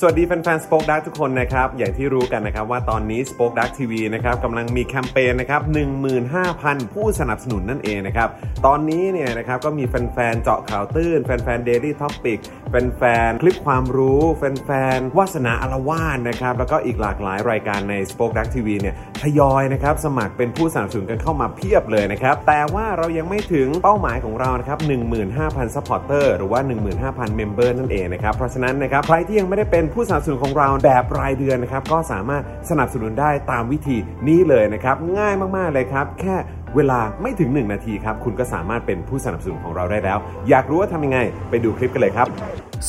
สวัสดีแฟนๆ Spoke Dark ทุกคนนะครับ อย่างที่รู้กันนะครับว่าตอนนี้ Spoke Dark TV นะครับกำลังมีแคมเปญนะครับ15,000 ผู้สนับสนุนนั่นเองนะครับ ตอนนี้เนี่ยนะครับก็มีแฟนๆ เจาะข่าวตื้น แฟนๆ Daily Topic แฟนๆ คลิปความรู้ แฟนๆ วาสนาอารวาสนะครับ แล้วก็อีกหลากหลายรายการใน Spoke Dark TV เนี่ยทยอยนะครับสมัครเป็นผู้สนับสนุนกันเข้ามาเพียบเลยนะครับ แต่ว่าเรายังไม่ถึงเป้าหมายของเรานะครับ15,000 supporter หรือว่า 15,000 member นั่นเองนะครับ เพราะฉะนั้นนะครับใครที่ยังไม่ได้เป็นผู้สนับสนุนของเราแบบรายเดือนนะครับ ก็สามารถสนับสนุนได้ตามวิธีนี้เลยนะครับ ง่ายมากๆเลยครับ แค่เวลาไม่ถึง 1 นาทีครับ คุณก็สามารถเป็นผู้สนับสนุนของเราได้แล้ว อยากรู้ว่าทำยังไง ไปดูคลิปกันเลยครับ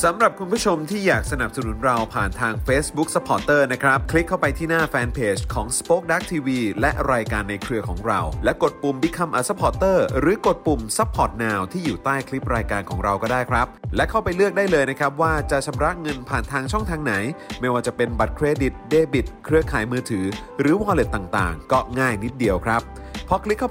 สำหรับคุณผู้ชมที่อยากสนับสนุนเราผ่านทาง Facebook Supporter นะครับ คลิกเข้าไปที่หน้าแฟนเพจของ Spoke Dark TV และรายการในเครือของเรา และกดปุ่ม Become a Supporter หรือกดปุ่ม Support Now ที่อยู่ใต้คลิปรายการของเราก็ได้ครับ และเข้าไปเลือกได้เลยนะครับว่าจะชำระเงินผ่านทางช่องทางไหน ไม่ว่าจะเป็นบัตรเครดิตเดบิต เครือข่ายมือถือ หรือ Wallet ต่างๆ ก็ง่ายนิดเดียวครับ พอคลิกเข้า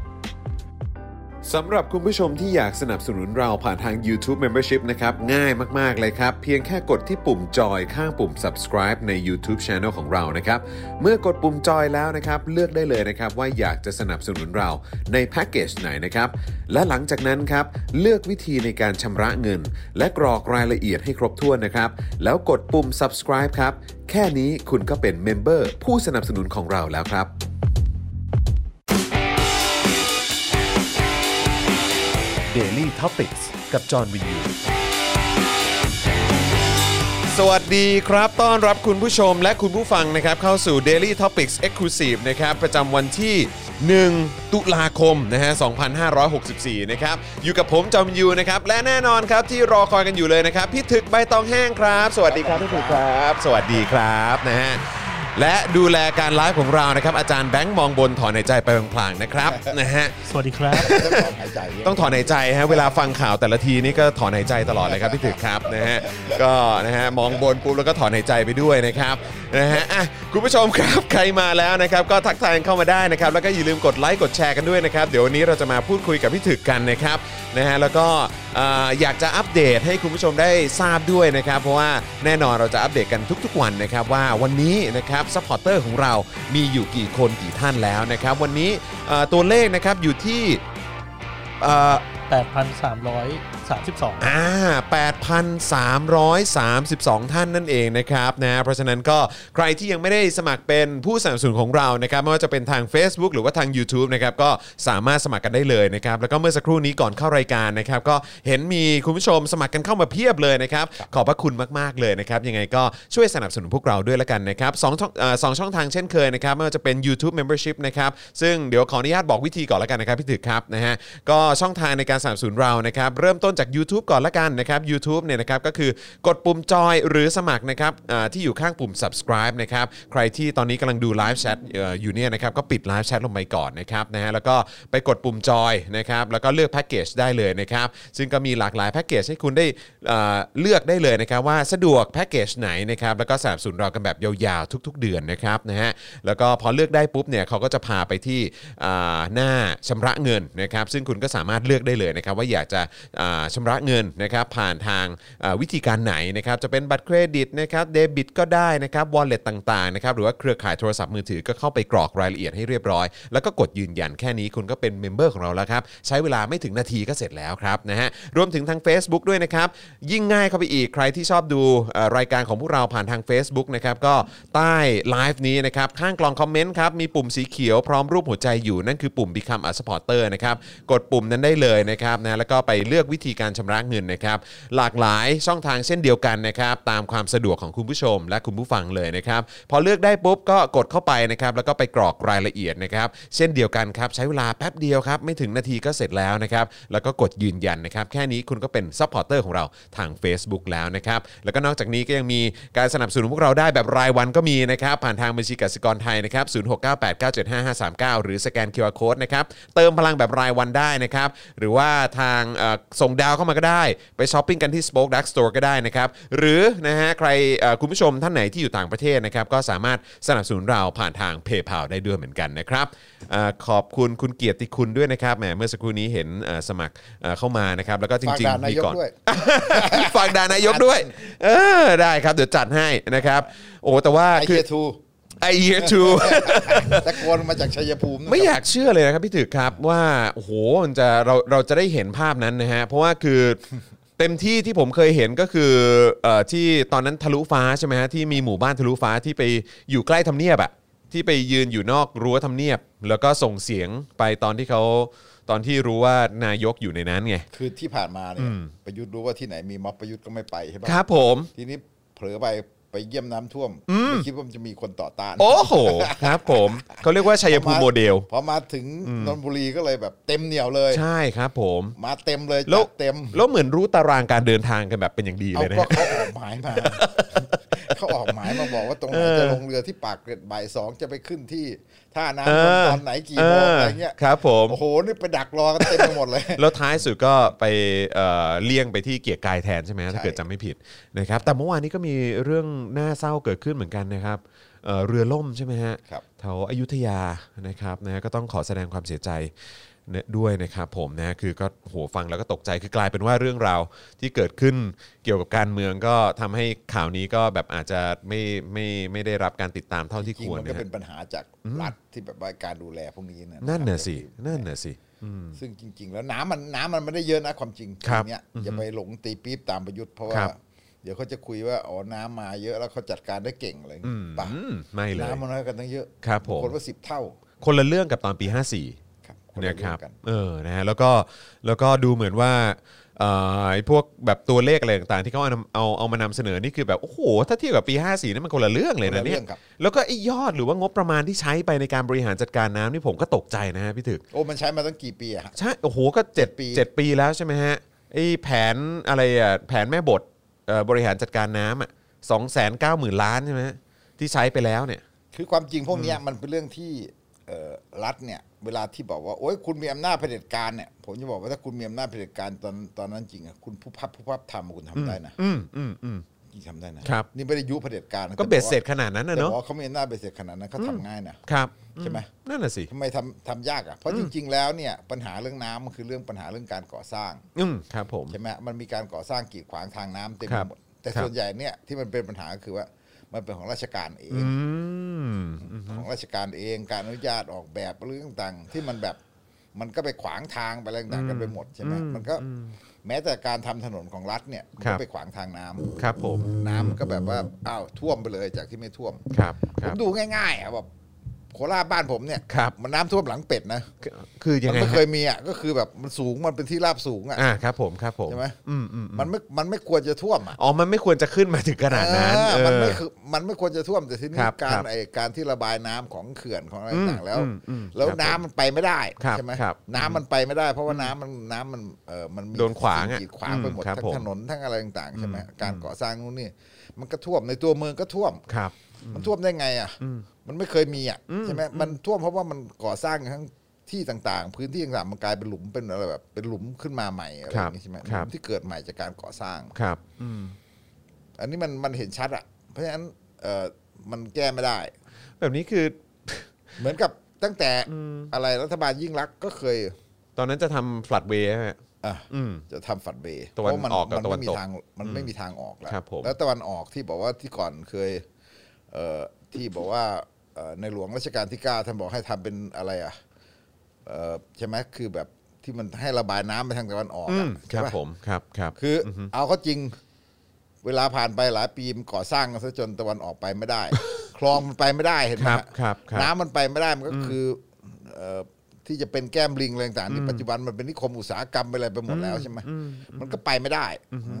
สำหรับคุณผู้ชมที่อยากสนับสนุนเราผ่านทาง YouTube Membership นะครับ ง่ายมาก ๆ เลยครับ เพียงแค่กดที่ปุ่มจอยข้างปุ่ม subscribe ใน YouTube Channel ของเรานะครับ เมื่อกดปุ่มจอยแล้วนะครับ เลือกได้เลยนะครับ ว่าอยากจะสนับสนุนเราในแพ็กเกจไหนนะครับ และหลังจากนั้นครับ เลือกวิธีในการชำระเงิน และกรอกรายละเอียดให้ครบถ้วนนะครับ แล้วกดปุ่ม subscribe ครับ แค่นี้คุณก็เป็นเมมเบอร์ผู้สนับสนุนของเราแล้วครับ Daily t o p i c กกับจอห์นวินยู สวัสดีครับ ต้อนรับคุณผู้ชมและคุณผู้ฟังนะครับ เข้าสู่ Daily Topics Exclusive นะครับ ประจำวันที่ 1 ตุลาคมนะฮะ 2564 นะครับ อยู่กับผมจอมยูนะครับ และแน่นอนครับที่รอคอยกันอยู่เลยนะครับ พี่ถึกใบตองแห้งครับ สวัสดีครับพี่ถึกครับ สวัสดีครับนะฮะ และดูแลการไลฟ์ของเรานะครับ อาจารย์แบงค์มองบนถอนในใจไปพลางๆนะครับ นะฮะ สวัสดีครับ ต้องถอนหายใจเนี่ย ต้องถอนหายใจฮะเวลาฟังข่าวแต่ละทีนี่ก็ถอนหายใจตลอดเลยครับพี่ถึกครับนะฮะก็นะฮะมองบนปุ๊บแล้วก็ถอนหายใจไปด้วยนะครับนะฮะอ่ะคุณผู้ชมครับใครมาแล้วนะครับก็ทักทายกันเข้ามาได้นะครับ แล้วก็อย่าลืมกดไลค์กดแชร์กันด้วยนะครับ เดี๋ยววันนี้เราจะมาพูดคุยกับพี่ถึกกันนะครับนะฮะแล้วก็เอ่ออยากจะอัปเดตให้คุณผู้ชมได้ทราบด้วยนะครับ เพราะว่าแน่นอนเราจะอัปเดตกันทุก ๆ วันนะครับ ว่าวันนี้นะครับซัพพอร์เตอร์ของเรามีอยู่กี่คนกี่ท่านแล้วนะครับ วันนี้เอ่อตัวเลขนะครับอยู่ที่เอ่อ 8,332 อ่า8,332 ท่านนั่นเองนะครับนะเพราะฉะนั้นก็ใครที่ยังไม่ได้สมัครเป็นผู้สนับสนุนของเรานะครับไม่ว่าจะเป็นทาง Facebook หรือว่าทาง YouTube นะครับก็สามารถสมัครกันได้เลยนะครับแล้วก็เมื่อสักครู่นี้ก่อนเข้ารายการนะครับก็เห็นมีคุณผู้ชมสมัครกันเข้ามาเพียบเลยนะครับขอบพระคุณมากๆเลยนะครับยังไงก็ช่วยสนับสนุนพวกเราด้วยละกันนะครับสองช่องเอ่อสองช่องทางเช่นเคยนะครับไม่ว่าจะเป็น YouTube Membership นะครับซึ่งเดี๋ยวขออนุญาตบอกวิธีก่อนละกันนะครับพี่ถึกครับนะฮะก็ช่องทางในการสนับสนุนเรานะครับเริ่มต้นจาก YouTube ก่อนละกันนะครับ u t u b e เนี่ยนะครับก็คือกดปุ่มจอยหรือสมัครนะครับอ่าที่อยู่ข้างปุ่ม subscribe นะครับใครที่ตอนนี้กำลังดูไลฟ์แชทเอ่ออยู่เนี่ยนะครับก็ปิดไลฟ์แชทลงไปก่อนนะครับนะฮะแล้วก็ไปกดปุ่มจอยนะครับแล้วก็เลือกแพ็กเกจได้เลยนะครับซึ่งก็มีหลากหลายแพ็กเกจให้คุณได้เอ่อเลือกได้เลยนะครับว่าสะดวกแพ็กเกจไหนนะครับแล้วก็สนับสนุนเรากันแบบยาวๆ ทุก ๆ เดือนนะครับนะฮะแล้วก็พอเลือกได้ปุ๊บเนี่ยเขาก็จะพาไปที่อ่าหน้าชำระเงินนะครับซึ่งคุณก็สามารถเลือกได้เลยนะครับว่าอยากจะอ่าชำระเงินนะครับผ่านทางอ่าวิธีการไหนนะครับจะเป็นบัตรเครดิตนะครับเดบิตก็ได้นะครับวอลเล็ตต่างๆนะครับหรือว่าเครือข่ายโทรศัพท์มือถือก็เข้าไปกรอกรายละเอียดให้เรียบร้อย แล้วก็กดยืนยันแค่นี้คุณก็เป็นเมมเบอร์ของเราแล้วครับใช้เวลาไม่ถึงนาทีก็เสร็จแล้วครับนะฮะรวมถึงทาง Facebook ด้วยนะครับยิ่งง่ายเข้าไปอีกใครที่ชอบดูเอ่อรายการของพวกเราผ่านทาง Facebook นะครับก็ใต้ไลฟ์นี้นะครับข้างกล่องคอมเมนต์ครับมีปุ่มสีเขียวพร้อมรูปหัวใจอยู่นั่นคือปุ่ม Become a supporter นะครับกดปุ่มนั้นได้เลยนะครับนะแล้วก็ไปเลือกวิธีการชำระเงินนะครับหลากหลายช่องทางเช่นเดียวกันนะครับตามความสะดวกของคุณผู้ชมและคุณผู้ฟังเลยนะครับพอเลือกได้ปุ๊บก็กดเข้าไปนะครับแล้วก็ไปกรอกรายละเอียดนะครับเช่นเดียวกันครับใช้เวลาแป๊บเดียวครับไม่ถึงนาทีก็เสร็จแล้วนะครับแล้วก็กดยืนยันนะครับแค่นี้คุณก็เป็นซัพพอร์เตอร์ของเราทาง Facebook แล้วนะครับแล้วก็นอกจากนี้ก็ยังมีการสนับสนุนพวกเราได้แบบรายวันก็มีนะครับผ่านทางบัญชีกสิกรไทยนะครับ0698975539 หรือสแกน QR Code นะครับเติมพลังแบบรายวันได้นะครับหรือว่า ว่าทางเอ่อส่งดาวเข้ามาก็ได้ ไปช้อปปิ้งกันที่ Spoke Dark Store ก็ได้นะครับ หรือนะฮะใครเอ่อคุณผู้ชมท่านไหนที่อยู่ต่างประเทศนะครับ ก็สามารถสนับสนุนเราผ่านทาง PayPal ได้ด้วยเหมือนกันนะครับเออขอบคุณคุณเกียรติคุณด้วยนะครับแหมเมื่อสักครู่นี้เห็นเอ่อสมัครเอ่อเข้ามานะครับแล้วก็จ ฝาก ริง ด่า ๆ นา มี ยก ก่อน ด้วย ฝากด่าน ายกด้วย เออได้ครับเดี๋ยวจัดให้นะครับ โอ้แต่ว่า ไอ คื เฮี อย ทู ไอเยียทู ตะโกนมาจากชัยภูมิ ไม่อยากเชื่อเลยนะครับพี่ถึกครับว่าโอ้โหมันจะเราเราจะได้เห็นภาพนั้นนะฮะเพราะว่าคือ เต็มที่ที่ผมเคยเห็นก็คือเอ่อที่ตอนนั้นทะลุฟ้าใช่ไหมฮะที่มีหมู่บ้านทะลุฟ้าที่ไปอยู่ใกล้ทำเนียบอะที่ไปยืนอยู่นอกรั้วทำเนียบ แล้วก็ส่งเสียงไปตอนที่เขาตอนที่รู้ว่านายกอยู่ในนั้นไง คือที่ผ่านมาเนี่ยประยุทธ์รู้ว่าที่ไหนมีม็อบประยุทธ์ก็ไม่ไปใช่ปะ ครับผม ทีนี้เผลอไปไปเยี่ยมน้ำท่วมไม่คิดว่ามันจะมีคนต่อต้าน โอ้โหครับผมเขาเรียกว่าชัยภูมิโมเด ล พอมาถึงนนทบุรีก็เลยแบบเต็มเหนียวเลย ใช่ครับผม มาเต็มเลย แล้ จั ว ดเต็ม แล้วเหมือนรู้ตารางการเดินทางกันแบบเป็นอย่างดี เอา เลยนะ ก็ ฮะ เขาออกหมายมา เขาออกหมายมาบอกว่าตรงไหนจะลงเรือที่ปากเกร็ดบ่ายสองจะไปขึ้นที่ท่าน้ำ เอน นท์ อ ตอนไหนกี่โมง เอออ อะไรเงี้ย ครับผม โอ้โหนี่ไปดักรอกันเต็มไปหมดเลย แล้วท้ายสุดก็ไปเอ่อเลี่ยงไปที่เกียร์กายแทนใช่ไหมฮะถ้าเกิดจำไม่ผิดนะครับ แต่เมื่อวานนี้ก็มีเรื่องน่าเศร้าเกิดขึ้นเหมือนกันนะครับเอ่อเรือล่มใช่ไหมฮะ ครับ แถวอยุธยานะครับนะฮะก็ต้องขอแสดงความเสียใจเนี่ยด้วยนะครับผมนะ คือก็โหฟังแล้วก็ตกใจคือกลายเป็นว่าเรื่องราวที่เกิดขึ้นเกี่ยวกับการเมืองก็ทำให้ข่าวนี้ก็แบบอาจจะไม่ไม่ไม่ได้รับการติดตามเท่าที่ จ ค ริง วร มันก็ นะฮะ เป็นปัญหาจากรัฐที่แบบว่าการดูแลพวกนี้เย นั่นน่ะสิ ครับ นั่นน่ะสิ ซึ่งจริง ๆ แล้วน้ำมันน้ำมันไม่ได้เยอะนะความจริง ครับ ทีเนี้ยอย่าไปหลงตีปี๊บตามประยุทธ์เพราะ ครั ว่า บ เดี๋ยวเขาจะคุยว่าอ๋อน้ำมาเยอะแล้วเขาจัดการได้เก่งอะไรอย่างเงี้ยปะ อืมไม่เลย น้ำมันน้อยกันตั้งเยอะ ครับผม คนว่าสิบเท่า คนละเรื่องกับตอนปี 54 ครับคนละ นะค เอง รับ กัน เออนะฮะแล้วก็แล้วก็ดูเหมือนว่าเอ่อไอ้พวกแบบตัวเลขอะไรต่างๆที่เขาเอานำเอาเอามานำเสนอนี่คือแบบโอ้โหถ้าเทียบกับปี 54นี่มันคนละเรื่องเลยนะเนี่ คนละเรื่ ย องครับ แล้วก็ไอ้ยอดหรือว่างบประมาณที่ใช้ไปในการบริหารจัดการน้ำนี่ผมก็ตกใจนะฮะพี่ถึก โอ้มันใช้มาตั้งกี่ปีอะฮะ ใช่โอ้โหก็ เจ็ด 7 ปี เจ็ดปีแล้วใช่ไหมฮะไอ้แผนอะไรอ่ะแผนแม่บทเอ่อบริหารจัดการน้ำอ่ะสองแสนเก้าหมื่นล้านใช่ไหมฮะที่ใช้ไปแล้วเนี่ย คือความจริงพวกเนี้ยมันเป็นเรื่องที่เอ่อรัฐเนี่ยเวลาที่บอกว่าโอ้ยคุณมีอำนาจเผด็จการเนี่ยผมจะบอกว่าถ้าคุณมีอำนาจเผด็จการตอนตอนนั้นจริงอะคุณผู้พับผู้พับทำคุณทำได้นะ อืมอืมอืม จริงทำได้นะครับ นี่ไม่ได้ยุเผด็จการนะ ก็ แต่ เบ็ด ว่า เสร็จขนาดนั้นนะ แต่ เนาะ ว่าเขามีอำนาจเบ็ดเสร็จขนาดนั้นเขาทำง่ายนะครับ ใช่ไหม นั่นน่ะสิ ทำไมทำทำยากอ่ะเพราะจริง ๆ แล้วเนี่ยปัญหาเรื่องน้ำมันคือเรื่องปัญหาเรื่องการก่อสร้าง อืมครับผม ใช่ไหมมันมีการก่อสร้างกีดขวางทางน้ำเต็ม ค ไป รับ หมดแต่ ครับ ส่วนใหญ่เนี่ยที่มันเป็นปัญหาก็คือว่ามันเป็นของราชการเอง อืม ของราชการเองการอนุญาตออกแบบเรื่องต่างๆ ที่มันแบบมันก็ไปขวางทางไปอะไรต่างๆกันไปหมดใช่ไหมมันก็แม้แต่การทำถนนของรัฐเนี่ยมัน ครั ก็ บ ไปขวางทางน้ำ ครับผม น้ำมันก็แบบว่าอ้าวท่วมไปเลยจากที่ไม่ท่วม ครับค ผ รับ มดูง่ายๆอ่ะแบบโคราชบ้านผมเนี่ย ครับ มันน้ำท่วมหลังเป็ดนะ คือคือยัง มัน ไงฮะไม่เคยมีอ่ะก็คือแบบมันสูงมันเป็นที่ราบสูงอ่ะ อ่าครับผมครับผม ใช่ไหม อืมอืมอืม มันไม่มันไม่ควรจะท่วมอ่ะ อ๋อมันไม่ควรจะขึ้นมาถึงขนาดนั้น เออมันไม่ เออ คือมันไม่ควรจะท่วมแต่ทีนี้ ครับ การ ครับ ไอการที่ระบายน้ำของเขื่อนของอะไร อืม ต่างๆแล้ว อืมอืม แล้ว ครับ น้ำมันไปไม่ได้ ครับ ใช่ไหม ครับ น้ำมันไปไม่ได้ เพราะว่าน้ำมันน้ำมันเออมันมี โดนขวางอะ สิ่กีดขวางไปหมด ครับ ทั้ ผม งถนนทั้งอะไรต่างๆใช่ไหมการก่อสร้างนู่นนี่มันก็ท่วมในตัวเมืองก็ท่วม ครับ มันท่วมได้ไงอ่ะมันไม่เคยมีอ่ะใช่ไหมมันท่วมเพราะว่ามันก่อสร้างทั้งที่ต่างๆ พื้นที่ต่างๆมันกลายเป็นหลุมเป็นอะไรแบบเป็นหลุมขึ้นมาใหม่อะไรอย่างนี้ใช่ไหมห ครั ลุ บ มที่เกิดใหม่จากการก่อสร้าง ครับอืม อันนี้มันมันเห็นชัดอ่ะ เพราะฉะนั้นเออมันแก้ไม่ได้ แบบนี้คือ เหมือนกับตั้งแต่อะไรรัฐบาลยิ่งรักษณ์ก็เคย ตอนนั้นจะทำ flat way ใช่ไหมฮะ อ่ะ อืม จะทำฝัดเบย์ ตะวัน เพราะมั ออกกับ มั ตะวั ไม่ น มี ตก ทางมันไม่มีทางออกแล้ว ครับผม แล้วตะวันออกที่บอกว่าที่ก่อนเคยเอ่อที่บอกว่าเอ่อในหลวงรัชกาลที่เก้าท่านบอกให้ทำเป็นอะไรอ่ะเอ่อใช่ไหมคือแบบที่มันให้ระบายน้ำไปทางตะวันออก อื อะ มค ใช่ รับ ปะ ผมครับครับ คืออเอาเข้าจริง เวลาผ่านไปหลายปีมันก่อสร้างกันซะจนตะวันออกไปไม่ ได้ คลองมันไปไม่ได้เห็นไหม ครับ ฮะ ครับครับ น้ำมันไปไม่ได้มันก็คือเอ่อที่จะเป็นแก้มลิงอะไรต่างๆที่ปัจจุบันมันเป็นนิคมอุตสาหกรรมไปอะไรไปหมดแล้วใช่ไหมมันก็ไปไม่ได้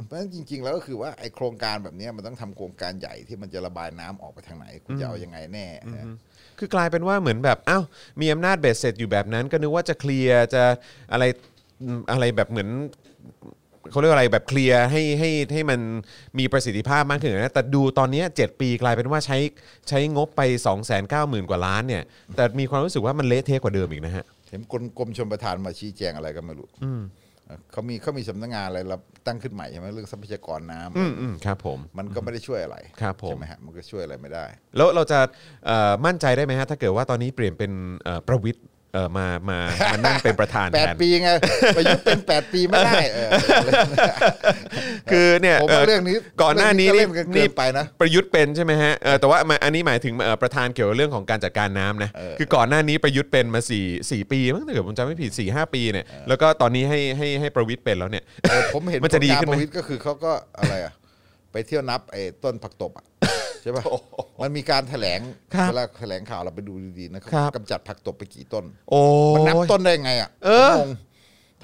เพราะฉะนั้นจริง ๆ แล้วก็คือว่าไอโครงการแบบเนี้ยมันต้องทำโครงการใหญ่ที่มันจะระบายน้ำออกไปทางไหน คุณจะเอายังไงแน่นะ คือกลายเป็นว่าเหมือนแบบอ้าวมีอำนาจเบสเสร็จอยู่แบบนั้น ก็นึกว่าจะเคลียร์จะอะไรอืมอะไรแบบเหมือนเขาเรียกว่าอะไรแบบเคลียร์ให้ให้ให้มันมีประสิทธิภาพมากขึ้นนะแต่ดูตอนเนี้ย7ปีกลายเป็นว่าใช้ใช้งบไป 2 9 0 0 0 0 กว่าล้านเนี่ย แต่มีความรู้สึกว่ามันเละเทะกว่าเดิมอีกนะฮะ เห็นกรมกรมชนประทานมาชี้แจงอะไรก็ไม่รู้ เขามีเขามีสำนักงานอะไรเราตั้งขึ้นใหม่ใช่ไหมเรื่องทรัพยากรน้ำ อืมอืมครับผม มันก็ไม่ได้ช่วยอะไร ครับผม ใช่ไหมฮะมันก็ช่วยอะไรไม่ได้ แล้วเราจะเอ่อมั่นใจได้ไหมฮะ ถ้าเกิดว่าตอนนี้เปลี่ยนเป็นเอ่อประวิทย์เอ่อมามามานั่งเป็นประธาน แป แท ด น ปีไงประยุทธ์เป็นแปดปีไม่ได้ เออ คือเนี่ย ผมว่า เอ่อ เรื่องนี้ ก่อนหน้านี้ เรื่ นี่ องก็เล่นกันเกิ นี่ นไปนะ ประยุทธ์เป็นใช่ไหมฮะเอ่อแต่ว่ามาอันนี้หมายถึงเอ่อประธานเกี่ยวกับเรื่องของการจัดการน้ำนะ เออ คือก่อนหน้านี้ประยุทธ์เป็นมาสี่สี่ปีมั้งถ้าเกิดผมจำไม่ผิดสี่ห้าปีเนี่ยแล้วก็ตอนนี้ให้ให้ให้ประวิทย์เป็นแล้วเนี่ย เออผมเห็น มันจะดี ผลงา ขึ้นไหม ประวิตรก็คือเขาก็อะไรอ่ะ ไปเที่ยวนับไอ้ต้นผักตบ อ่ะ ใช่ป่ะมันมีการแถลง ครับ เวลาแถลงข่าวเราไปดูดีๆนะครับ กำจัดผักตบไปกี่ต้น โอ้ มันนับ ย ต้นได้ไงอ่ะ เออ ผมงง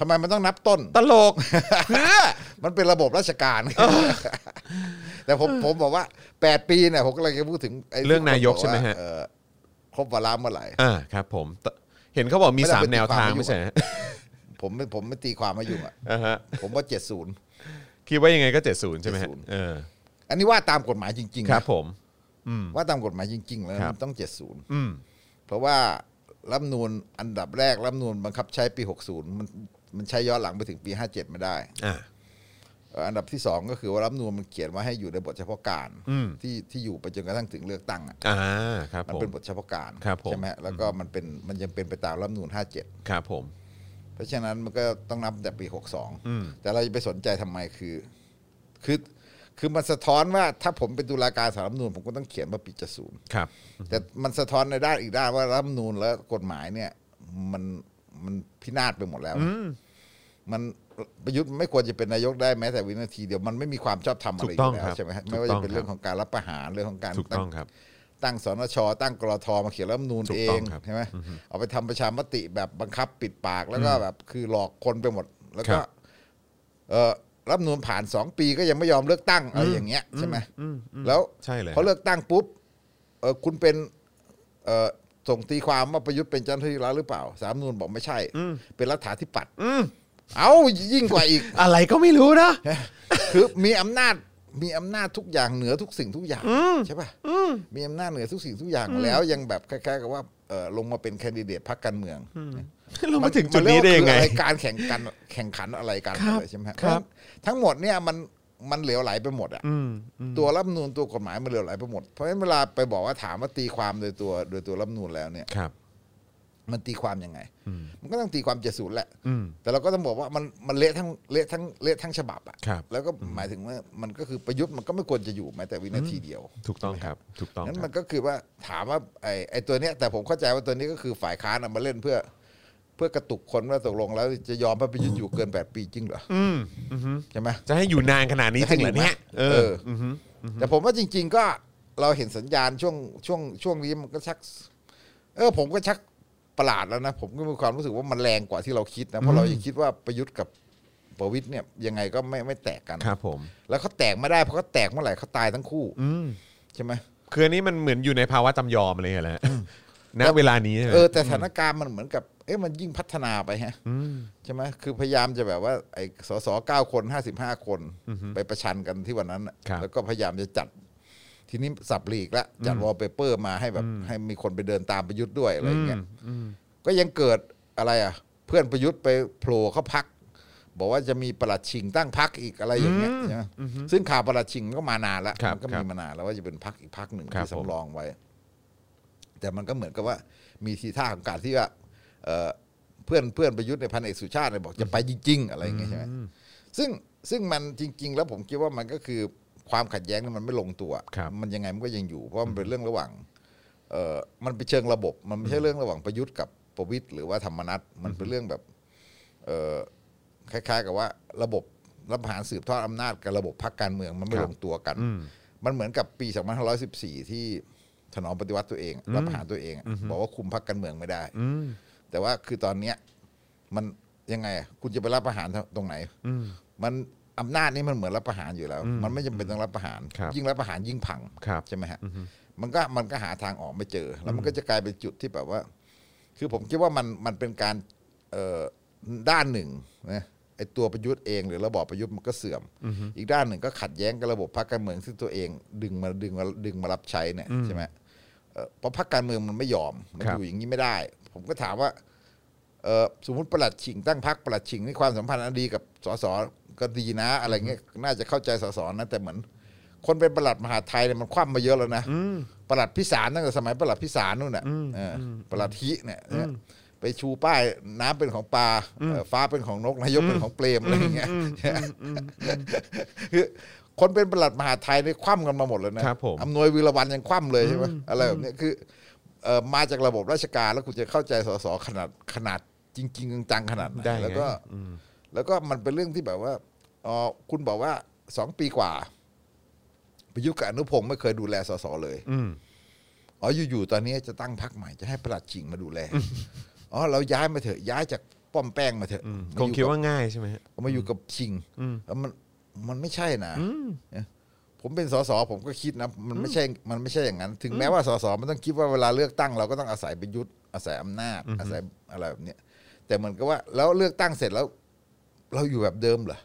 ทำไมมันต้องนับต้น ตล ก เพื่อ มันเป็นระบบราชการ แต่ผมผมบอกว่า 8 ปีเนี่ยผมกำลังจะพูดถึงไ เรื่องนายก ที่ ใช่ไหมฮะ เอ่อครบวาระเมื่อไหร่ อ่าครับผมตเห็นเขาบอกมี ไม่ได้ สาม ไปตี แนวทาง ความไม่ ไม่ อยู่ ใช่ฮะ ผมไม่ผมไม่ตีความมาอยู่อ่ะ อ่าฮะ ผมว่า 70 คิดว่ายังไงก็ 70 ใช่ไหมฮะ 70 เออ อันนี้ว่าตามกฎหมายจริงๆ ค นะ รับผม ว่าตามกฎหมายจริง ๆ แล้ว ครับ มันต้อง 70 อืม เพราะว่ารัฐธรรมนูนอันดับแรกรัฐธรรมนูนบังคับใช้ปี 60 มันมันใช้ย้อนหลังไปถึงปี 57 ไม่ได้ อ่า เอ่ออันดับที่ 2 ก็คือว่ารัฐธรรมนูนมันเขียนไว่าให้อยู่ในบทเฉพาะการ อืม ที่ที่อยู่ไปจนกระทั่งถึงเลือกตั้งอะ อ่าครับ มัน ผม เป็นบทเฉพาะการ ครับผม ใช่ไหมฮะแล้วก็มันเป็นมันยังเป็นไปตามรัฐธรรมนูน57 ครับผม เพราะฉะนั้นมันก็ต้องนับแต่ปี อืม 62 แต่เราจะไปสนใจทำไมคือคือคือมันสะท้อนว่าถ้าผมเป็นตุลาการสารรัฐธรรมนูนผมก็ต้องเขียนว่าปี 70 ครับ แต่มันสะท้อนในด้านอีกด้านว่ารัฐธรรมนูญและกฎหมายเนี่ย มันมันพินาศไปหมดแล้วนะมันประยุทธ์ไม่ควรจะเป็นนายกได้แม้แต่วินาทีเดียวมันไม่มีความชอบธรรมอะไรอ ถูกต้ ยู่ องครัแล้ว บ ใช่ไหมฮะ ถูกต้อง ไม่ว่าจะเป็นเรื่องของการรับประหารเรื่องของการ ถูกต้องครับ ตั้งสนชตั้งกรทมาเขียนรัฐธรรมนูญ ถู เอก ต้องงครับ ใช่ไหมเอาไปทำประชามติแบบบังคับปิดปากแล้วก็แบบคือหลอกคนไปหมด แล้วคก็รับ เออรัฐธรรมนูญผ่านสองปีก็ยังไม่ยอมเลือกตั้งอะไรอย่างเงี้ยใช่ไหมแล้ว ใช่เลย พอเลือกตั้งปุ๊บเออคุณเป็นเออส่งตีความว่าประยุทธ์เป็นเจ้าหน้าที่รัฐหรือเปล่า สามนูนบอกไม่ใช่ เป็นรัฐาธิปัตย์เอ้ายิ่งกว่าอีก อะไรก็ไม่รู้นะ คือมีอำนาจมีอำนาจทุกอย่างเหนือทุกสิ่งทุกอย่างใช่ป่ะมีอำนาจเหนือทุกสิ่งทุกอย่างแล้วยังแบบคล้ายๆกับว่าเออลงมาเป็นแคนดิเดตพรรคการเมือง เรามาถึงจุดนี้ได้ยังไง มันเรีกว่าคืออะรการแข่งกันแข่งขันอะไรกัน ครับ เลยใช่ไหมฮะ ครับ ทั้งหมดเนี่ยมันมันเหลวไหลไปหมดอ่ะตัวรัฐธรรมนูนตัวกฎหมายมันเหลวไหลไปหมดเพราะฉะนั้นเวลาไปบอกว่าถามว่าตีความโดยตัวโดยตัวรัฐธรรมนูนแล้วเนี่ย ครับ มันตีความยังไง มันก็ต้องตีความเจ็ดศูนย์แหละ อืม แต่เราก็ต้องบอกว่ามันมันเละทั้งเละทั้งเละทั้งฉบับอ่ะ ครับ แล้วก็หมายถึงว่ามันก็คือประยุทธ์มันก็ไม่ควรจะอยู่แม้แต่วินาทีเดียว ถูกต้องครับ ถูกต้อง นั้น ค มั รับ นก็คือว่าถามว่าไอ้ไอ้ตัวเนี้ยแต่ผมเข้าใจว่าตัวนี้ก็คือฝ่ายค้านเอามาเล่นเพื่อ เพื่อกระตุกคนว่าตกลงแล้วจะยอมพระประยุทธ์อยู่เกิน 8 ปีจริงเหรอ อืมอือฮึ ใช่ไหม จะให้อยู่นานขนาดนี้จริงเหรอเนี่ย เออ เอออแต่ผมว่าจริง ๆ ก็เราเห็นสัญญาณช่วงช่วงช่วงนี้มันก็ชัก เออ ผมก็ชักประหลาดแล้วนะ ผมก็มีความรู้สึกว่ามันแรงกว่าที่เราคิดนะเพราะเรายังคิดว่าประยุทธ์กับประวิทย์เนี่ยยังไงก็ไม่ไม่แตกกัน ครับผม แล้วเขาแตกไม่ได้เพราะเขาแตกเมื่อไหร่เขาตายทั้งคู่ อืม ใช่ไหม คืออันนี้มันเหมือนอยู่ในภาวะจำยอมอะไรอย่างเงี้ยแหละณเวลานี้ใช่ไหม เออแต่สถานการณ์มันเหมือนกับ เอ๊ะมันยิ่งพัฒนาไปฮะใช่ไหมคือพยายามจะแบบว่าไอ้สสเก้าคนห้าสิบห้าคนไปประชันกันที่วันนั้นน่ะ ครับ แล้วก็พยายามจะจัด ทีนี้สับหลีกละจัดวอลเปเปอร์มาให้แบบ ให้มีคนไปเดินตามประยุทธ์ด้วยอะไรอย่างเงี้ยก็ยังเกิดอะไรอ่ะ เพื่อนประยุทธ์ไปโผล่เขาพัก บอกว่าจะมีประหลัดชิงตั้งพักอีกอะไรอย่างเงี้ยใช่ไหมซึ่งข่าวประหลัดชิงก็มานานแล้ว ครับ มัก็ ครั มี บ มานานแล้วว่าจะเป็นพักอีกพักหนึ่ง ครับ ที่ ผม สำรองไว้ แต่มันก็เหมือนกับว่ามีทีท่าของการที่ว่าเอ่อเพื่อนเพื่อนประยุทธ์ในยพันเอกสุชาติเนี่ยบอกจะไปจริง ๆ อะไรอย่างเงี้ยใช่ไหมซึ่งซึ่งมันจริง ๆ แล้วผมคิดว่ามันก็คือความขัดแย้งเนี่ยมันไม่ลงตัว ครับ มันยังไงมันก็ยังอยู่ เพราะมันเป็นเรื่องระหว่างเอ่อมันเป็นเชิงระบบ มันไม่ใช่เรื่องระหว่างประยุทธ์กับประวิตยหรือว่าธรรมนัตมันเป็นเรื่องแบบเอ่อคล้ายๆ กับว่าระบบรับประหารสืบทอดอำนาจกับระบบพรรคการเมืองมันไม่ ครับ ลงตัวกัน มันเหมือนกับปี 2514 ที่ถนอมปฏิวัติตัวเองรับประหารตัวเองอะบอกว่าคุมพรรคการเมืองไม่ได้ แต่ว่าคือตอนเนี้ยมันยังไงอะคุณจะไปรับประหารตรงไหนมันอำนาจนี่มันเหมือนรับประหารอยู่แล้ว มันไม่จำเป็นต้องรับประหาร ครับ ยิ่งรับประหารยิ่งพัง ครับ ใช่ไหมฮะมันก็มันก็หาทางออกไม่เจอ แล้วมันก็จะกลายเป็นจุดที่แบบว่า คือผมคิดว่ามันมันเป็นการเอ่อด้านหนึ่งนะไอตัวประยุทธ์เอง หรือระบอบประยุทธ์มันก็เสื่อม อีกด้านหนึ่งก็ขัดแย้งกับระบบพรรคการเมืองซึ่งตัวเองดึงมาดึงมาดึงมารับใช้เนี่ยใช่ไหมเอ่อเพราะพรรคการเมืองมันไม่ยอมมัน ครั อบ ยู่อย่างนี้ไม่ได้ ผมก็ถามว่า เอ่อสมมติประหลัดฉิงตั้งพรรคประหลัดฉิงนี่ความสัมพันธ์อันดีกับสสก็ดีนะ อะไรเงี้ยน่าจะเข้าใจสสนะแต่เหมือน คนเป็นประหลัดมหาดไทยเนี่ยมันคว่ำมาเยอะแล้วนะประหลัดพิสารตั้งแต่สมัยประหลัดพิสารนู่นน่ะเอออประหลัดฮิเนี่ยเนี่ยไปชูป้ายน้ำเป็นของปลาเอ่อฟ้าเป็นของนกนายกเป็นของเปรมอะไรอย่างเงี้ยคือคนเป็นประหลัดมหาดไทยเนี่ยคว่ำกันมาหมดแล้วนะครับ ผม อำนวยวีระวันยังคว่ำเลยใช่ไหมอะไรแบบเนี้ยคือ เอ่อมาจากระบบราชการแล้วคุณจะเข้าใจสสขนาดขนาดจริงจริงๆจังๆขนาดไหน ได้ไง แล้วก็แล้วก็มันเป็นเรื่องที่แบบว่าอ๋อคุณบอกว่าสองปีกว่าประยุทธ์กับอนุพงศ์ไม่เคยดูแลสสเลย อืม อ๋ออยู่ๆตอนนี้จะตั้งพรรคใหม่จะให้ประหลัดจิงมาดูแลอ๋อเราย้ายมาเถอะย้ายจากป้อมแป้งมาเถอะ คงคิดว่าง่ายใช่ไหมฮะ มาอยู่กับชิงแล้วมันมันไม่ใช่นะเนี่ยผมเป็นสสผมก็คิดนะมันไม่ใช่มันไม่ใช่อย่างนั้น ถึงแม้ว่าสสมันต้องคิดว่าเวลาเลือกตั้งเราก็ต้องอาศัยประยุทธ์อาศัยอำนาจอาศัยอะไรแบบเนี้ยแต่เหมือนกับว่าแล้วเลือกตั้งเสร็จแล้ว เราอยู่แบบเดิมเหรอ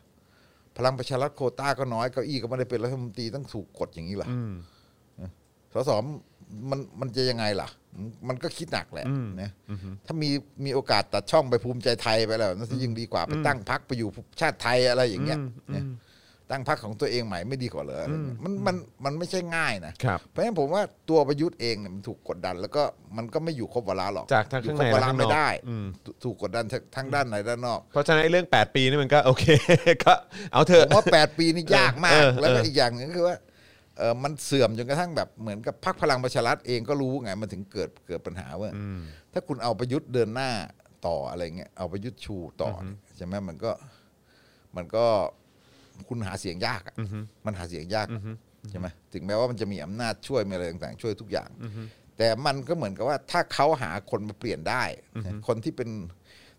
พลังประชารัฐโควต้าก็น้อยเก้าอี้ก็ไม่ได้เป็นรัฐมนตรีต้องถูกกดอย่างนี้เหรอเออสสมันมันจะยังไงล่ะ มันมันก็คิดหนักแหละนะถ้ามีมีโอกาสตัดช่องไปภูมิใจไทยไปแล้วนั่นจะยิ่งดีกว่าไปตั้งพักไปอยู่ชาติไทยอะไรอย่างเงี้ยนะตั้งพักของตัวเองใหม่ไม่ดีกว่าเหรออะไรเงี้ยมันมันมันไม่ใช่ง่ายนะ ครับ เพราะฉะนั้นผมว่าตัวประยุทธ์เองเนี่ยมันถูกกดดัน แล้วก็มันก็ไม่อยู่ครบเวลาหรอก จากทั้ง อยู่ ข้าง คร ใน บเว และ ลา ข้างนอก ไม่ได้ อืม ถูกถูกกดดันทั้งทั้งด้านในด้านนอก เพราะฉะนั้นไอ้เรื่อง 8 ปีนี่มันก็โอเค ก็เอาเถ ผ อะ มว่า 8 ปีนี่ยากมา เอก อเออ แล้วก็ เอออี อีกอย่างหนึ่งก็คือว่าเออมันเสื่อมจนกระทั่งแบบเหมือนกับพรรคพลังประชารัฐเองก็รู้ไงมันถึงเกิดเกิดปัญหาว่าถ้าคุณเอาประยุทธ์เดินหน้าต่ออะไรเงี้ยเอาประยุทธ์ชูต่ออใช่ไหมมันก็มันก็คุณหาเสียงยากอะมันหาเสียงยากใช่ไหมถึงแม้ว่ามันจะมีอำนาจช่วยมีอะไรต่างๆ ช่วยทุกอย่าง แต่มันก็เหมือนกับว่าถ้าเขาหาคนมาเปลี่ยนได้นะคนที่เป็น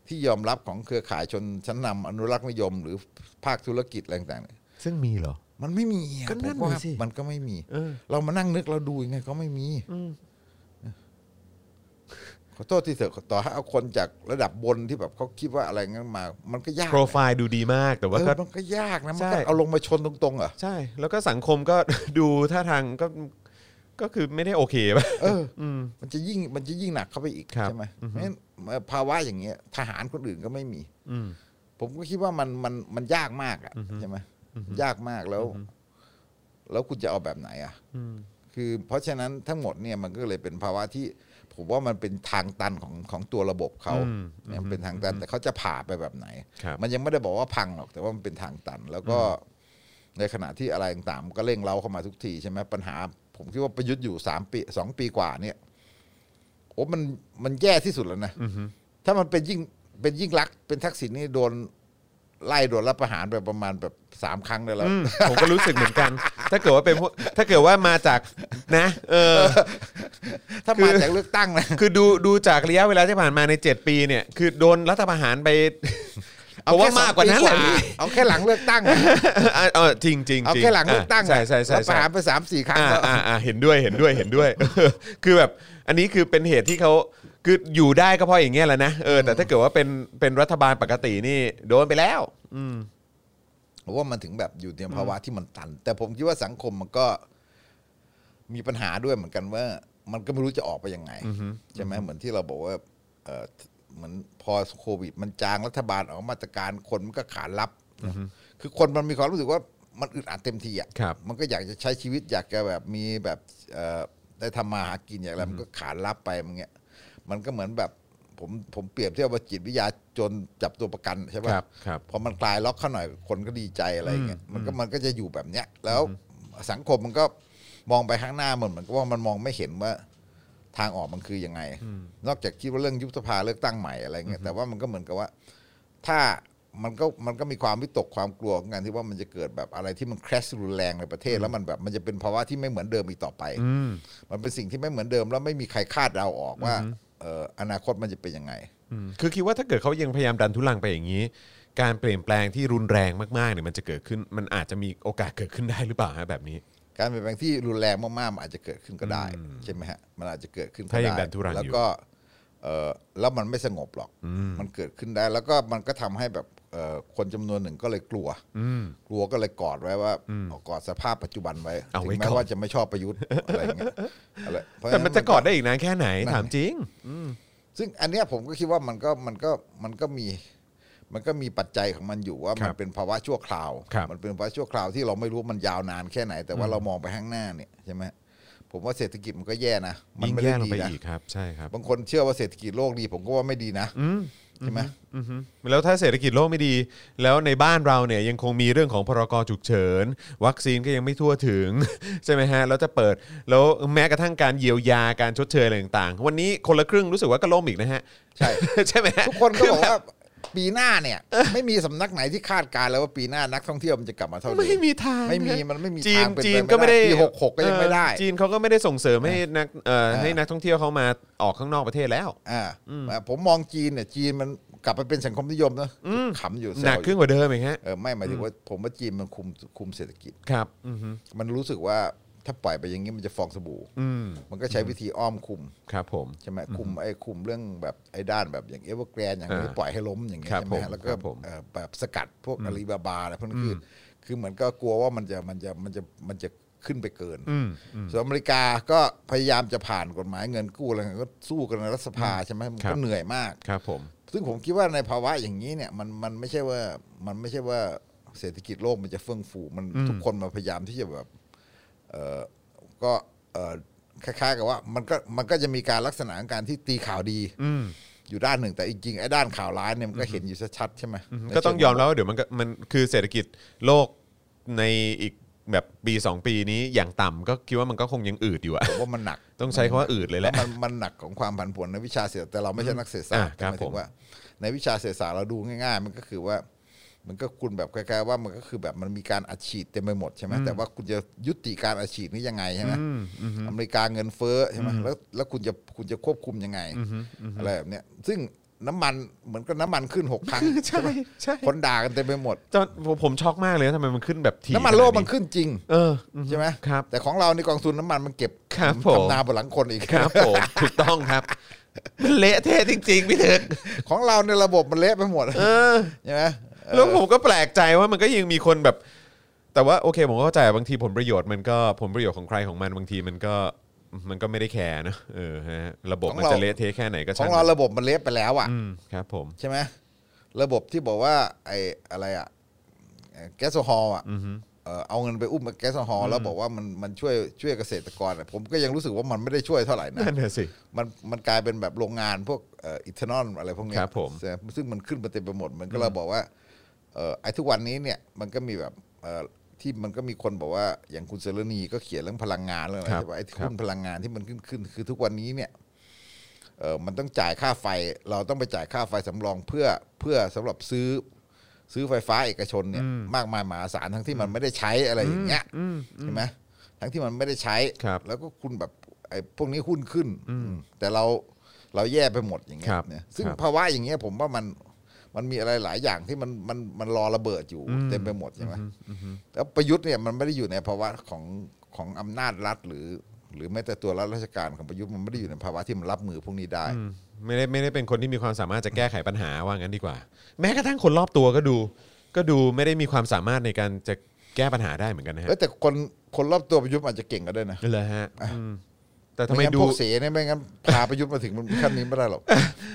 ที่ยอมรับของเครือข่ายชนชั้นนำอนุรักษ์นิยม หรือภาคธุรกิจอะไรต่างๆ ซึ่งมีเหรอ มันไม่มีอะ ก็นั่น ผมว่า น่ะสิ มันก็ไม่มี เออ เรามานั่งนึกเราดูยังไงก็ไม่มีขอโทษที่เถอะต่อให้เอาคนจากระดับบนที่แบบเขาคิดว่าอะไรงั้นมา มันก็ยาก โปรไฟล์ดูดีมากแต่ว่า เอ ก็ อมันก็ยากนะ มัน ใช่ ก็เอาลงมาชนตรงๆเหรอ่ะ ใช่ แล้วก็สังคมก็ ดูท่าทางก็ก็คือไม่ได้โอเคป่ะ เอออมันจะยิ่งมันจะยิ่งหนักเข้าไปอีก ครับ ใช่ไหมงั้นภาวะอย่างเงี้ย ทหารคนอื่นก็ไม่มี อืม ผมก็คิดว่ามันมันมันยากมากอ่ะใช่ไหมยากมากแล้ว แล้วคุณจะเอาแบบไหนอ่ะคือเพราะฉะนั้นทั้งหมดเนี่ยมันก็เลยเป็นภาวะที่ผมว่ามันเป็นทางตันของของตัวระบบเขา อืม เนี่ยมันเป็นทางตันแต่เขาจะผ่าไปแบบไหน ครับ มันยังไม่ได้บอกว่าพังหรอก แต่ว่ามันเป็นทางตัน แล้วก็ในขณะที่อะไรต่างๆมันก็เร่งเร้าเข้ามาทุกทีใช่ไหมปัญหา ผมคิดว่าประยุทธ์อยู่สามปีสองปีกว่าเนี่ยโอ้มันมันแย่ที่สุดแล้วนะ ถ้ามันเป็นยิ่งเป็นยิ่งรักษณ์เป็นทักษิณนี่โดนไล่โดนรับประหารไปประมาณแบบสามครั้งได้แล้ว อืมผมก็รู้สึกเหมือนกัน ถ้าเกิดว่าเป็นพวกถ้าเกิดว่ามาจากนะ เออ ถ้า คือ มาจากเลือกตั้งนะ คือดูดูจากระยะเวลาที่ผ่านมาใน 7 ปีเนี่ย คือโดนรัฐประหารไป เอาว่ามากกว่านั้นแหละ เอาแค่หลังเลือกตั้งอะ เอ อเออจริงจริง เอาแค่หลังเลือกตั้ง ใช่ อะ ใช่ใช่ รับประ ใช่ หารไปสามสี่ครั้ง อ่า แล้ว อ่าอ่าเห็นด้วยเห็นด้วยเห็นด้วย คือแบบอันนี้คือเป็นเหตุที่เขาคืออยู่ได้ก็เพราะอย่างเงี้ยแหละนะเออแต่ถ้าเกิดว่าเป็นเป็นรัฐบาลปกตินี่โดนไปแล้ว ผมว่ามันถึงแบบอยู่ในภาวะที่มันตัน แต่ผมคิดว่าสังคมมันก็ มีปัญหาด้วยเหมือนกันว่า มันก็ไม่รู้จะออกไปยังไงใช่ไหมเหมือนที่เราบอกว่าเอ่อเหมือนพอโควิด มันจางรัฐบาลออกมาตรการคนมันก็ขาดรับ คือคนมันมีความรู้สึกว่ามันอึดอัดเต็มทีอ่ะ ครับ มันก็อยากจะใช้ชีวิตอยากจะแบบมีแบบเอ่อได้ทำมาหากินอย่างไรมันก็ขาดรับไปมันเงี้ยมันก็เหมือนแบบผมผมเปรียบเทียบว่าจิตวิทยาจนจับตัวประกันใช่ปะ ครับครับ พอมันคลายล็อกเข้าหน่อยคนก็ดีใจอะไรเงี้ยมันก็มันก็จะอยู่แบบเนี้ย แล้วสังคมมันก็มองไปข้างหน้าเหมือนเหมือนกับว่ามันมองไม่เห็นว่าทางออกมันคือยังไง นอกจากคิดว่าเรื่องยุบสภาเลือกตั้งใหม่อะไรเงี้ยแต่ว่ามันก็เหมือนกับว่า ถ้ามันก็มันก็มีความวิตกความกลัวของการที่ว่ามันจะเกิดแบบอะไรที่มันแครชรุนแรงในประเทศ แล้วมันแบบมันจะเป็นภาวะที่ไม่เหมือนเดิมอีกต่อไป มันเป็นสิ่งที่ไม่เหมือนเดิม แล้วไม่มีใครคาดเดาออกว่าเอ่ออนาคตมันจะเป็นยังไง คือคิดว่าถ้าเกิดเขายังพยายามดันทุลังไปอย่างนี้ การเปลี่ยนแปลงที่รุนแรงมากๆเนี่ยมันจะเกิดขึ้น มันอาจจะมีโอกาสเกิดขึ้นได้หรือเปล่าฮะแบบนี้ การเปลี่ยนแปลงที่รุนแรงมากๆมันอาจจะเกิดขึ้นก็ได้ใช่ไหมฮะมันอาจจะเกิดขึ้นก็ ถ้ายั ได้ งดันทุรังอยู่ แล้วก็เออแล้วมันไม่สงบหรอกมันเกิดขึ้นได้ แล้วก็มันก็ทำให้แบบเอ่อคนจำนวนหนึ่งก็เลยกลัวกลัวก็เลยกอดไว้ว่าเอากอดสภาพปัจจุบันไว้ เอาไว้ ถึงแม้ ก่อน ว่าจะ ไม่ชอบประยุทธ์อะไรอย่างเงี้ยอะไรเพราฉ แต่มันจะ ฉ กอดได้อีกนานแค่ไหนถามจริง ซึ่งอันเนี้ยผมก็คิดว่ามันก็มันก็มันก็มี มันก็มีปัจจัยของมันอยู่ว่า ค มั รั น บ เป็นภาวะชั่วคราว ครับ มันเป็นภาวะชั่วคราวที่เราไม่รู้ว่ามันยาวนานแค่ไหน แต่ว่าเรามองไปข้างหน้าเนี่ยใช่ไหมผมว่าเศรษฐกิจมันก็แย่นะมั ยิ่ง ไม่ แย่ลได้ง ดี ไป นะ อีกครับ ใช่ครับ บางคนเชื่อว่าเศรษฐกิจโลกดี ผมก็ว่าไม่ดีนะใช่ไหม อือฮึแล้วถ้าเศรษฐกิจโลกไม่ดี แล้วในบ้านเราเนี่ยยังคงมีเรื่องของพรกฉุกเฉิน วัคซีนก็ยังไม่ทั่วถึง ใช่ไหมฮะแล้วจะเปิดแล้วแม้กระทั่งการเยียวยาการชดเชยอะไรต่างๆ วันนี้คนละครึ่งรู้สึกว่าก็ล่มอีกนะฮะ ใช่ ใช่ไหมฮะ ทุกคนก็ อบ อ แ กว่าปีหน้าเนี่ย ไม่มีสำนักไหนที่คาดการณ์แล้วว่าปีหน้านักท่องเที่ยวมันจะกลับมาเท่าเดิ ไม่มีทาง ไม่มี นะ มันไม่มี จีน ทางเป็น จี ไป นก็ไม่ได้ ปีหกหกก็ยังไม่ได้ เออจีนเขาก็ไม่ได้ส่งเสริมให้นักเอ่อ เออ ให้นักท่องเที่ยวเขามาออกข้างนอกประเทศแล้ว อ่าผมมองจีนเนี่ยจีนมันกลับไปเป็นสังคมนิยมนะขำอยู่แซว หนักขึ้นกว่าเดิมอีกฮะ เออไม่หมายถึงว่าผมว่าจีนมันคุมคุมเศรษฐกิจ ครับอือฮึ มันรู้สึกว่าถ้าปล่อยไปอย่างนี้มันจะฟองสบู่ อืม มันก็ใช้วิธีอ้อมคุม ครับผม ใช่ไหมคุมไอ้คุมเรื่องแบบไอ้ด้านแบบอย่างเอเวอร์แกรนอย่างนี้ อ่า ปล่อยให้ล้มอย่างเงี้ย ครับ ใช่ไหม ผม แล้วก็ ครับผม เอ่อแบบสกัดพวกอาลีบาบาอะไรพวกนั้นคืออคือเหมือนก็กลัวว่ามันจะมันจะมันจะมันจะขึ้นไปเกิน อืม ส่วนอเมริกาก็พยายามจะผ่านกฎหมายเงินกู้อะไรก็สู้กันในรัฐสภาใช่ไหมมันก็เหนื่อยมาก ครับผม ซึ่งผมคิดว่าในภาวะอย่างนี้เนี่ยมันมันไม่ใช่ว่ามันไม่ใช่ว่าเศรษฐกิจโลกมันจะเฟื่องฟูมันทุกคนมาพยายามที่จะแบบเออก็เออคล้ายๆกับว่ามันก็มันก็จะมีการลักษณะของการที่ตีข่าวดี อืม อยู่ด้านหนึ่ง แต่จริงๆไอ้ด้านข่าวร้ายเนี่ยมันก็เห็นอยู่ชัดๆใช่ไหม ก็ต้องยอมแล้วว่าเดี๋ยวมันก็มันคือเศรษฐกิจโลกในอีกแบบปี 2 ปีนี้อย่างต่ำก็คิดว่ามันก็คงยังอืดอยู่อะ ผมว่ามันหนัก ต้องใช้คำว่าอืดเลยแหละ มันมันหนักของความผันผวนในวิชาเศรษฐแต่เราไม่ใช่นักเศรษฐศาสตร์ อ่ะครับ หมายถึ ผม งว่า ในวิชาเศรษฐศาสตร์เราดูง่ายๆ มันก็คือว่า มันก็คุณแบบคล้ายๆว่ามันก็คือแบบมันมีการอัดฉีดเต็มไปหมดใช่ไหมแต่ว่าคุณจะยุติการอัดฉีดนี้ยังไงใช่ไหมอเมริกาเงินเฟ้อใช่ไหมแล้วแล้วคุณจะคุณจะควบคุมยังไงอะไรแบบเนี้ยซึ่งน้ำมันเหมือนกับน้ำมันขึ้นหกครั้ง ใช่ใช่ คนด่ากันเต็มไปหมด แต่ผมผมช็อกมากเลยนะทำไมมันขึ้นแบบที น้ำมันโลก ขาด มันขึ้นจริง เอออือฮึ ใช่ไหม ครับ แต่ของเราในกองทุนน้ำมันมันเก็บ ครับผม ทำนาบนหลังคนอีก ครับผม ถูกต้องครับมันเละเทะจริงๆพี่เถิก ของเราในยระบบมันเละไปหมด เออ ใช่ไหม แล้วผมก็แปลกใจว่ามันก็ยังมีคนแบบ แต่ว่าโอเคผมเข้าใจบางทีผลประโยชน์มันก็ผลประโยชน์ของใครของมันบางทีมันก็มันก็ไม่ได้แคร์นะเออฮะระบบ ของ มัน เรา จะเละเทะแค่ไหนก็ ขอ ช่าง ง เราระบบมันเละไปแล้วอ่ะ อืมครับผม ใช่ไหมระบบที่บอกว่าไอ้อะไรอ่ะเอ่อแก๊สโซฮอลอ่ะเอ่อเอาเงินไปอุ้มแก๊สโซฮอลแล้วบอกว่ามันมันช่วยช่วยเกษตรกรอะผมก็ยังรู้สึกว่ามันไม่ได้ช่วยเท่าไหร่นะ นั่นน่ะสิ มันมันกลายเป็นแบบโรงงานพวกเอ่ออีเทานอลอะไรพวกเนี้ย ครับผม ซึ่งซึ่งมันขึ้นมาเต็มไปหมด มันก็เราบอกว่าเอ่อไอ้ทุกวันนี้เนี่ยมันก็มีแบบเอ่อที่มันก็มีคนบอกว่าอย่างคุณเซรนีก็เขียนเรื่องพลังงานเรื่องอะไร ครับ ใช่ปะไอ้ที่ ครับ หุ้นพลังงานที่มันขึ้นขึ้นคือทุกวันนี้เนี่ย เออมันต้องจ่ายค่าไฟ เราต้องไปจ่ายค่าไฟสำรองเพื่อเพื่อสำหรับซื้อซื้อไฟฟ้าเอกชนเนี่ยมากมายมหาศาลทั้งที่มันไม่ได้ใช้อะไรอย่างเงี้ยใช่ไหมทั้งที่มันไม่ได้ใช้ ครับ แล้วก็คุณแบบไอ้พวกนี้หุ้นขึ้นแต่เราเราแย่ไปหมดอย่างเงี้ ค ย รับ เนี่ยซึ่ง ครับ ภาวะอย่างเงี้ยผมว่ามันมันมีอะไรหลายอย่างที่มันมันมันรอระเบิดอยู่เต็มไปหมดใช่ไหมแล้วประยุทธ์เนี่ยมันไม่ได้อยู่ในภาวะของของอำนาจรัฐหรือ หรือแม้แต่ตัวรัฐราชการของประยุทธ์มันไม่ได้อยู่ในภาวะที่มันรับมือพวกนี้ได้ อืมไม่ได้ไม่ได้เป็นคนที่มีความสามารถจะแก้ไขปัญหาว่างั้นดีกว่า แม้กระทั่งคนรอบตัวก็ดู ก็ดูไม่ได้มีความสามารถในการจะแก้ปัญหาได้เหมือนกันนะฮะ เอ้ยแต่คนคนรอบตัวประยุทธ์อาจจะเก่งก็ได้นะ เลยฮะอืมแต่ทำไม ไม่งั้น ดู พวกเสเนี่ยไม่งั้นพาประยุทธ์มาถึงขั้นนี้ไม่ได้หรอก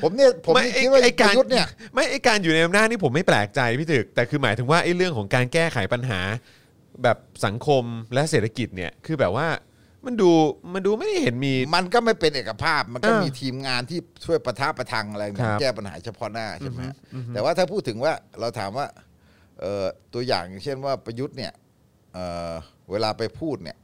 ผมเนี่ยผม ไม่ นี่ ไอ้ไอ้คิดว่าป การ ระยุทธ์เนี่ย ไม่ไอการอยู่ในอำนาจนี่ผมไม่แปลกใจพี่ตึกแต่คือหมายถึงว่าไอ้เรื่องของการแก้ไขปัญหา แบบสังคมและเศรษฐกิจเนี่ยคือแบบว่ามันดูมันดูไม่ได้เห็นมี มันก็ไม่เป็นเอกภาพ มันก็ เออ มีทีมงานที่ช่วยประทับประทังอะไร ครับ แก้ปัญหาเฉพาะหน้าใช่ไหมฮะแต่ว่าถ้าพูดถึงว่าเราถามว่าเอ่อตัวอย่างอย่างเช่นว่าประยุทธ์เนี่ยเอ่อเวลาไปพูดเนี่ย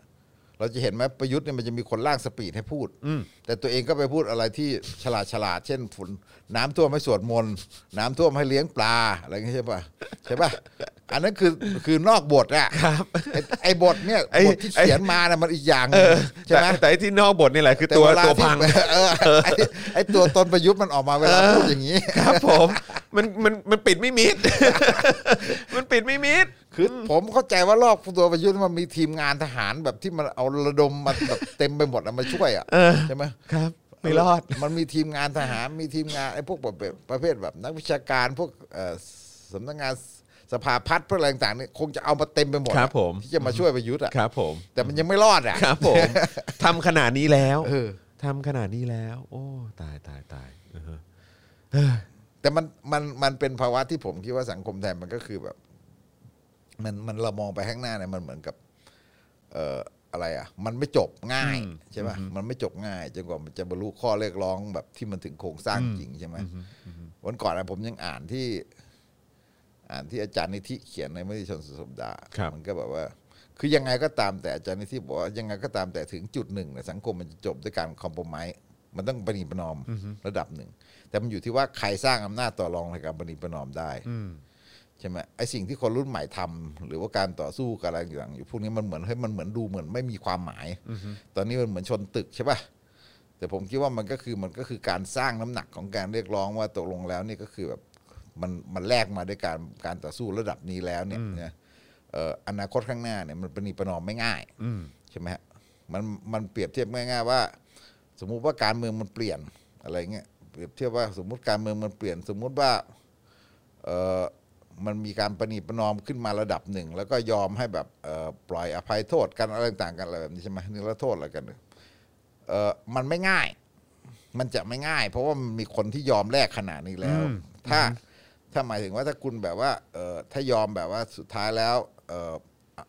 เราจะเห็นไหมประยุทธ์เนี่ยมันจะมีคนล่างสปีดให้พูด อืม แต่ตัวเองก็ไปพูดอะไรที่ฉลาดฉลาดเช่นฝนน้ำท่วมให้สวดมนต์น้ำท่วมให้เลี้ยงปลาอะไรอย่างเงี้ยใช่ป่ะใช่ป่ะอันนั้นคือคือนอกบทอะไอ้ไอ้บทเนี่ยบทที่เขียนมาเนี่ยมันอีกอย่างหนึ่งใช่ แต่ ไหม แต่ไอ้ที่นอกบทนี่แหละคือตัว แเา ตัว ที่ พัง เออไอ้ไอตัวตนประยุทธ์มันออกมาเวลาพูดอย่างนี้ ครับผมมันมันมันปิดไม่มิด มันปิดไม่มิด คือผมเข้าใจว่ารอบตัวประยุทธ์มันมีทีมงานทหารแบบที่มันเอาระดมมาแบบเต็มไปหมดอะมาช่วยอ่ะ เออ ใช่ไหม ครับ ไม่รอด มันมีทีมงานทหารมีทีมงานไอ้พวกแบบประเภทแบบนักวิชาการพวกเอ่อสำนักงานสภาพัฒน์พวกอะไรต่างๆเนี่ยคงจะเอามาเต็มไปหมดอะ ครับผม ที่จะมาช่วยประยุทธ์อ่ะ ครับผม แต่มันยังไม่รอดอ่ะ ครับผมทำขนาดนี้แล้ว เออ ทำขนาดนี้แล้ว โอ้ตายตายตายเอ แต่มันมันมันเป็นภาวะที่ผมคิดว่าสังคมไทยมันก็คือแบบ มันมันเรามองไปข้างหน้าเนี่ยมันเหมือนกับ เอ่ออะไรอ่ะ มันไม่จบง่ายใช่ไหมมันไม่จบง่ายจนกว่ามันจะบรรลุข้อเรียกร้องแบบที่มันถึงโครงสร้างจริงใช่ไหมวันก่อนอะผมยังอ่านที่ อ่านที่อาจารย์นิธิเขียนในมติชนสุดสัปดาห์ ครับ มันก็แบบว่า คือยังไงก็ตามแต่อาจารย์นิธิบอกว่ายังไงก็ตามแต่ถึงจุดหนึ่งเนี่ยสังคมมันจะจบด้วยการคอมโพมไ์มันต้องปณีประนอมระดับหนึ่ง แต่มันอยู่ที่ว่าใครสร้างอำนาจต่อรองในการปณีประนอมได้ใช่ไหมไอสิ่งที่คนรุ่นใหม่ทำหรือว่าการต่อสู้กับอะไรอย่างอยู่พวกนี้มันเหมือนเฮ้ยมันเหมือนดูเหมือนไม่มีความหมายตอนนี้มันเหมือนชนตึกใช่ปะแต่ผมคิดว่ามันก็คือมันก็คือการสร้างน้ำหนักของการเรียกร้องว่าตกลงแล้วนี่ก็คือแบบมันมันแลกมาด้วยการการต่อสู้ระดับนี้แล้วเนี่ยนะเอ่ออนาคตข้างหน้าเนี่ยมันประนีประนอมไม่ง่ายใช่ไหมฮะมันมันเปรียบเทียบง่ายๆว่า สมมุติว่าการเมืองมันเปลี่ยนอะไรเงี้ยเปรียบเทียบว่าสมมุติการเมืองมันเปลี่ยน สมมุติว่าเออมันมีการประนีประนอมขึ้นมาระดับหนึ่ง แล้วก็ยอมให้แบบเอ่อปล่อยอภัยโทษกันอะไรต่างๆกันอะไรแบบนี้ใช่ไหมนิรโทษอะไรกันเนี่ยเออมันไม่ง่าย มันจะไม่ง่าย เพราะว่ามันมีคนที่ยอมแลกขนาดนี้แล้ว ถ้าถ้าหมายถึงว่าถ้าคุณแบบว่าเออถ้ายอมแบบว่าสุดท้ายแล้วเอออ่ะ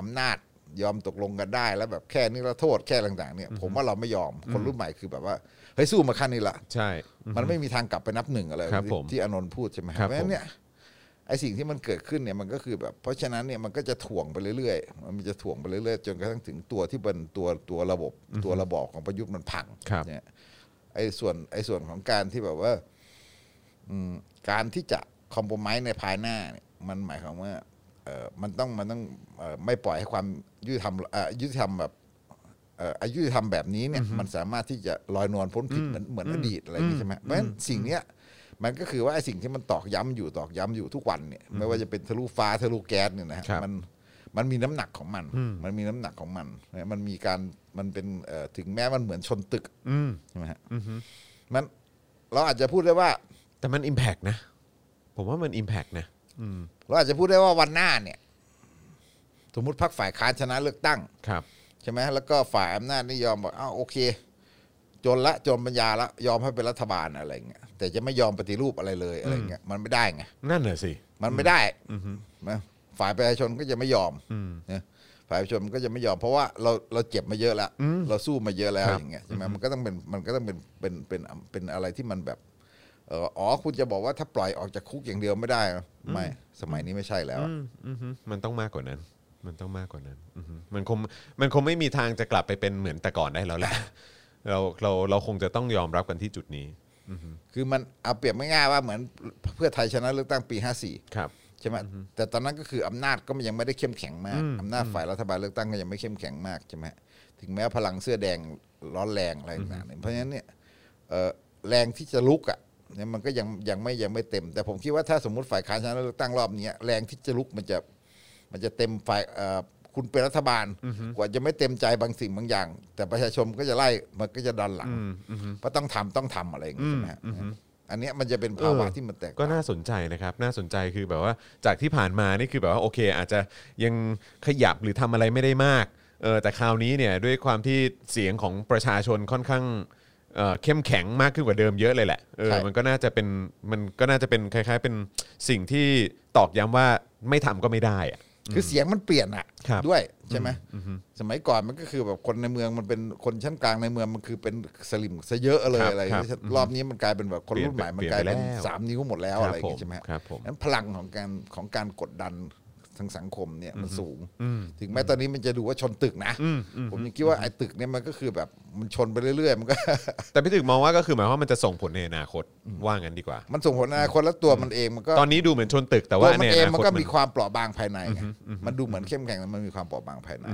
อำนาจยอมตกลงกันได้ แล้วแบบแค่นิรโทษแค่ต่างๆเนี่ยผมว่าเราไม่ยอมคนรุ่นใหม่คือแบบว่าเฮ้ยสู้มาขั้นนี้ละ ใช่ มันไม่มีทางกลับไปนับหนึ่งอะไร ครับ ที่ ผม ที่อานนท์พูดใช่ไหม ครับ เพราะฉะนั้นเนี่ยไอสิ่งที่มันเกิดขึ้นเนี่ยมันก็คือแบบ เพราะฉะนั้นเนี่ยมันก็จะถ่วงไปเรื่อยๆ มันจะถ่วงไปเรื่อยๆ จนกระทั่งถึงตัวที่เป็นตัวตัวระบบตัวระบอบของประยุทธ์มันพัง ครับ เนี่ยไอส่วนไอส่วนของการที่แบบว่าอืมการที่จะคอมโพมไ์ในภายหน้าเนี่ยมันหมายความว่าเออมันต้องมันต้องเอ่อไม่ปล่อยให้ความยุติธรรมเอ่อยุติธรรมแบบ เอ่ออายุที่ทำแบบนี้เนี่ยมันสามารถที่จะลอยนวลพ้นผิดเหมือนเหมือนอดีตอะไรอย่างนี้ใช่ไหมเพราะฉะนั้นสิ่งเนี้ยมันก็คือว่าไอ้สิ่งที่มันตอกย้ำอยู่ตอกย้ำอยู่ทุกวันเนี่ยไม่ว่าจะเป็นทะลุฟ้าทะลุแก๊สเนี่ยนะฮะ ครับ มันมันมีน้ำหนักของมัน มันมีน้ำหนักของมันนะมันมีการมันเป็นเอ่อถึงแม้มันเหมือนชนตึกใช่ไหมฮะมันเราอาจจะพูดได้ว่า แต่มัน Impact นะ ผมว่ามัน Impact นะ เราอาจจะพูดได้ว่าวันหน้าเนี่ย สมมติพรรคฝ่ายค้านชนะเลือกตั้ง ครับ ใช่ไหมแล้วก็ฝ่ายอำนาจนิยอมบอกอ้าวโอเค จนละจนปัญญาละยอมให้เป็นรัฐบาลอะไรเงี้ยแต่จะไม่ยอมปฏิรูปอะไรเลยอะไรเงี้ยมันไม่ได้ไง นั่นเหรอสิ มันไม่ได้นะฝ่ายประชาชนก็จะไม่ยอมนะฝ่ายประชาชนก็จะไม่ยอม เพราะว่าเราเราเจ็บมาเยอะแล้วเราสู้มาเยอะแล้ว ครับ อย่างเงี้ยใช่ไหมมันก็ต้องเป็นมันก็ต้องเป็นเป็นเป็นเป็นอะไรที่มันแบบเอ่ออ๋อคุณจะบอกว่าถ้าปล่อยออกจากคุกอย่างเดียวไม่ได้เหรอไม่สมัยนี้ไม่ใช่แล้วอะ อืมอือฮึมันต้องมากกว่านั้น มันต้องมากกว่านั้นอือฮึมันคงมันคงไม่มีทางจะกลับไปเป็นเหมือนแต่ก่อนได้แล้วแหละ เราเราเราคงจะต้องยอมรับกันที่จุดนี้ คือมันเอาเปรียบง่ายๆว่าเหมือนเพื่อไทยชนะเลือกตั้งปี 54 ครับ ใช่ไหมแต่ตอนนั้นก็คืออำนาจก็ยังไม่ได้เข้มแข็งมากอำนาจฝ่ายรัฐบาลเลือกตั้งก็ยังไม่เข้มแข็งมากใช่ไหมถึงแม้พลังเสื้อแดงร้อนแรงอะไรต่างๆเนี่ยเพราะฉะนั้นเนี่ยเอ่อแรงที่จะลุกอ่ะเนี่ยมันก็ยังยังไม่ยังไม่เต็ม แต่ผมคิดว่าถ้าสมมติฝ่ายค้านชนะเลือกตั้งรอบเนี้ยแรงที่จะลุกมันจะมันจะเต็มฝ่ายเอ่อคุณเป็นรัฐบาล กว่าจะไม่เต็มใจบางสิ่งบางอย่าง แต่ประชาชนก็จะไล่มันก็จะดันหลังเพราะต้องทำต้องทำอะไรอย่างเงี้ยใช่ไหมฮะอันเนี้ยมันจะเป็นภาวะ เออ ที่มันแตกต่าง ก็น่าสนใจนะครับ น่าสนใจคือแบบว่าจากที่ผ่านมานี่คือแบบว่าโอเค อาจจะยังขยับหรือทำอะไรไม่ได้มากเออแต่คราวนี้เนี่ยด้วยความที่เสียงของประชาชนค่อนข้างเอ่อเข้มแข็งมากขึ้นกว่าเดิมเยอะเลยแหละเออ ใช่ มันก็น่าจะเป็นมันก็น่าจะเป็นคล้าย ๆ เป็นสิ่งที่ตอกย้ำว่าไม่ทำก็ไม่ได้อะ คือเสียงมันเปลี่ยนอ่ะ ครับ ด้วยใช่ไหมสมัยก่อนมันก็คือแบบคนในเมืองมันเป็นคนชั้นกลางในเมืองมันคือเป็นสลิมซะเยอะเล ค ย รับ อะไรอย่างเงี้ย ครับ รอบนี้มันกลายเป็นแบบคนรุ่นใหม่ เป มั ลี่ น ยน ก ไป ลายเป็น แล้ว สามนิ้วหมดแล้ว ครับ อะไรอย่างเงี้ยใช่ไหม ครับผม นั้นพลังของการของการกดดันทางสังคมเนี่ยมันสูง ถึงแม้ตอนนี้มันจะดูว่าชนตึกนะ ผมยังคิดว่าไอ้ตึกเนี่ยมันก็คือแบบมันชนไปเรื่อยๆ มันก็ แต่พี่ถึกมองว่าก็คือหมายความว่ามันจะส่งผลในอนาคตว่างั้นดีกว่า มันส่งผลในอนาคตแล้วตัวมันเองมันก็ ตอนนี้ดูเหมือนชนตึกแต่ แต่ ว่า ว่ามั ใน น อ เอง นา มัน คต ก็ มั มี น ความเปราะบางภายในไงมันดูเหมือนเข้มแข็งแต่มันมีความเปราะบางภายใน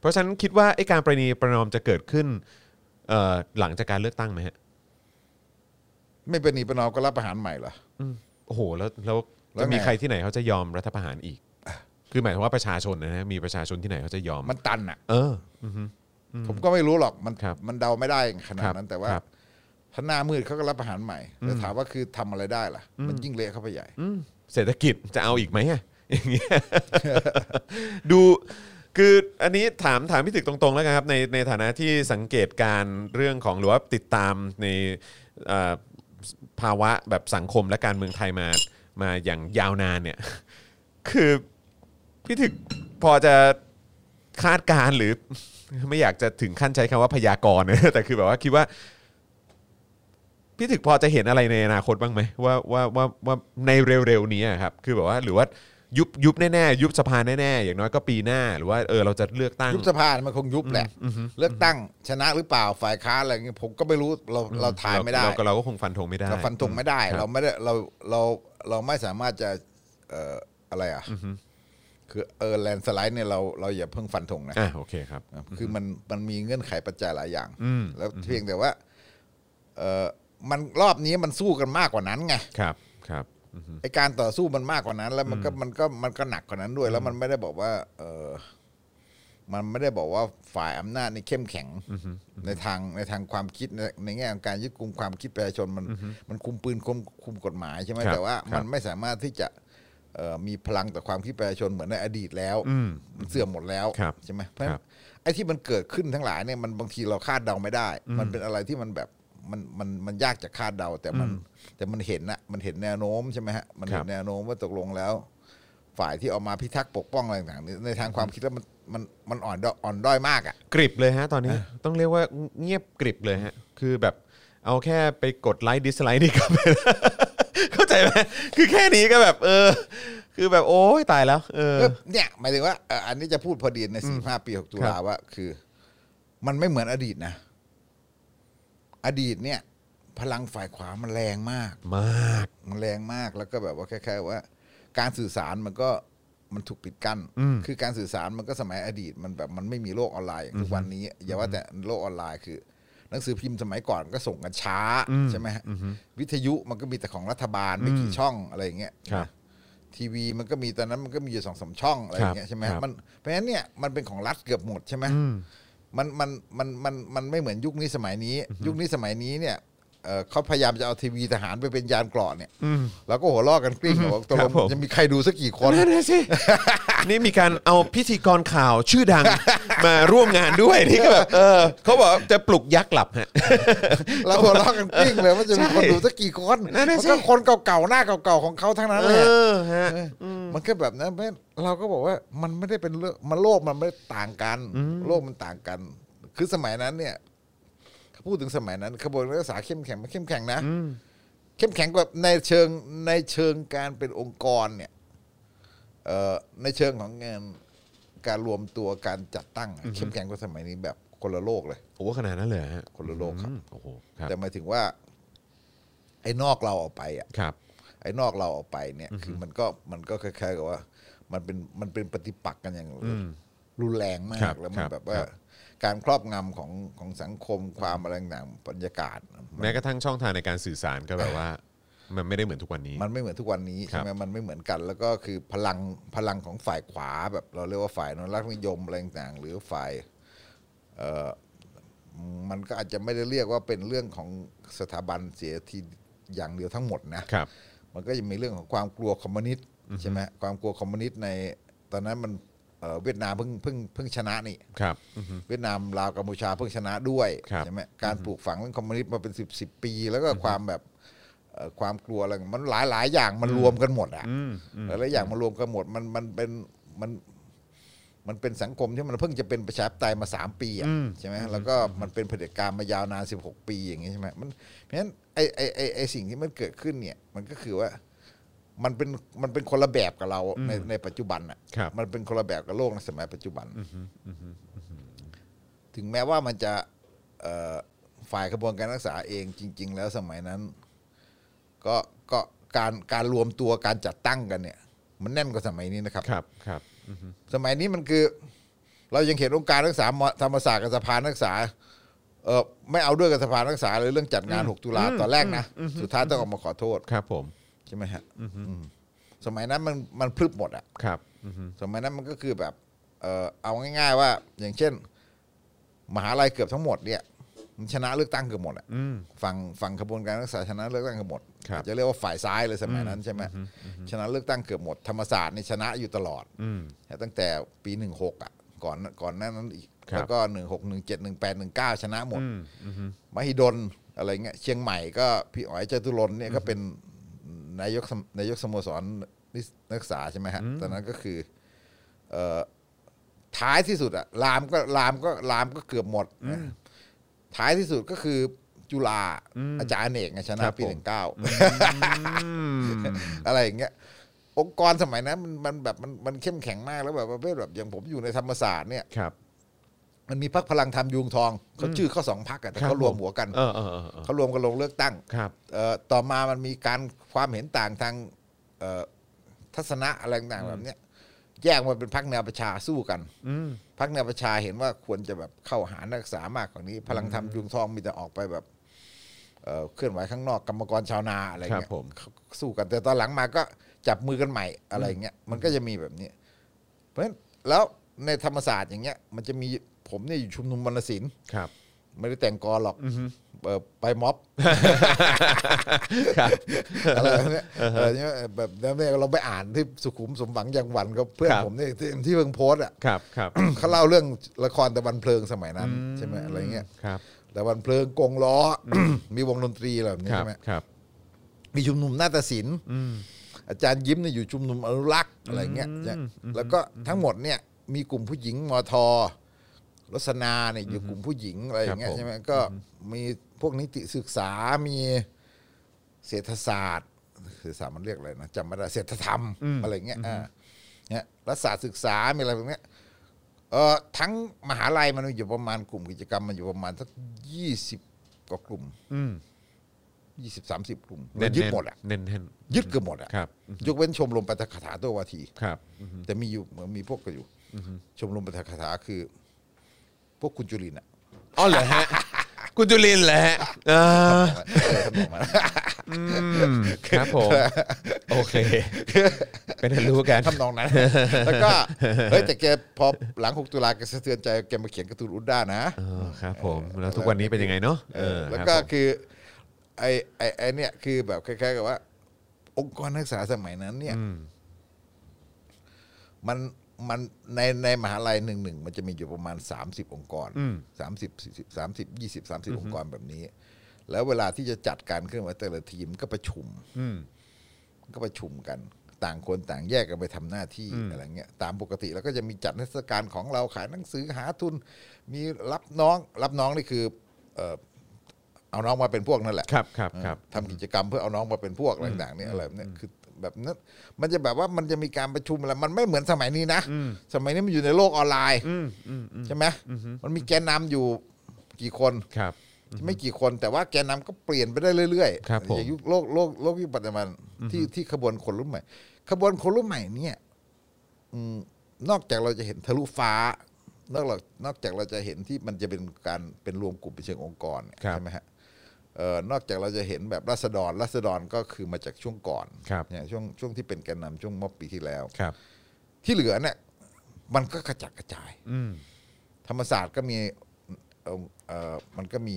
เพราะฉะนั้นคิดว่าไอ้การประนีประนอมจะเกิดขึ้นเอ่อหลังจากการเลือกตั้งไหมฮะ ไม่เป็นหนีประนอมก็รับประหารใหม่เหรอ โอ้โหแล้วแล้ว แล้ จะ วไง มีใครที่ไหนเขาจะยอมรัฐประหารอีก คือหมายถึงว่าประชาชนนะฮะมีประชาชนที่ไหนเขาจะยอม มันตันอ่ะ เออ ผมก็ไม่รู้หรอกมัน ครับ มันเดาไม่ได้ขนาดคนั้รั น บ แต่ว่า ครับ ถ้าหน้ามืดเขาก็รับประหารใหม่แต่ถามว่าคือทำอะไรได้ล่ะ มันยิ่งเละเข้าไปใหญ่ เศรษฐกิจจะเอาอีกไหมอะอย่างเงี้ย ดู คืออันนี้ถามถามพี่ถึกตรงๆแล้วกันครับในในฐานะที่สังเกตการณ์เรื่องของหรือว่าติดตามในเอ่อภาวะแบบสังคมและการเมืองไทยมามาอย่างยาวนานเนี่ย คือพี่ถึกพอจะคาดการณ์หรือ ไม่อยากจะถึงขั้นใช้คำว่าพยากรณ์นะ แต่คือแบบว่าคิดว่า พี่ถึกพอจะเห็นอะไรในอนาคตบ้างไหมว่าว่าว่าว่าในเร็วๆนี้อะครับ คือแบบว่าหรือว่ายุบยุบแน่ๆยุบสภาแน่ๆอย่างน้อยก็ปีหน้า หรือว่าเออเราจะเลือกตั้ง ยุบสภาเนี่ยมันคงยุบแหละ เลือกตั้งชนะหรือเปล่าฝ่ายค้านอะไรเงี้ยผมก็ไม่รู้เราเราถ่ายไม่ได้ เรก็เราก็คงฟันธงไม่ได้ เราฟันธงไม่ได้ เราไม่ได้เราเราเราไม่สามารถจะเอ่ออะไรอ่ะคือเออแลนสไลด์เนี่ยเราเราอย่าเพิ่งฟันธงนะ อ่ะโอเคครับ คือมันมันมีเงื่อนไขปัจจัยหลายอย่าง อืม แล้วเพียงแต่ว่าเออมันรอบนี้มันสู้กันมากกว่านั้นไง ครับครับอือฮึ ไอการต่อสู้มันมากกว่านั้น แล้วมันก็มันก็มันก็หนักกว่านั้นด้วย แล้วมันไม่ได้บอกว่า เออมันไม่ได้บอกว่าฝ่ายอำนาจในเข้มแข็งในทางในทางความคิดในในแง่ของการยึดกุมความคิดประชาชนมันมันคุมปืนคุมคุมกฎหมายใช่ไหม ครับ แต่ว่า ครับ มันไม่สามารถที่จะเอ่อมีพลังต่อความคิดประชาชนเหมือนในอดีตแล้ว อืม มันเสื่อมหมดแล้ว ครับ ใช่ไหมเพราะฉะ ครั นั้ บ นไอ้ที่มันเกิดขึ้นทั้งหลายเนี่ยมันบางทีเราคาดเดาไม่ได้ มันเป็นอะไรที่มันแบบมันมันมันยากจะคาดเดา แต่มันแต่มันเห็นนะมันเห็นแนวโน้มใช่ไหมฮะมันเห็ ครั น บ แนวโน้มว่าตกลงแล้ว ฝ่ายที่ออกมาพิทักษ์ปกป้องอะไรต่างๆเนี่ยในทางความคิดแล้วมันมันมันอ่อนด้อยอ่อนด้อยมากอ่ะ กริบเลยฮะตอนนี้ต้องเรียกว่าเงียบกริบเลยฮะ คือแบบเอาแค่ไปกดไลค์ดิสไลค์นี่ก็ เข้าใจไหมคือแค่นี้ก็แบบเออ คือแบบโอ้ยตายแล้ว เออ ปึ๊บเนี่ยหมายถึงว่าเอ่ออันนี้จะพูดพอดีในสี่ห้าปีหกตุลาว่า คือ มันไม่เหมือนอดีตนะ อดีตเนี่ย พลังฝ่ายขวามันแรงมาก มาก มันแรงมากแล้วก็แบบว่าคล้ายๆว่า การสื่อสารมันก็มันถูกปิดกั้น คือการสื่อสารมันก็สมัยอดีตมันแบบมันไม่มีโลกออนไลน์อย่างทุกวันนี้อย่าว่าแต่โลกออนไลน์คือ หนังสือพิมพ์สมัยก่อนก็ส่งกันช้าใช่ไหมฮะวิทยุมันก็มีแต่ของรัฐบาลไม่กี่ช่องอะไรอย่างเงี้ย ครับ ทีวีมันก็มีตอนนั้นมันก็มีอยู่สองสามช่องอะไรอย่างเงี้ยใช่ไหม ครับ มันเพราะฉะนั้นเนี่ยมันเป็นของรัฐเกือบหมดใช่ไหมมันมันมันมันมันไม่เหมือนยุคนี้สมัยนี้ ยุคนี้สมัยนี้เนี่ยเอ่อเขาพยายามจะเอาทีวีทหารไปเป็นยานเกราะเนี่ยเราก็หัวลอกกันกลิ้งว่าตก ค ล รับผม งจะมีใครดูสักกี่คน นั่นนะสิ นี่มีการเอาพิธีกรข่าวชื่อดัง มาร่วมงานด้วยนี่ก็แบบเออเขาบอกจะปลุกยักษ์หลับฮะ เราหัวลอกกันกลิ้งเลยว่าจะมีคนดูสักกี่คน นั่นน่ะ มัน สิ ก็คนเก่าๆหน้าเก่าๆของเขาทั้งนั้น เอ เลย อฮะ เออมันก็แบบนั้นเพราะฉะนั้นเราก็บอกว่ามันไม่ได้เป็นเรื่องมันโลกมันไม่ได้ต่างกัน โลกมันต่างกัน คือสมัยนั้นเนี่ยพูดถึงสมัยนั้นขบวนการศึกษาเข้มแข็งมันเข้มแข็งนะเข้มแข็งกว่าในเชิงในเชิงการเป็นองค์กรเนี่ยเอ่อในเชิงของงานการรวมตัวการจัดตั้งอะเข้มแข็งกว่าสมัยนี้แบบคนละโลกเลย โอ้ขนาดนั้นเลยเหรอฮะ คนละโลกครับ อืมโอ้โหครับ แต่หมายถึงว่า ไอ้นอกเราออกไปอ่ะ ครับ ไอ้นอกเราออกไปเนี่ยคือมันก็มันก็คล้ายๆกับว่า มันเป็นมันเป็นปฏิปักษ์กันอย่างรุนแรงมา ครั ก บ แล้ว ค มั รั น บ แบบว่า ครับ การครอบงำของของสังคมความอะไรต่างๆบรรยากาศมัน แม้กระทั่งช่องทางในการสื่อสารก็แบบว่า มันไม่ได้เหมือนทุกวันนี้ มันไม่เหมือนทุกวันนี้ ครั ใช่ บ ไหมมันไม่เหมือนกัน แล้วก็คือพลังพลังของฝ่ายขวาแบบเราเรียกว่าฝ่ายอนุรักษนิยมอะไรต่างๆหรือฝ่ายเออมันก็อาจจะไม่ได้เรียกว่าเป็นเรื่องของสถาบันเสียทีอย่างเดียวทั้งหมดนะ ครับ มันก็จะมีเรื่องของความกลัวคอมมิวนิสต์ใช่ไหมความกลัวคอมมิวนิสต์ในตอนนั้นมันเอ่อเวียดนามเพิ่งเพิ่งเพิ่งชนะนี่ ครับ เวียดนามลาวกัมพูชาเพิ่งชนะด้วย ครับ ใช่ไหมการปลูกฝังเรื่องคอมมิวนิสต์มาเป็นสิบสิบปี แล้วก็ความแบบเอ่อความกลัวอะไรมันหลายหลายอย่างมันรวมกันหมดอ่ะหลายหลายอย่างมันรวมกันหมดมันมันเป็นมันมันเป็นสังคมที่มันเพิ่งจะเป็นประชาธิปไตยมาสามปีอ่ะใช่ไหมแล้วก็มันเป็นเผด็จการมายาวนานสิบหกปีอย่างงี้ใช่ไหมมันเพราะฉะนั้นไอไอไอไอสิ่งที่มันเกิดขึ้นเนี่ย มันก็คือว่า มันเป็นมันเป็นคนละแบบกับเราในในปัจจุบันอ่ะ ครับ มันเป็นคนละแบบกับโลกในสมัยปัจจุบัน ถึงแม้ว่ามันจะเอ่อฝ่ายกระบวนการรักษาเองจริง ๆ แล้วสมัยนั้น ก็ก็การการรวมตัวการจัดตั้งกันเนี่ย มันแน่นกว่าสมัยนี้นะครับ ครับครับ สมัยนี้มันคือ เรายังเห็นองค์การนักศึกษาธรรมศาสตร์กับสภานักศึกษาเออไม่เอาด้วยกับสภานักศึกษาเลยเรื่องจัดงาน 6 ตุลาตอนแรกนะสุดท้ายต้องออกมาขอโทษ ครับผม ใช่ไหมฮะอืมสมัยนั้นมันมันพรึบหมดอะ ครับ สมัยนั้นมันก็คือแบบเออเอาง่ายๆว่า อย่างเช่น มหาลัยเกือบทั้งหมดเนี่ยมันชนะเลือกตั้งเกือบหมดอะฝั่งฝั่งขบวนการรักษาชนะเลือกตั้งเกือบหมด ครับ จะเรียกว่าฝ่ายซ้ายเลยสมัยนั้นใช่ไหมชนะเลือกตั้งเกือบหมดธรรมศาสตร์นี่ชนะอยู่ตลอดตั้งแต่ปีหนึ่งหกอ่ะ ก่อนก่อนหน้านั้นอีก ครับ แล้วก็หนึ่งหกหนึ่งเจ็ดหนึ่งแปดหนึ่งเก้าชนะหมด อืมอืม มหิดลอะไรเงี้ยเชียงใหม่ก็พี่อ๋อยจตุรนเนี่ยก็เป็นนายกสมนายกสโมสรนิสนักศึกษาใช่ไหมฮะตอนนั้นก็คือเอ่อท้ายที่สุดอะรามก็รามก็รามก็เกือบหมดนะท้ายที่สุดก็คือจุฬาอาจารย์อเอกไงชนะครับ ปี ผม หนึ่งเก้า อืม อะไรอย่างเงี้ยองค์กรสมัยนั้นมันมันแบบมันมันเข้มแข็งมากแล้วแบบประเภทแบบอย่างผมอยู่ในธรรมศาสตร์เนี่ย ครับ มันมีพักพลังธรรมยุงทองเขาชื่อเขาสองพักอะแต่ ครับ เขารวม ผม หัวกัน เออเออเออเออ เขารวมกันลงเลือกตั้ง ครับ เอ่อต่อมามันมีการความเห็นต่างทางเอ่อทัศนะอะไรต่างๆแบบเนี้ยแยกมาเป็นพักแนวประชาสู้กัน อืม พักแนวประชาเห็นว่าควรจะแบบเข้าหานักศึกษามากกว่านี้ พลังธรรมยุงทองมีแต่ออกไปแบบเอ่อเคลื่อนไหวข้างนอกกรรมกรชาวนาอะไร ครับ เงี้ย ผม สู้กันแต่ตอนหลังมาก็จับมือกันใหม่อะไรเงี้ยมันก็จะมีแบบนี้ เพราะฉะนั้นแล้วในธรรมศาสตร์อย่างเงี้ยมันจะมีผมเนี่ยอยู่ชุมนุมวรรณศิลป์ ครับ ไม่ได้แต่งกลอนหรอกเอ่อไปม็อบ ครับ อะไรแบบเนี้ยเออเนี่ยแบบแล้วเนี่ยเราไปอ่านที่สุขุมสมหวังยังหวันก็เพื่อน ครับ ผมเนี่ยที่ที่เพิ่งโพสต์อ่ะ ครับ ครับ เขาเล่าเรื่องละครตะวันเพลิงสมัยนั้นใช่ไหมอะไรเงี้ย ครับ ตะวันเพลิงกงล้ออ มีวงดนตรีอะไรแบบนี้ ครับ ใช่ไหม ครับ มีชุมนุมนาฏศิลป์ อืม อาจารย์ยิ้มเนี่ยอยู่ชุมนุมอนุรักษ์อะไรเงี้ยใช่แล้วก็ทั้งหมดเนี่ยมีกลุ่มผู้หญิงมอทอลัษณาเนี่ยอยู่กลุ่มผู้หญิงอะไรอย่างเงี้ ครั ย บผม ใช่ไหมก็มีพวกนิติศึกษามี เศรษฐศาสตร์เศรษฐศาสตร์มันเรียกอะไรนะจำไม่ได้เศรษฐธรรมอะไรเงี้ยอ่าเนี่ยรัฐศาสตร์ศึกษามีอะไรพวกเนี้ยเอ่อทั้งมหาลัยมันมีอยู่ประมาณกลุ่มกิจกรรมมันอยู่ประมาณสักยี่สิบกว่ากลุ่ม อืม ยี่สิบสามสิบกลุ่ม เน้น ยึดหมดอ่ะ เน้นเน้น ยึดเกือบหมดอ่ะ ครับ ยกเว้นชมรมปัตคาถาตัววาที ครับ แต่มีอยู่เหมือนมีพวกก็อยู่ชมรมปัตคาถาคือ พวกคุณจุลิ นทร์อ่ะ อ๋อเหรอฮะ คุณจุลินทร์เหรอฮะอ่า เออทำนองนั้น อืมครับผม โอเค เป็นอันรู้กัน ทำนอง นั้น แล้วก็เฮ้ยแต่แกพอหลัง 6 ตุลาแกสะเทือนใจแกมาเขียนการ์ตูนอุดด้านะ เออครับผมแล้วทุกวันนี้เป็นยังไงเนาะ เอเอออ แล้ว ครับ ก็ ผม คือไอ้ไอ้ไอ้เนี่ยคือแบบคล้ายๆกับว่า องค์กรนักศึกษาสมัยนั้น เนี่ย อืม มันมันในในมหาลัยหนึ่งหนึ่งมันจะมีอยู่ประมาณ 30 องค์กรสามสิบสี่สิบสามสิบยี่สิบสามสิบองค์กรแบบนี้ แล้วเวลาที่จะจัดการเคลื่อนไหวแต่ละทีมก็ประชุม อืม ก็ประชุมกันต่างคนต่างแยกกันไปทำหน้าที่อะไรเงี้ยตามปกติแล้วก็จะมีจัดนิทรรศการของเราขายหนังสือหาทุน มีรับน้องรับน้องนี่คือเอ่อเอาน้องมาเป็นพวกนั่นแหละ ครับครับครับ เออทำกิจกรรมเพื่อเอาน้องมาเป็นพวกอะไรต่างๆเนี่ยอะไรแบบเนี่ยคือแบบนั้นมันจะแบบว่ามันจะมีการประชุมอะไรมันไม่เหมือนสมัยนี้นะ สมัยนี้มันอยู่ในโลกออนไลน์ อืมอืมอืม ใช่ไหมมันมีแกนนำอยู่กี่คน ครับ ไม่กี่คนแต่ว่าแกนนำก็เปลี่ยนไปได้เรื่อยๆ ครับผม อย่างยุคโลกโลกโลกยุคปัจจุบันที่ที่ขบวนคนรุ่นใหม่ ขบวนคนรุ่นใหม่เนี่ยอืมนอกจากเราจะเห็นทะลุฟ้า นอกจากนอกจากเราจะเห็นที่มันจะเป็นการเป็นรวมกลุ่มเป็นเชิงองค์กรเนี่ยใช่ไหมฮะเอ่อนอกจากเราจะเห็นแบบรัษฎรรัษฎรก็คือมาจากช่วงก่อน ครับ เนี่ยช่วงช่วงที่เป็นแกนนำช่วงม็อบปีที่แล้ว ครับ ที่เหลือเนี่ยมันก็กระจัดกระจาย อืม ธรรมศาสตร์ก็มีเอ่อเอ่อมันก็มี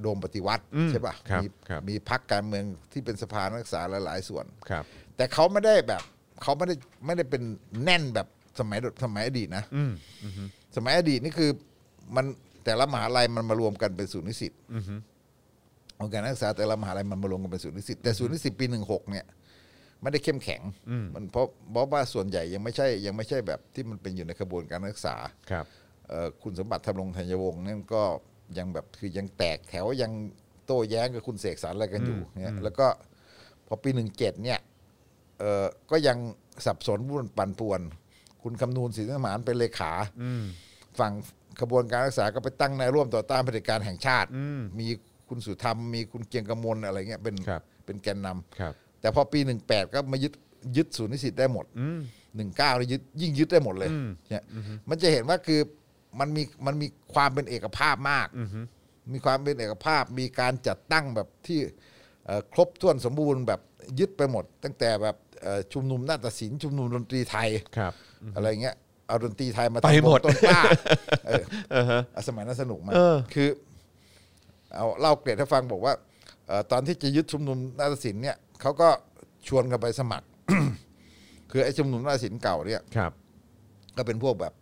โดมปฏิวัติใช่ป่ะ ครับ มี ครับ มีพักการเมืองที่เป็นสภานักศึกษาหลายๆส่วน ครับ แต่เขาไม่ได้แบบเขาไม่ได้ไม่ได้เป็นแน่นแบบสมัยสมัยอดีตนะ อืม สมัยอดีตนี่คือมันแต่ละมหาลัยมันมารวมกันเป็นศูนย์นิสิต อืมฮึ องค์การนักศึกษาแต่ละมหาลัยมันมารวมกันเป็นศูนย์นิสิตแต่ศูนย์นิสิตปีหนึ่งหกเนี่ยไม่ได้เข้มแข็งมันเพราะเพราะว่าส่วนใหญ่ยังไม่ใช่ยังไม่ใช่แบบที่มันเป็นอยู่ในกระบวนการนักศึกษา ครับ เอ่อคุณสมบัติธรรมรงธัญวงศ์เนี่ยก็ยังแบบคือยังแตกแถวยังโต้แย้งกับคุณเสกสรรอะไรกันอยู่เนี่ยแล้วก็พอปีหนึ่งเจ็ดเนี่ยเอ่อก็ยังสับสนวุ่นปั่นป่วน คุณคำนูนศรีสมานเป็นเลขา อืม ฝั่งขบวนการรักษาก็ไปตั้งแนวร่วมต่อต้านเผด็จการแห่งชาติ อืม มีคุณสุธรรม มีคุณเกียงกมลอะไรเงี้ยเป็น ครับ เป็นแกนนำ ครับ แต่พอปีหนึ่งแปดก็มายึดยึดศูนย์นิสิตได้หมด อืม หนึ่งเก้านี่ยึดยิ่งยึดได้หมดเลย อืม เนี่ยมันจะเห็นว่าคือมันมีมันมีความเป็นเอกภาพมาก อืมฮึ มีความเป็นเอกภาพ มีการจัดตั้งแบบที่เอ่อครบถ้วนสมบูรณ์แบบยึดไปหมด ตั้งแต่แบบเอ่อชุมนุมนาฏศิลป์ชุมนุมดนตรีไทย ครับ อะไรเงี้ยเอาดนตรีไทยมา ไป ทำบ หมด นต้นกล้าเออ เออฮะ อ่ะสมัยนั้นสนุกมาก เออ คือ เอาเล่าเกรดให้ฟังบอกว่าเอ่อตอนที่จะยึดชุมนุมนาฏศิลป์เนี่ยเขาก็ชวนกันไปส มัคร คือไอ้ชุมนุมนาฏศิลป์เก่าเนี่ย ครับ ก็เป็นพวกแบบ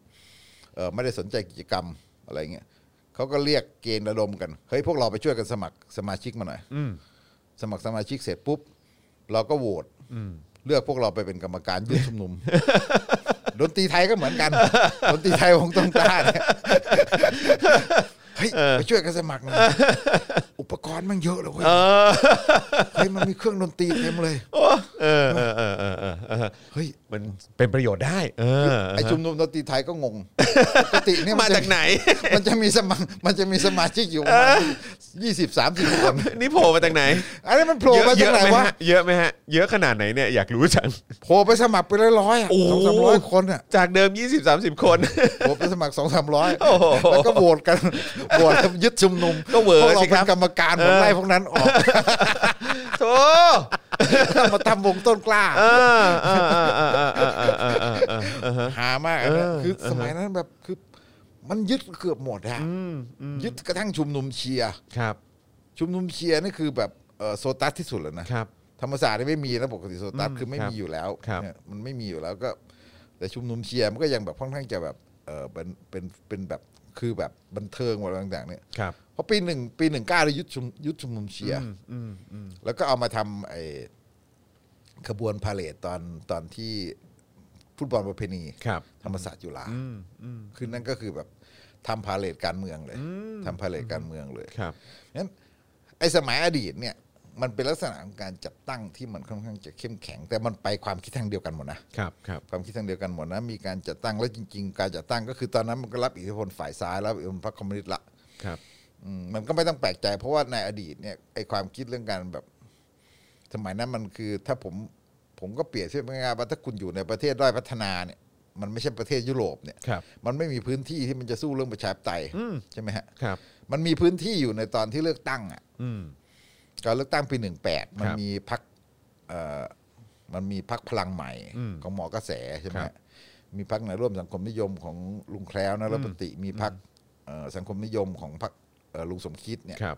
เอ่อไม่ได้สนใจกิจกรรมอะไรเงี้ยเขาก็เรียกเกณฑ์ระดมกันเฮ้ยพวกเราไปช่วยกันสมัครสมาชิกมาหน่อยสมัครสมาชิกเสร็จปุ๊บ เราก็โหวตเลือกพวกเราไปเป็นกรรมการยื่นชุมนุม ดนตรีไทยก็เหมือนกัน ดนตรีไทยวงต้นกล้าเนี่ยเฮ้ยไปช่วยกันสมัครหน่อยอุปกรณ์มันเยอะเลยเว้ยเฮ้ยมันมีเครื่องดนตรีเต็มเลย เออเออเออเออเออเออ เฮ้ย มันเป็นประโยชน์ได้เออ ไอชุมนุมดนตรีไทยก็งงปกติเนี่ย มาจากไหน มันจะมีสมัครมันจะมีสมาชิกอยู่ประมาณยี่สิบสามสิบคน นี่โผล่มาจากไหน อันนี้มันโผล่มาจากไหน เยอะม วะ ฮเยอะไหมฮะ เยอะขนาดไหนเนี่ยอยากรู้จัง โผล่ไปสมัครไปร้อยร้อยๆอะ โอ้ สองสามร้อยคนอ่ะ จากเดิม 20-30 คน โผล่ไปสมัครสองสามร้อย โอ้โห แล้วก็โหวตกันโหวตกันยึดชุมนุม ก็เวอร์ พวกเรา สิครับเป็นกรรมการผม เออ ไล่พวกนั้นออก โธ่ มาทำวงต้นกล้า เออเออเออเออเออเออเออเออ หามากอันเนี้ย เออ คือสมัยนั้นแบบคือมันยึดเกือบหมดฮะยึดกระทั่งชุมนุมเชียร์ ครับ ชุมนุมเชียร์นี่คือแบบเอ่อโซตัสที่สุดแล้วนะ ครับ ธรรมศาสตร์นี่ไม่มีนะปกติโซตัส อืม คือไม่ ครับ มีอยู่แล้ว ครับ เนี่ยมันไม่มีอยู่แล้วก็ แต่ชุมนุมเชียร์มันก็ยังแบบค่อนข้างจะแบบเออเป็นเป็นเป็นแบบคือแบบบันเทิงอะไรต่างๆเนี่ย ครับ เพราะปีหนึ่งปีหนึ่งเก้าเลยยุดชุมยุดชุมนุมเชียร์แล้วก็เอามาทำไอ้ขบวนพาเหรดตอนตอนที่ฟุตบอลประเพณี ครับ ธรรมศาสตร์จุฬาคือนั่นก็คือแบบทำพาเลทการเมืองเลยทำพาเลทการเมืองเลย ครับ นั้นไอ้สมัยอดีตเนี่ย มันเป็นลักษณะของการจัดตั้งที่มันค่อนข้างจะเข้มแข็ง แต่มันไปความคิดทางเดียวกันหมดนะครับ ครับ ความคิดทางเดียวกันหมดนะมีการจัดตั้งแล้วจริง ๆ การจัดตั้งก็คือตอนนั้นมันก็รับอิทธิพลฝ่ายซ้ายรับอิทธิพลพรรคคอมมิวนิสต์ละ ครับ อืมมันก็ไม่ต้องแปลกใจ เพราะว่าในอดีตเนี่ยไอ้ความคิดเรื่องการแบบ สมัยนั้นมันคือถ้าผมผมก็เปรียบเทียบง่ายๆว่าถ้าคุณอยู่ในประเทศด้อยพัฒนาเนี่ย มันไม่ใช่ประเทศยุโรปเนี่ย ครับ มันไม่มีพื้นที่ที่มันจะสู้เรื่องประชาธิปไตยใช่ไหมฮะ ครับ มันมีพื้นที่อยู่ในตอนที่เลือกตั้งอ่ะ อืม การเลือกตั้งปีหนึ่งแปดมัน ครับ มีพักเอ่อมันมีพักพลังใหม่ของหมอกระแสใช่ไหม ครับ ฮะมีพักในร่วมสังคมนิยมของลุงแคล้วนะรัฐปติมีพักสังคมนิยมของพักลุงสมคิดเนี่ย ครับ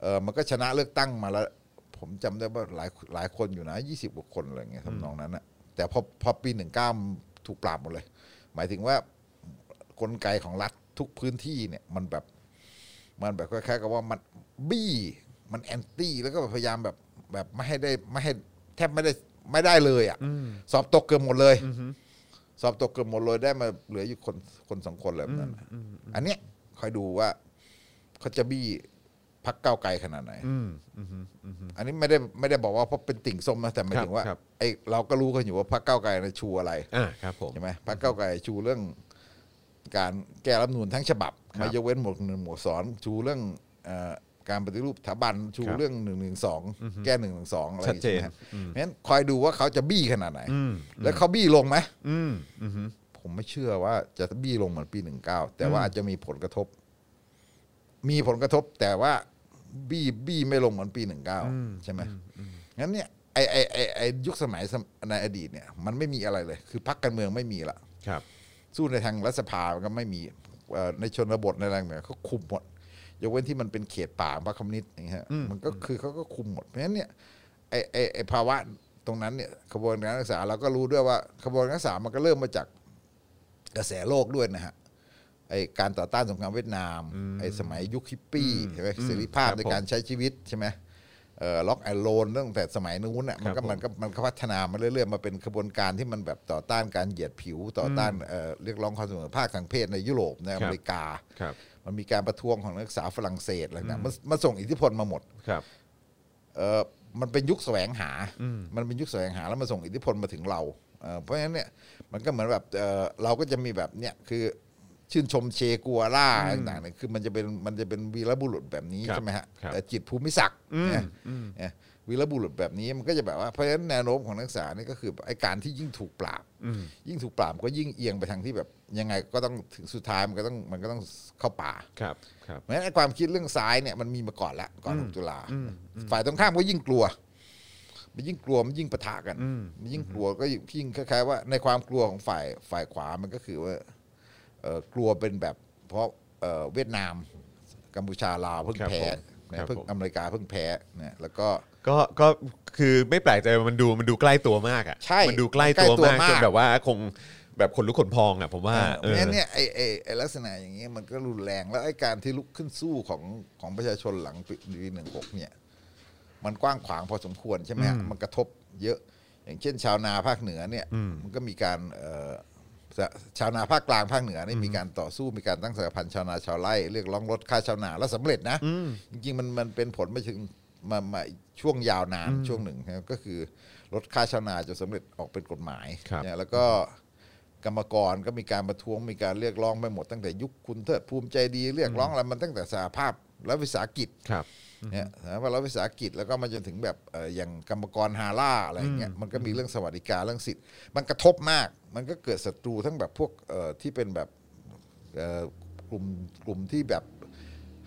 เออมันก็ชนะเลือกตั้งมาแล้ว ผมจำได้ว่าหลายหลายคนอยู่นะยี่สิบกว่าคนอะไรเงี้ยทำนองนั้นนะแต่พอพอปีหนึ่งเก้าถูกปราบหมดเลย หมายถึงว่ากลไกของรัฐทุกพื้นที่เนี่ย มันแบบ มันแบบคล้ายๆกับว่ามันบี้มันแอนตี้แล้วก็พยายามแบบแบบไม่ให้ได้ไม่ให้แทบไม่ได้ไม่ได้เลยอะ่ะสอบตกเกือบหมดเลย สอบตกเกือบหมดเลยได้มาเหลืออยู่คนคนสองคนอะไรแบบนั้นน่ะอันเนี้ยคอยดูว่าเขาจะบี้พักเก้าวไกลขนาดไหน อืม อันนี้ไม่ได้ไม่ได้บอกว่าเพราะเป็นติ่งส้มนะแต่หมายถึงว่า ครับ ไอเราก็รู้กันอยู่ว่าพรรคเก้าวไกลนะชูอะไร อ่าครับผม ใช่ไหมพรรคเก้าวไกลชูเรื่อง การแก้รัฐธรรมนูนทั้งฉบับ ครับ ไม่ยกเว้นหมวดหนึ่งหมวดสองชูเรื่องเอ่อการปฏิรูปสถาบันชู ครับ เรื่องหนึ่งหนึ่งสองแก้หนึ่งหนึ่งสองอะไรอย่างงี้ ชัดเจน ใช่ไหมครับเพราะฉะนั้นคอยดูว่าเขาจะบี้ขนาดไหน อืม แล้วเขาบี้ลงไหม อืม อืม ผมไม่เชื่อว่าจะบี้ลงเหมือนปีหนึ่งเก้าแต่ว่าอาจจะมีผลกระทบ มีผลกระทบแต่ว่าบี้บี้ไม่ลงเหมือนปีหนึ่งเก้าใช่ไหมงั้นเนี่ยไอไอไอไอยุคสมัยสมในอดีตเนี่ย มันไม่มีอะไรเลย คือพักการเมืองไม่มีละ ครับ สู้ในทางรัฐสภามันก็ไม่มีเอ่อในชนบทในอะไรต่างๆเขาคุมหมดยกเว้นที่มันเป็นเขตป่าของพรรคคอมมิวนิสต์อย่างเงี้ยมันก็คือเขาก็คุมหมดเพราะฉะนั้นเนี่ยไอไอไอภาวะตรงนั้นเนี่ยขบวนการศึกษาเราก็รู้ด้วยว่าขบวนการศึกษามันก็เริ่มมาจาก กระแสโลกด้วยนะฮะไอการต่อต้านสงครามเวียดนามไอสมัยยุคฮิปปี้ใช่ไหมเสรีภาพ ครับ ในการใช้ชีวิตใช่ไหมเออล็อกไอโลนตั้งแต่สมัยนู้นอ่ะมัน ครั ก็ บผม มันก็มันก็พัฒนามาเรื่อยๆมาเป็นขบวนการที่มันแบบต่อต้านการเหยียดผิวต่อต้านเอ่อเรียกร้องความเสมอภาคทางเพศในยุโรปใน ครับ อเมริกา ครับ มันมีการประท้วงของนักศึกษาฝรั่งเศสอะไรต่างๆมันมันส่งอิทธิพลมาหมด ครับ เออมันเป็นยุคแสวงหา มันเป็นยุคแสวงหาแล้วมันส่งอิทธิพลมาถึงเราเอ่อเพราะฉะนั้นเนี่ยมันก็เหมือนแบบเอ่อเราก็จะมีแบบเนี่ยคือชื่นชมเชกัวล่าอะไรต่างๆเนี่ยคือมันจะเป็นมันจะเป็นวีรบุรุษแบบนี้ ครับ ใช่ไหมฮะ ครับ เอ่อจิตรภูมิศักดิ์เนี่ยเนี่ยวีรบุรุษแบบนี้มันก็จะแบบว่าเพราะฉะนั้นแนวโน้มของนักศึกษานี่ก็คือไอการที่ยิ่งถูกปราบยิ่งถูกปราบก็ยิ่งเอียงไปทางที่แบบยังไงก็ต้องถึงสุดท้ายมันก็ต้องมันก็ต้องเข้าป่า ครับครับ เพราะฉะนั้นไอ้ความคิดเรื่องซ้ายเนี่ยมันมีมาก่อนละก่อน6ตุลาฝ่ายตรงข้ามก็ยิ่งกลัว มันยิ่งกลัวมันยิ่งปะทะกัน มันยิ่งกลัวก็ยิ่งคล้ายๆว่าในความกลัวของฝ่ายฝ่ายขวามันก็คือว่าเอ่อกลัวเป็นแบบ เพราะเอ่อเวียดนามกัมพูชาลาวเพิ่ง ครับ แพ้ ผม นะครับ เพิ่ง ผม อเมริกาเพิ่งแพ้นะแล้วก็ ก็ก็คือไม่แปลกใจมันดูมันดูใกล้ตัวมากอ่ะ ใช่ มันดูใกล้ตัวมาก ใกล้ตัวมาก จนแบบว่าคง แบบขนลุกขนพองอ่ะผมว่า เพ เออราะฉะนั้นเนี่ยไอ้ไอ้ไอ้ลักษณะอย่างเงี้ยมันก็รุนแรงแล้วไอ้การที่ลุกขึ้นสู้ของของประชาชนหลังปีหนึ่งหกเนี่ย มันกว้างขวางพอสมควรใช่ไหมฮะมันกระทบเยอะ อย่างเช่น ชาวนาภาคเหนือเนี่ยมันก็มีการเอ่อสะชาวนาภาคกลางภาคเหนือนี่มีการต่อสู้มีการตั้งสหพันธ์ชาวนาชาวไร่เรียกร้องลดค่าชาวนาแล้วสำเร็จนะ จริงๆมันมันเป็นผลมาถึงมามาอีกช่วงยาวนานช่วงหนึ่งนะครับก็คือลดค่าชาวนาจนสำเร็จออกเป็นกฎหมายเนี่ยแล้วก็ กรรมกรก็มีการประท้วงมีการเรียกร้องไปหมดตั้งแต่ยุคคุณเทิดภูมิใจดีเรียกร้องอะไรมันตั้งแต่สหภาพรัฐวิสาหกิจ ครับ เนี่ยสหภาพรัฐวิสาหกิจแล้วก็มาจนถึงแบบเอ่ออย่างกรรมกรฮาร่าอะไรเงี้ยมันก็มีเรื่องสวัสดิการเรื่องสิทธิ์ มันกระทบมาก มันก็เกิดศัตรูทั้งแบบพวกเอ่อที่เป็นแบบเอ่อกลุ่มกลุ่มที่แบบ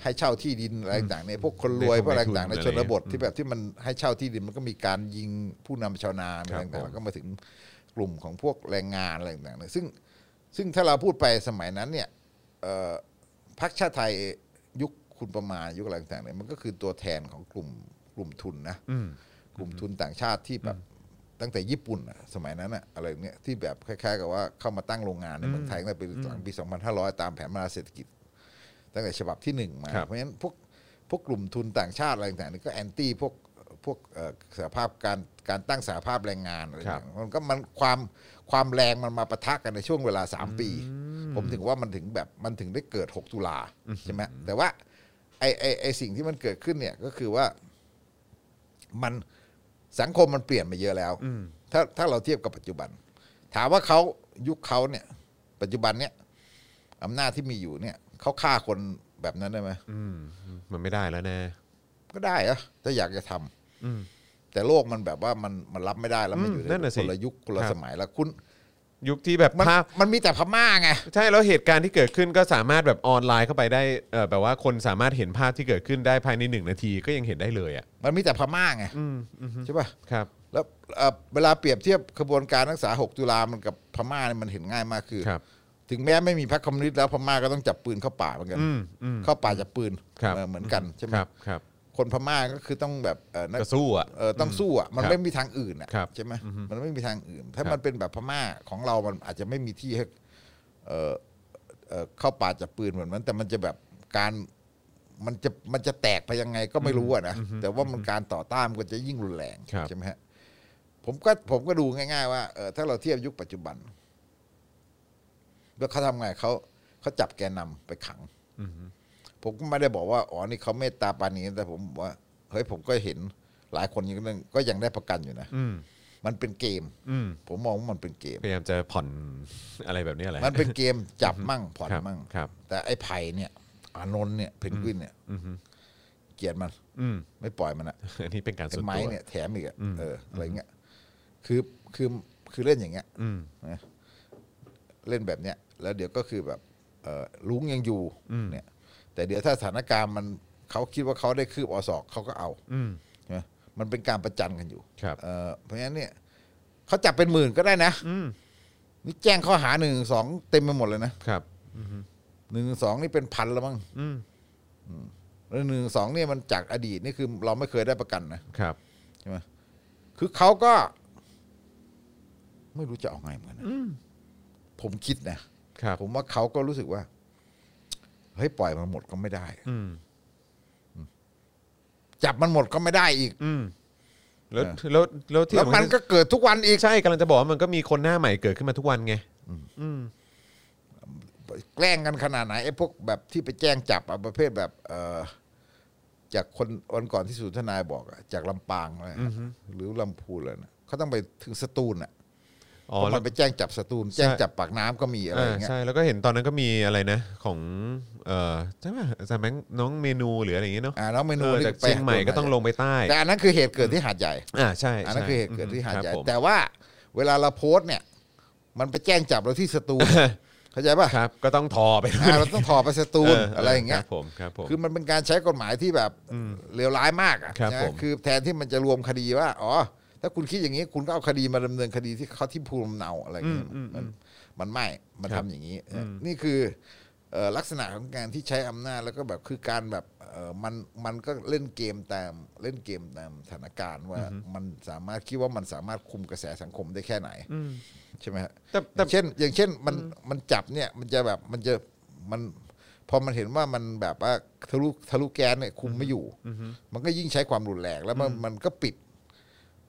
ให้เช่าที่ดินอะไรต่างๆเนี่ยพวกคนรวยพวกอะไรต่างๆในชนบทที่แบบที่มันให้เช่าที่ดินมันก็มีการยิงผู้นำชาวนาอะไร ครับ ต่าง ผม ๆ ก็มาถึงกลุ่มของพวกแรงงานอะไรต่างๆเนี่ยซึ่งซึ่งถ้าเราพูดไปสมัยนั้นเนี่ยเอ่อพรรคชาติไทยยุคคุณประมาณยุคอะไรต่างๆเนี่ยมันก็คือตัวแทนของกลุ่มกลุ่มทุนนะกลุ่มทุนต่างชาติที่แบบตั้งแต่ญี่ปุ่นอะสมัยนั้นอะอะไรเนี่ยที่แบบคล้ายๆกับว่าเข้ามาตั้งโรงงานในเมืองไทยตั้งแต่ปีหลังปี 2500 ตามแผนพัฒนาเศรษฐกิจ ตั้งแต่ฉบับที่หนึ่งมา ครับ เพราะฉะนั้นพวกพวกกลุ่มทุนต่างชาติอะไรต่างๆนี่ก็แอนตี้พวกพวกเอ่อสหภาพการการตั้งสหภาพแรงงานอะไร ครับ ต่างๆมันก็มันความความแรงมันมาปะทะกันในช่วงเวลา 3 ปี ผมถึงว่ามันถึงแบบมันถึงได้เกิด 6 ตุลาใช่ไหมแต่ว่าไอไอไอสิ่งที่มันเกิดขึ้นเนี่ยก็คือว่ามันสังคมมันเปลี่ยนมาเยอะแล้ว ถ้าถ้าเราเทียบกับปัจจุบัน ถามว่าเขายุคเขาเนี่ย ปัจจุบันเนี่ย อำนาจที่มีอยู่เนี่ยเขาฆ่าคนแบบนั้นได้ไหม มันไม่ได้แล้วนะ ก็ได้เหรอะถ้าอยากจะทำแต่โลกมันแบบว่ามันมันรับไม่ได้แล้วมัน อืม อยู่ นั่น ใน น่ะสิ คนละยุคคนคละรับ สมัยแล้วคุณ ยุคที่แบบ มัน ภาพ มันมีแต่พม่าไง ใช่แล้วเหตุการณ์ที่เกิดขึ้นก็สามารถแบบออนไลน์เข้าไปได้เออแบบว่าคนสามารถเห็นภาพที่เกิดขึ้นได้ภายในหนึ่งนาทีก็ยังเห็นได้เลยอ่ะ มันมีแต่พม่าไงใช่ป่ะ ครับ แล้วเอ่อเวลาเปรียบเทียบขบวนการนักศึกษา 6 ตุลามันกับพม่าเนี่ยมันเห็นง่ายมากคือ ครับ ถึงแม้ไม่มีพรรคคอมมิวนิสต์แล้วพม่าก็ต้องจับปืนเข้าป่าเหมือนกัน อืมอืม เข้าป่าจับปืน ครับ เออเหมือนกันใช่ไหม ครับครับ คนพม่าก็คือต้องแบบเอ่อนัก ก็สู้อ่ะ เออต้องสู้อ่ะมัน ครับ ไม่มีทางอื่นอ่ะ ครับ ใช่ไหมมันไม่มีทางอื่น ถ้า ครับ มันเป็นแบบพม่าของเรามันอาจจะไม่มีที่ให้เอ่อเอ่อเข้าป่าจับปืนเหมือนมัน แต่มันจะแบบการมันจะมันจะแตกไปยังไงก็ไม่รู้อะนะแต่ว่ามันการต่อต้านมันก็จะยิ่งรุนแรง ครับ ใช่ไหมฮะผมก็ผมก็ดูง่าย ๆ ว่าเออถ้าเราเทียบยุคปัจจุบัน แล้วเขาทำไงเขาเขาจับแกนนำไปขัง ผมก็ไม่ได้บอกว่าอ๋อนี่เขาเมตตาปรานีแต่ผมบอกว่า เฮ้ยผมก็เห็นหลายคนยังนั่งก็ยังได้ประกันอยู่นะ อืม มันเป็นเกม อืม ผมมองว่ามันเป็นเกม พยายามจะผ่อนอะไรแบบนี้อะไร มันเป็นเกมจับมั่งผ่อน ครับ มั่ง ครับ แต่ไอ้ไผ่เนี่ยอานนท์เนี่ยเพนกวินเนี่ยเกลียดมัน อืม ไม่ปล่อยมันอะ อันนี้เป็นการ ไอ้ ส่วน ไม้ ตัว เนี่ยแถมอีกอะเอออะไรเงี้ยคือคือคือเล่นอย่างเงี้ย อืม นะเล่นแบบเนี้ย แล้วเดี๋ยวก็คือแบบเออลุงยังอยู่เนี่ย แต่เดี๋ยวถ้าสถานการณ์มันเขาคิดว่าเขาได้คืบอศอกเขาก็เอา อืม ใช่ไหมมันเป็นการประจันกันอยู่ ครับ เอ่อเพราะฉะนั้นเนี่ยเขาจับเป็นหมื่นก็ได้นะ อืม นี่แจ้งข้อหาหนึ่งสองเต็มไปหมดเลยนะครับ หนึ่งสองนี่เป็นพันแล้วมั้ง อืม แล้วหนึ่งสองเนี่ยมันจากอดีตนี่คือเราไม่เคยได้ประกันนะครับ ใช่ไหมคือเขาก็ ไม่รู้จะเอาไงเหมือนกันนะผมคิดนะครับ ผมว่าเขาก็รู้สึกว่าเฮ้ยปล่อยมันหมดก็ไม่ได้ อืม จับมันหมดก็ไม่ได้อีก อืมแล้วแล้วแล้วที่ แล้วมันก็เกิดทุกวันอีก ใช่กำลังจะบอกว่ามันก็มีคนหน้าใหม่เกิดขึ้นมาทุกวันไงอืม แกล้งกันขนาดไหนไอ้พวกแบบที่ไปแจ้งจับอะประเภทแบบเออจากคนวันก่อนที่ศูนย์ทนายบอกอะจากลำปางอะไรอะหรือลำพูนเลยนะเขาต้องไปถึงสตูลอ่ะ อ๋อ เพราะ แล้ มั ว นไปแจ้งจับสตูล ใช่ แจ้งจับปากน้ำก็มีอะไรอย่าง อ่า เงี้ย ใช่แล้วก็เห็นตอนนั้นก็มีอะไรนะ ของเอ่อใช่ไหมอาจารย์แบงค์น้องเมนูหรืออะไรอย่างเงี้ยเนาะ อ่าแล้วเมนู เออ นี่ จากเชียงใหม่ก็ต้องลงไปใต้ แต่อันนั้นคือเหตุเกิดที่หาดใหญ่ อ่าใช่ใช่ อันนั้นคือเหตุเกิดที่หาดใหญ่ ครับผม แต่ว่าเวลาเราโพสต์เนี่ย มันไปแจ้งจับเราที่ส ตูลเข้าใจป่ะ ครับ ก็ต้องทอไปด้วย อ่าเราต้องถอดไปสตูล เ อะไรอย่างเงี้คยรับผมครับผม คือมันเป็นการใช้กฎหมายที่แบบเลวร้ายมากอ่ะ ครับ ใช่ไห ผม คือแทนที่มันจะรวมคดีว่า อ๋อ ถ้าคุณคิดอย่างนี้ คุณก็เอาคดีมาดำเนินคดีที่เขาที่ภูมิลำเนาอะไรอย่างเงี้ยมันมันไม่ มันทำอย่างนี้ นี่คือเอ่อลักษณะของการที่ใช้อำนาจแล้วก็แบบคือการแบบเอ่อมันมันก็เล่นเกมตามเล่นเกมตามสถานการณ์ว่ามันสามารถคิดว่ามันสามารถคุมกระแสสังคมได้แค่ไหน ใช่ไหมฮะ แต่แต่ อย่างเช่น อย่างเช่นมันมันจับเนี่ยมันจะแบบมันจะมันพอมันเห็นว่ามันแบบว่าทะลุทะลุแก๊สเนี่ยคุมไม่อยู่ มันก็ยิ่งใช้ความรุนแรงแล้วมันมันก็ปิด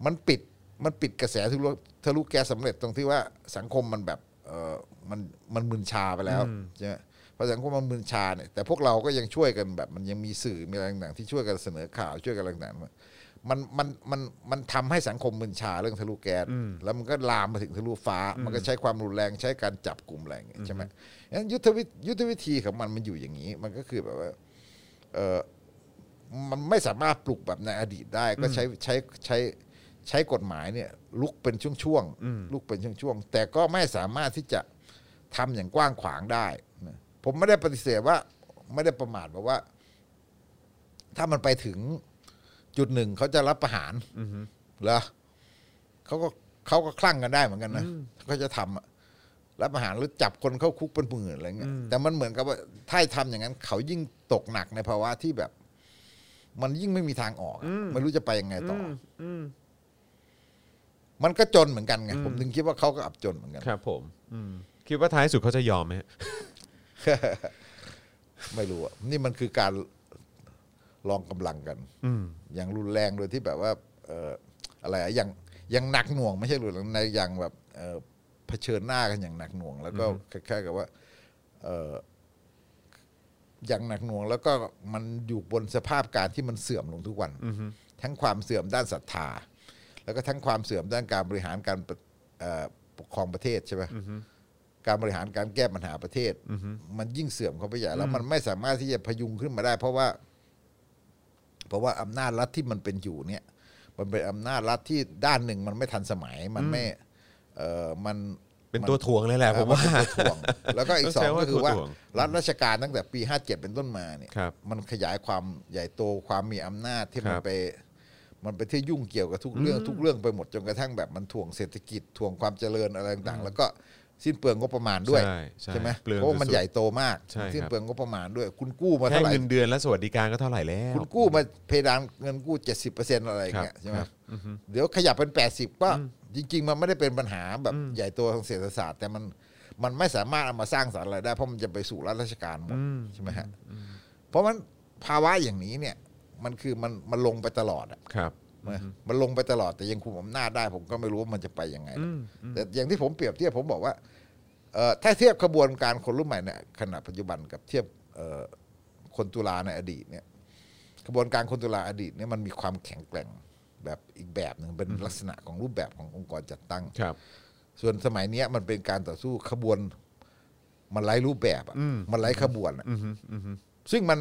มันปิดมันปิดกระแสทะลุทะลุแก๊สสำเร็จตรงที่ว่าสังคมมันแบบเออมันมันมึนชาไปแล้วใช่ไหมพอสังคมมันมึนชาเนี่ยแต่พวกเราก็ยังช่วยกันแบบมันยังมีสื่อมีอะไรต่างๆที่ช่วยกันเสนอข่าวช่วยกันอะไรต่างๆมันมันมันมันทำให้สังคมมึนชาเรื่องทะลุแก๊สแล้วมันก็ลามมาถึงทะลุฟ้า มันก็ใช้ความรุนแรงใช้การจับกลุ่มอะไรอย่างเงี้ยใช่ไหมงั้นยุทธวิธียุทธวิธีของมันมันอยู่อย่างนี้ มันก็คือแบบว่าเออ มันไม่สามารถปลุกแบบในอดีตได้ก็ใช้ใช้ใช้ใช้กฎหมายเนี่ยลุกเป็นช่วงๆลุกเป็นช่วงๆแต่ก็ไม่สามารถที่จะทำอย่างกว้างขวางได้นะผมไม่ได้ปฏิเสธว่าไม่ได้ประมาทบอกว่า ถ้ามันไปถึงจุดหนึ่งเขาจะรับประหารเหรอเขาก็เขาก็คลั่งกันได้เหมือนกันนะเขาจะทำอะรับประหารหรือจับคนเข้าคุกเป็นหมื่นอะไรเงี้ยแต่มันเหมือนกับว่าถ้าทำอย่างนั้น เขายิ่งตกหนักในภาวะที่แบบ มันยิ่งไม่มีทางออกอะไม่รู้จะไปยังไงต่ออมันก็จนเหมือนกันไงผมถึงคิดว่าเขาก็อับจนเหมือนกัน ครับผมอืมคิดว่าท้ายสุดเขาจะยอมไหมฮะ ไม่รู้อะนี่มันคือการลองกำลังกันอย่างรุนแรงโดยที่แบบว่า เอ่ออะไรอะอย่างอย่างหนักหน่วง ไม่ใช่รุนแรงในอย่างแบบเอ่อเผชิญหน้ากันอย่างหนักหน่วง แล้วก็คล้ายๆกับว่าเอ่ออย่างหนักหน่วง แล้วก็มันอยู่บนสภาพการที่มันเสื่อมลงทุกวันทั้งความเสื่อมด้านศรัทธา แล้วก็ทั้งความเสื่อมด้านการบริหารการปกเอ่อปกครองประเทศใช่ไหม การบริหารการแก้ปัญหาประเทศมันยิ่งเสื่อมเข้าไปใหญ่แล้วมันไม่สามารถที่จะพยุงขึ้นมาได้ เพราะว่า เพราะว่าอำนาจรัฐที่มันเป็นอยู่เนี่ย มันเป็นอำนาจรัฐที่ด้านหนึ่งมันไม่ทันสมัย มันไม่ เออมัน เป็นตัวถ่วงเลยแหละผมว่า เออเป็นตัวถ่วง แล้วก็อี ต้อก ง สอ ใช้ งก็คือว่าว่าตัวถ่วง รัฐราชการตั้งแต่ปีห้าเจ็ดเป็นต้นมาเนี่ย ครับ มันขยายความใหญ่โตความมีอำนาจที่คนมัรับ ไป มันไปเที่ยวยุ่งเกี่ยวกับทุกเรื่องทุกเรื่องไปหมดจนกระทั่งแบบมันถ่วงเศรษฐกิจถ่วงความเจริญอะไรต่างๆ แล้วก็สิ้นเปลืองงบประมาณด้วย ใช่ใช่ ไหม เปลือง เพราะว่ามัน สุดๆ ใหญ่โตมาก ใช่ครับ สิ้นเปลืองงบประมาณด้วย คุณกู้มา แค่ เท่าไหร่ เงินเดือนและสวัสดิการก็เท่าไหร่แล้ว คุณกู้มาเพดานเงินกู้เจ็ดสิบเปอร์เซ็นต์อะไรอย่างเงี้ย ครับ ใช่ไหม ครับ เดี๋ยวขยับเป็นแปดสิบก็จริง ๆ มันไม่ได้เป็นปัญหาแบบใหญ่โตทางเศรษฐศาสตร์ แต่มันมันไม่สามารถเอามาสร้างสรรค์อะไรได้เพราะมันจะไปสู่รัฐราชการหมด อืม ใช่ไหมฮะเพราะมันภาวะอย่างนี้เนี่ย มันคือมันมันลงไปตลอดอะ ครับ นะมันลงไปตลอดแต่ยังคุมอำนาจได้ ผมก็ไม่รู้ว่ามันจะไปยังไงนะแต่อย่างที่ผมเปรียบเทียบผมบอกว่าเอ่อถ้าเทียบขบวนการคนรุ่นใหม่เนี่ยขณะปัจจุบันกับเทียบเอ่อคนตุลาในอดีตเนี่ยขบวนการคนตุลาอดีตเนี่ยมันมีความแข็งแกร่งแบบอีกแบบหนึ่งเป็นลักษณะของรูปแบบขององค์กรจัดตั้ง ครับ ส่วนสมัยเนี้ยมันเป็นการต่อสู้ขบวนมันไร้รูปแบบอะมันไร้ขบวนอะซึ่งมัน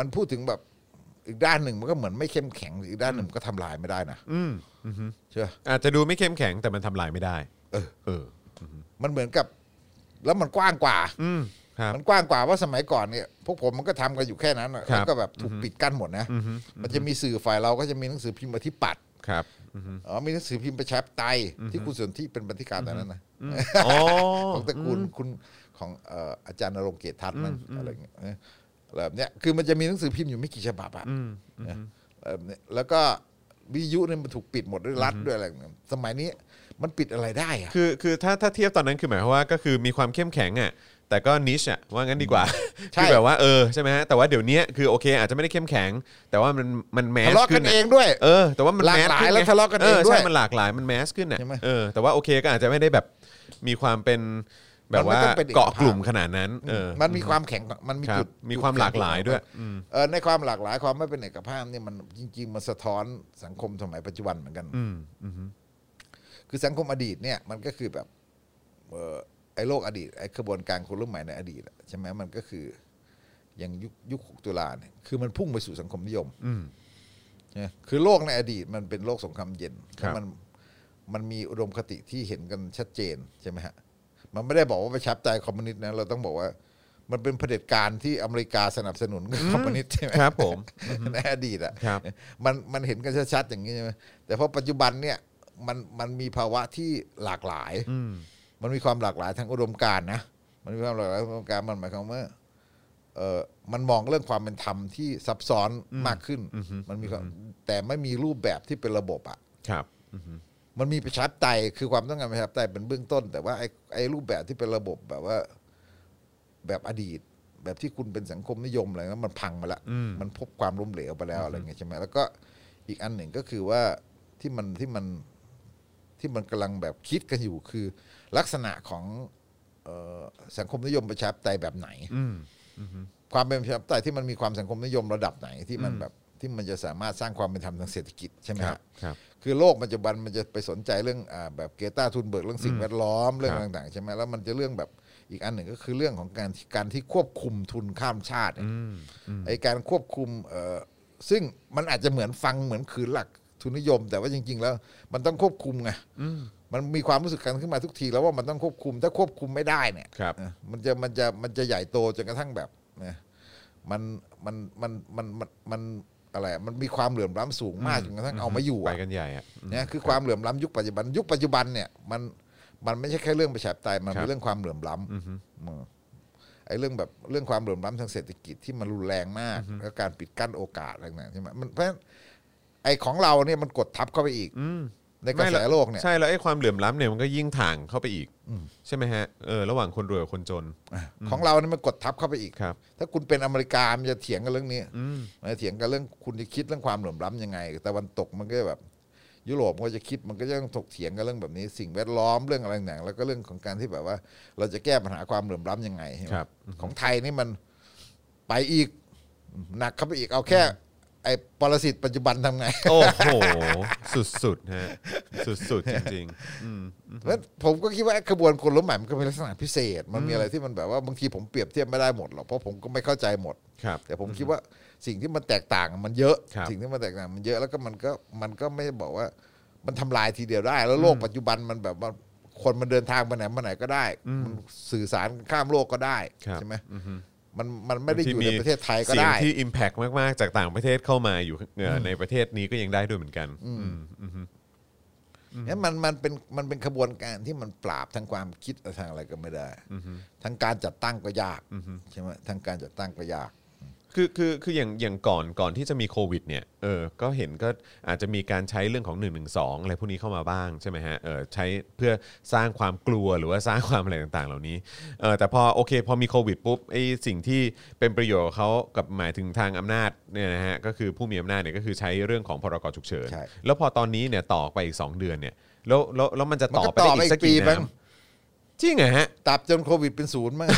มันพูดถึงแบบอีกด้านหนึ่งมันก็เหมือนไม่เข้มแข็งอีกด้านหนึ่งมันก็ทำลายไม่ได้นะเชื่อ อาจจะดูไม่เข้มแข็งแต่มันทำลายไม่ได้ เออ เออ มันเหมือนกับ แล้วมันกว้างกว่า อืม ครับ มันกว้างกว่าว่าสมัยก่อนเนี่ยพวกผมมันก็ทำกันอยู่แค่นั้นอะ ครับ แล้วก็แบบถูกปิดกั้นหมดนะมันจะมีสื่อฝ่ายเราก็จะมีหนังสือพิมพ์อธิปัตย์ ครับ อ๋อมีหนังสือพิมพ์ประชาธิปไตยที่คุณสนที่เป็นบรรณาธิการตอนนั้นนะ อ๋อ ของตระกูลคุณของเอ่ออาจารย์นรงค์เกตทัศน์มั้งอะไรเงี้ยเออแบบเนี้ยคือมันจะมีหนังสือพิมพ์อยู่ไม่กี่ฉบับอะนะแบบเนี้ยแล้วก็วิทยุเนี่ยมันถูกปิดหมดด้วยรัฐด้วยอะไรเงี้ยสมัยนี้มันปิดอะไรได้อะ คือคือถ้าถ้าเทียบตอนนั้นคือหมายความว่าก็คือมีความเข้มแข็งอ่ะแต่ก็นิชอ่ะว่างั้นดีกว่า ใช่คือแบบว่าเออใช่ไหมฮะแต่ว่าเดี๋ยวเนี้ยคือโอเค อาจจะไม่ได้เข้มแข็ง แต่ว่ามันมันแมส ทะเลาะ ขึ้ กัน น อะ เองด้วย เออ แต่ว่ามัน หลาก แมส หลาย ขึ้นไง แล้วทะเลาะกันเองด้วย ใช่มันหลากหลายมันแมสขึ้นอ่ะ ใช่ไหม เออแต่ว่าโอเคก็อาจจะไม่ได้แบบมีความเป็นแบบว่า มันไม่ต้องเป็นเอกภาพ เกาะกลุ่มขนาดนั้นเออ มันมีความแข็งมันมี ครั จุ บ ด มีความหลากหลายด้วย เออในความหลากหลายความไม่เป็นเอกภาพเนี่ยมันจริง ๆ มันสะท้อนสังคมสมัยปัจจุบันเหมือนกัน อืมอืม คือสังคมอดีตเนี่ยมันก็คือแบบเอ่อไอ้โลกอดีตไอ้ขบวนการคนรุ่นใหม่ในอดีตอะใช่ไหมมันก็คืออย่างยุคยุคหกตุลาเนี่ยคือมันพุ่งไปสู่สังคมนิยม อืม ใช่ไหมคือโลกในอดีตมันเป็นโลกสงครามเย็น ครับ แล้วมันมันมีอุดมคติที่เห็นกันชัดเจนใช่ไหมฮะมันไม่ได้บอกว่าประชาธิปไตยคอมมิวนิสต์นะเราต้องบอกว่า มันเป็นเผด็จการที่อเมริกาสนับสนุนคอมมิวนิสต์ใช่ไหม ครับผม ในอดีตอ่ะ ครับ มันมันเห็นกันชัดๆอย่างนี้ใช่ไหมแต่พอปัจจุบันเนี่ยมันมันมีภาวะที่หลากหลาย อืม มันมีความหลากหลายทางอุดมการณ์นะ มันมีความหลากหลายทางอุดมการณ์มันหมายความว่าเออมันมองเรื่องความเป็นธรรมที่ซับซ้อนมากขึ้น มันมีความแต่ไม่มีรูปแบบที่เป็นระบบอ่ะ ครับ มันมีประชาธิปไตยคือความต้องการประชาธิปไตยเป็นเบื้องต้น แต่ว่าไอ้ไอ้รูปแบบที่เป็นระบบแบบว่า แบบอดีต แบบที่คุณเป็นสังคมนิยมอะไรนั้นมันพังมาละมันพบความล้มเหลวไปแล้วอะไรเงี้ยใช่ไหมแล้วก็อีกอันหนึ่งก็คือว่าที่มันที่มันที่มันกำลังแบบคิดกันอยู่คือ ลักษณะของเอ่อสังคมนิยมประชาธิปไตยแบบไหน อืม ความเป็นประชาธิปไตยที่มันมีความสังคมนิยมระดับไหนที่มันแบบที่มันจะสามารถสร้างความเป็นธรรมทางเศรษฐกิจใช่ไหม ครับ บครับ คือโลกปัจจุบันมันจะไปสนใจเรื่องอาแบบเกตาทุนเบิกเรื่องสิ่งแวดล้อมเรื่อง ครับ ต่างๆใช่ไหมแล้วมันจะเรื่องแบบอีกอันหนึ่งก็คือเรื่องของการที่การที่ควบคุมทุนข้ามชาติ อืม ไอการควบคุมเอ่อซึ่งมันอาจจะเหมือนฟังเหมือนคืนหลักทุนนิยม แต่ว่าจริง ๆ แล้วมันต้องควบคุมไงมันมีความรู้สึกกันขึ้นมาทุกทีแล้วว่ามันต้องควบคุมถ้าควบคุมไม่ได้เนี่ย ครับ นะมันจะมันจะมันจะใหญ่โตจนกระทั่งแบบนะมันมันมันมันมันมันอะไรอะมันมีความเหลื่อมล้ำสูงมากจนกระทั่งเอาไม่อยู่ ไป อะ กันใหญ่อ่ะ นะคือความเหลื่อมล้ำยุคปัจจุบัน ยุคปัจจุบันเนี่ยมันมันไม่ใช่แค่เรื่องประชาธิปไตยมัน ครั เป็บนเรื่องความเหลื่อมล้ำเออไอ้เรื่องแบบเรื่องความเหลื่อมล้ำทางเศรษฐกิจที่มันรุนแรงมากแล้วการปิดกั้นโอกาสอะไรต่างๆใช่ไหมมันเพราะฉะนั้นไอ้ของเราเนี่ยมันกดทับเข้าไปอีกในกระแสโลกเนี่ย ใช่แล้วไอ้ความเหลื่อมล้ำเนี่ยมันก็ยิ่งถ่างเข้าไปอีก ใช่ไหมฮะเออระหว่างคนรวยกับคนจน ของเราเนี่ยมันกดทับเข้าไปอีก ครับ ถ้าคุณเป็นอเมริกามันจะเถียงกันเรื่องนี้มันจะเถียงกันเรื่องคุณจะคิดเรื่องความเหลื่อมล้ำยังไงตะวันตกมันก็แบบ ยุโรปมันก็จะคิดมันก็จะต้องถกเถียงกันเรื่องแบบนี้ สิ่งแวดล้อมเรื่องอะไรต่างๆแล้วก็เรื่องของการที่แบบว่า เราจะแก้ปัญหาความเหลื่อมล้ำยังไงใช่ไหม ครับ ของไทยนี่มันไปอีกหนักเข้าไปอีกเอาแค่ไอ้ปรสิตปัจจุบันทำไง โอ้โห สุดๆฮะสุดๆจริงๆอืม เพราะฉะนั้นผมก็คิดว่าไอ้กระบวนคนล้มใหม่มันก็มีลักษณะพิเศษ มันมีอะไรที่มันแบบว่าบางทีผมเปรียบเทียบไม่ได้หมดหรอกเพราะผมก็ไม่เข้าใจหมด ครับ แต่ผมคิดว่าสิ่งที่มันแตกต่างมันเยอะ ครับ สิ่งที่มันแตกต่างมันเยอะแล้วก็มันก็มันก็ไม่ได้บอกว่ามันทำลายทีเดียวได้ แล้วโลกปัจจุบันมันแบบว่าคนมันเดินทางไปไหนมาไหนก็ได้มันสื่อสารข้ามโลกก็ได้ ครับ ใช่ไหมมันมันไม่ได้อยู่ บาง ในประเทศไทยก็ได้ สิ่งที่ Impact มากๆ จากต่างประเทศเข้ามาอยู่เอ่อในประเทศนี้ก็ยังได้ด้วยเหมือนกัน อืม เนี่ยมันมันเป็นมันเป็นขบวนการที่มันปราบทางความคิดและทางอะไรก็ไม่ได้ทางการจัดตั้งก็ยากใช่ไหมทางการจัดตั้งก็ยาก คือคือคืออย่างอย่างก่อนก่อนที่จะมีโควิดเนี่ยเออก็เห็นก็อาจจะมีการใช้เรื่องของ1นึอะไรพวกนี้เข้ามาบ้างใช่ไหมฮะเออใช้เพื่อสร้างความกลัวหรือว่าสร้างความอะไรต่างๆ เหล่านี้เออแต่พอโอเค พอมีโควิดปุ๊บไอ้สิ่งที่เป็นประโยชน์กับเขากับหมายถึงทางอำนาจเนี่ยนะฮะก็คือผู้มีอำนาจเนี่ยก็คือใช้เรื่องของพรกฉุกเฉิน ใช่ แล้วพอตอนนี้เนี่ยต่อไปอีก 2 เดือนเนี่ยแล้วแล้วแล้วมันจะ มัน ต่อ ก็ ไปได้ ต่อไป อีกสั อี ก กปี กี่ บ้าง น้ำจริงเหรอฮะ ตับจนโควิดเป็นศูนย์มั้ง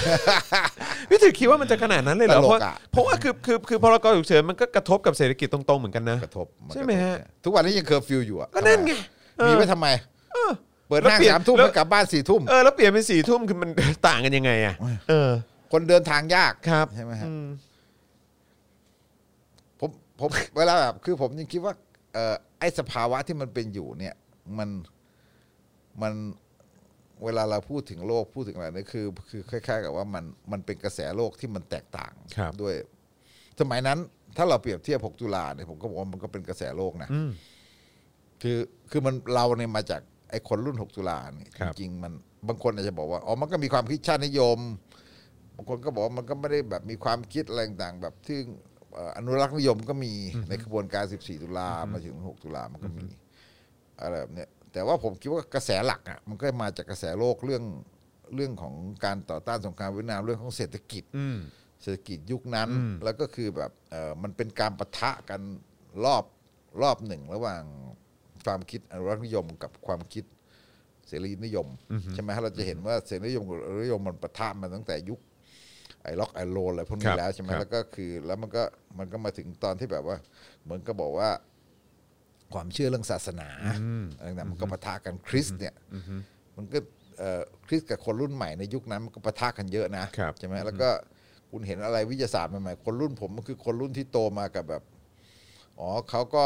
พี่ถือคิดว่ามันจะขนาดนั้นเลยเหรอเพตลราะ กอะ เพราะว่าคือคือคือพรกฉุกเฉินมันก็กระทบกับเศรษฐกิจตรงๆเหมือน กันนะ กระทบนกรทบ ใช่ไหมฮะ ทุกวันนี้ยังเคอร์ฟิวอยู่อะ ก็นั่นไงเออ มีไว้ทำไมเปิดห้าแล้วงเปลี่ยน สามทุ่ม แล้ว แล้วกลับบ้านสี่ทุ่ม เออแล้วเปลี่ยนเป็นสี่ทุ่มคือมัน ต่างกันยังไงอ่ะเออ คนเดินทางยาก ครับ ใช่ไหมฮะผมผม เวลาแบบคือผมยังคิดว่าเอ่อไอ้สภาวะที่มันเป็นอยู่เนี่ย มันมันเวลาเราพูดถึงโลกพูดถึงอะไรนี่คือ คือคล้าย ๆ กับว่ามันมันเป็นกระแสโลกที่มันแตกต่าง ครับ ด้วย สมัยนั้น ถ้าเราเปรียบเทียบ 6 ตุลาเนี่ยผมก็บอกว่ามันก็เป็นกระแสโลกนะ คือคือมันเราเนี่ยมาจากไอ้คนรุ่น 6 ตุลาเนี่ย ครับ จริงๆมันบางคนอาจจะบอกว่าอ๋อมันก็มีความคิดชาตินิยม บางคนก็บอกว่ามันก็ไม่ได้แบบมีความคิดอะไรต่างๆแบบที่เอ่ออนุรักษ์นิยมก็มีในขบวนการ 14 ตุลามาถึง 6 ตุลามันก็มีอะไรแบบเนี้ยแต่ว่าผมคิดว่ากระแสหลักอ่ะมันก็มาจากกระแสโลกเรื่องเรื่องของการต่อต้านสงครามเวียดนามเรื่องของเศรษฐกิจ อืม เศรษฐกิจยุคนั้น อืม แล้วก็คือแบบเออมันเป็นการปะทะกันรอบรอบหนึ่งระหว่างความคิดอนุรักษ์นิยมกับความคิดเสรีนิยมใช่ไหมฮะเราจะเห็นว่าเสรีนิยมกับอนุรักษ์นิยมมันปะทะมาตั้งแต่ยุคไอ้ล็อกไอ้โลนอะไรพวก ครั นี้ บ แล้วใช่ไหม ครับ แล้วก็คือแล้วมันก็มันก็มาถึงตอนที่แบบว่า เหมือนก็บอกว่า ความเชื่อเรื่องศาสนาอะไรต่างๆมันก็ปะทะกันคริสต์เนี่ยมันก็เอ่อคริสต์กับคนรุ่นใหม่ในยุคนั้นมันก็ปะทะกันเยอะนะครับ ใช่ไหมแล้วก็คุณเห็นอะไรวิทยาศาสตร์ใหม่ๆคนรุ่นผมมันคือคนรุ่นที่โตมากับแบบอ๋อเขาก็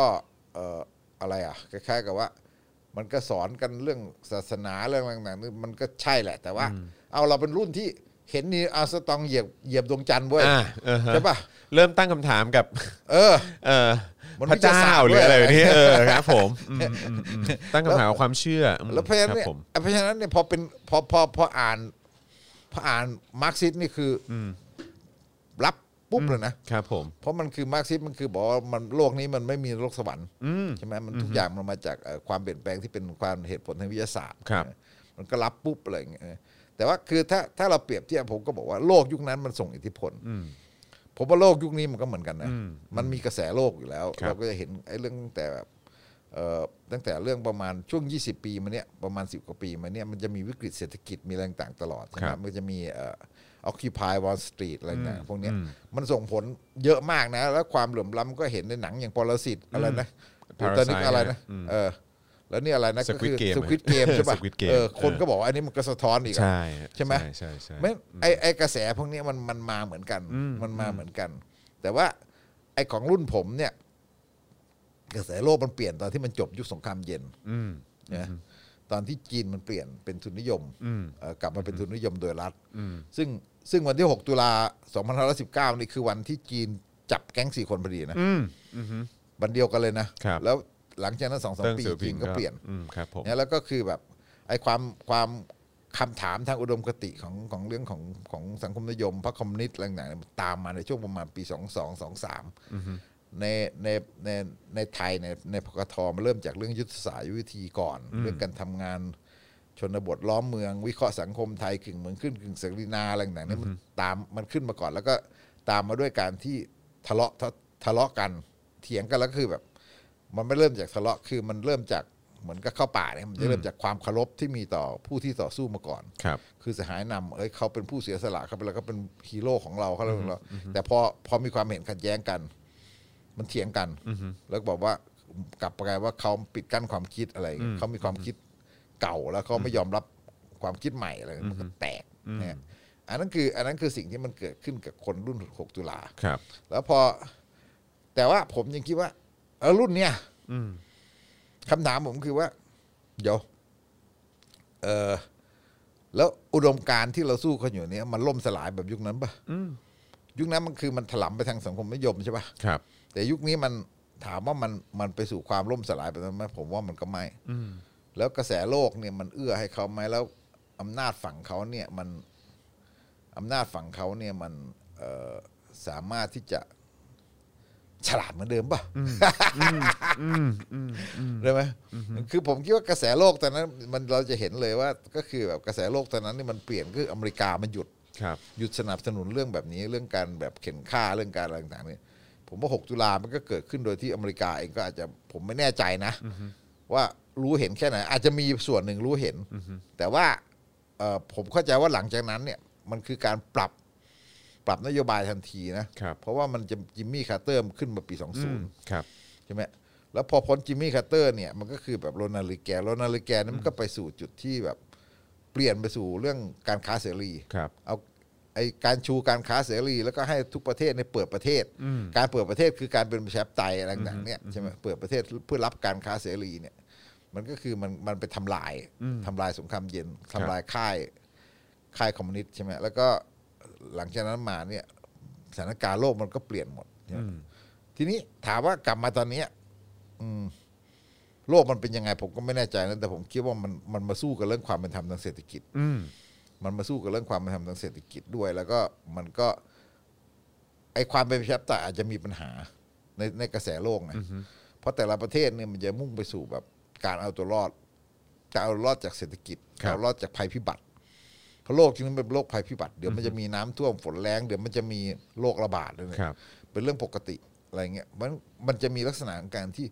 เอ่ออะไรอ่ะคล้ายๆกับว่า มันก็สอนกันเรื่องศาสนาเรื่องอะไรต่างๆนี่มันก็ใช่แหละ แต่ว่า เอาเราเป็นรุ่นที่เห็นนี่อาร์มสตรองเหยียบเหยียบดวงจันทร์เว้ย อ่าเออฮะ ใช่ปะ เริ่มตั้งคำถามกับ เออ เออ มัน พระเจ้าห วิ รือยทาศาสตร์ด้วย อะไรแบบนี้เออครับผมอื มอืมอืมตั้งคำถามกับความเชื่ออืม แล้วเพราะฉะนั้น ค เนี่ย บผม เพราะฉะนั้นเนี่ยพอเป็นพอพอพออ่านพออ่านมาร์กซิสต์นี่คืออรับ ปุ๊บเลยนะ ครับผม เพราะมันคือมาร์กซิสต์มันคือบอกว่ามันโลกนี้มันไม่มีโลกสวรรค์ อืม ใช่ไหมมันทุกอย่างมันมาจากเอ่อความเปลี่ยนแปลงที่เป็นความเหตุผลทางวิทยาศาสตร์ ครับ มันก็รับปุ๊บอะไรอย่างเงี้ยเออแต่ว่าคือถ้าถ้าเราเปรียบเทียบผมก็บอกว่าโลกยุคนั้นมันส่งอิทธิพล อืม ผมว่าโลกยุคนี้มันก็เหมือนกันนะ อืม มันมีกระแสโลกอยู่แล้ว ครับ เราก็จะเห็นไอ้เรื่องตั้งแต่แบบเอ่อตั้งแต่เรื่องประมาณช่วง 20 ปีมาเนี้ยประมาณ 10 กว่าปีมาเนี้ยมันจะมีวิกฤตเศรษฐกิจมีอะไรต่างๆตลอดใช่ไหมมันจะมีเอ่อ Occupy Wall Street อะไรต่างๆพวกเนี้ยมันส่งผลเยอะมากนะ แล้วความเหลื่อมล้ำก็เห็นในหนังอย่างปรสิตอะไรนะ Parasite ตอนนี้อะไรนะ อืม เออแล้วนี่อะไรนะก็คือ Squid Game สควิตเกมใช่ป่ะ Squid Game เออคน เออ ก็บอกว่าอันนี้มันก็สะท้อนอีกอะ ใช่ ใช่ไหม ใช่ใช่ ไม่ไอไอกระแสพวกเนี้ยมันมันมาเหมือนกัน อืม มันมาเหมือนกัน แต่ว่าไอของรุ่นผมเนี่ย กระแสโลกมันเปลี่ยนตอนที่มันจบยุคสงครามเย็น อืม นะตอนที่จีนมันเปลี่ยนเป็นทุนนิยม อืม เอ่อกลับมาเป็นทุนนิยมโดยรัฐ อืม ซึ่งซึ่งวันที่ 6 ตุลา2519 นี่คือวันที่จีนจับแก๊งสี่คนพอดีนะ อืมอืม วันเดียวกันเลยนะครับ แล้วหลังจากนั้นสองสาม เติ้ง ปี เสือ จี ผิง นก็เปลี่ยน อืมครับผม เนี่ยแล้วก็คือแบบไอ้ความความคำถามทางอุดมคติของของเรื่องของของสังคมนิยมพรรคคอมมิวนิสต์อะไรต่างๆเนี่ยตามมาในช่วงประมาณปี 2 2 2 3 ในในในในไทยในในพกทมันเริ่มจากเรื่องยุทธศาสตร์ยุทธวิธีก่อน เรื่องการทำงานชนบทล้อมเมือง วิเคราะห์สังคมไทยกึ่งเมืองขึ้นกึ่งเสรีนาอะไรต่างๆเนี่ยมันตามมันขึ้นมาก่อน แล้วก็ตามมาด้วยการที่ทะเลาะทะทะเลาะกันเถียงกันแล้วก็คือแบบ มันไม่เริ่มจากทะเลาะคือมันเริ่มจากเหมือนกับเข้าป่าเนี่ยมันจะเริ่มจากความเคารพที่มีต่อผู้ที่ต่อสู้มาก่อน ครับ คือสหายนำเอ้ยเขาเป็นผู้เสียสละเขาเป็นแล้วก็เป็นฮีโร่ของเราเขาเป็นของเราแต่พอพอมีความเห็นขัดแย้งกัน มันเถียงกันแล้วก็บอกว่ากลับกลายว่าเขาปิดกั้นความคิดอะไรเขามีความคิดเก่าแล้วเขาไม่ยอมรับความคิดใหม่อะไรมันก็แตกนะฮะอันนั้นคือ อันนั้นคือสิ่งที่มันเกิดขึ้นกับคนรุ่น 6 ตุลา ครับ แล้วพอ แต่ว่าผมยังคิดว่าเออรุ่นเนี้ย อืม คำถามผมคือว่า เดี๋ยวเออแล้วอุดมการณ์ที่เราสู้กันอยู่เนี้ยมันล่มสลายแบบยุคนั้นปะ อืม ยุคนั้นมันคือมันถลำไปทางสังคมนิยมใช่ปะ ครับ แต่ยุคนี้มันถามว่ามันมันไปสู่ความล่มสลายแบบนั้นไหมผมว่ามันก็ไม่ อืม แล้วกระแสโลกเนี่ยมันเอื้อให้เขาไหมแล้วอำนาจฝั่งเขาเนี่ยมันอำนาจฝั่งเขาเนี่ยมันเอ่อสามารถที่จะฉลาดเหมือนเดิมป่ะได้ไหมคือผมคิดว่ากระแสโลกตอนนั้นมันเราจะเห็นเลยว่า ก็คือแบบกระแสโลกตอนนั้นนี่มันเปลี่ยนคืออเมริกามันหยุด ครับ หยุดสนับสนุนเรื่องแบบนี้เรื่องการแบบเข็นฆ่าเรื่องการอะไรต่างๆเนี่ยผมว่า 6 ตุลามันก็เกิดขึ้นโดยที่อเมริกาเองก็อาจจะผมไม่แน่ใจนะ ว่ารู้เห็นแค่ไหน อาจจะมีส่วนหนึ่งรู้เห็น แต่ว่าเอ่อผมเข้าใจว่าหลังจากนั้นเนี่ยมันคือการปรับปรับนโยบายทันทีนะครับ เพราะว่ามันจะจิมมี่คาร์เตอร์ขึ้นมาปี อืม 20 ครับ ใช่ไหมแล้วพอพ้นจิมมี่คาร์เตอร์เนี่ยมันก็คือแบบโรนัลด์รีแกนโรนัลด์รีแกนนั้นมันก็ไปสู่จุดที่แบบเปลี่ยนไปสู่เรื่องการค้าเสรี ครับ เอาไอการชูการค้าเสรี แล้วก็ให้ทุกประเทศในยเปิดประเทศ อืม การเปิดประเทศคือการเป็นประชาธิปไตยอะไรต่างๆเนี่ยใช่ไหมเปิดประเทศเพื่อรับการค้าเสรีเนี่ย มันก็คือมันมันไปทำลายทำลายสงครามเย็น ค ทำ รับ ลายค่ายค่ายคอมมิวนิสต์ใช่ไหมแล้วก็หลังจากนั้นมาเนี่ยสถานการณ์โลกมันก็เปลี่ยนหมดใช่ไหม อืม ทีนี้ถามว่ากลับมาตอนเนี้ยอืมโลกมันเป็นยังไง ผมก็ไม่แน่ใจนะแต่ผมคิดว่ามันมันมาสู้กับเรื่องความเป็นธรรมทางเศรษฐกิจ อืม มันมาสู้กับเรื่องความเป็นธรรมทางเศรษฐกิจด้วย แล้วก็มันก็ ไอความเป็นประชาธิปไตยอาจจะมีปัญหาในในกระแสโลกนะเพราะแต่ละประเทศเนี่ยมันจะมุ่งไปสู่แบบการเอาตัวรอดการเอาตัวรอดจากเศรษฐกิจ ครับ เอาตัวรอดจากภัยพิบัติเพราะโลกจริงๆเป็นโลกภัยพิบัติเดี๋ยวมันจะมีน้ำท่วมฝนแรงเดี๋ยวมันจะมีโรคระบาดด้วยนะ ครับ เป็นเรื่องปกติอะไรเงี้ยมันมันจะมีลักษณะของการที่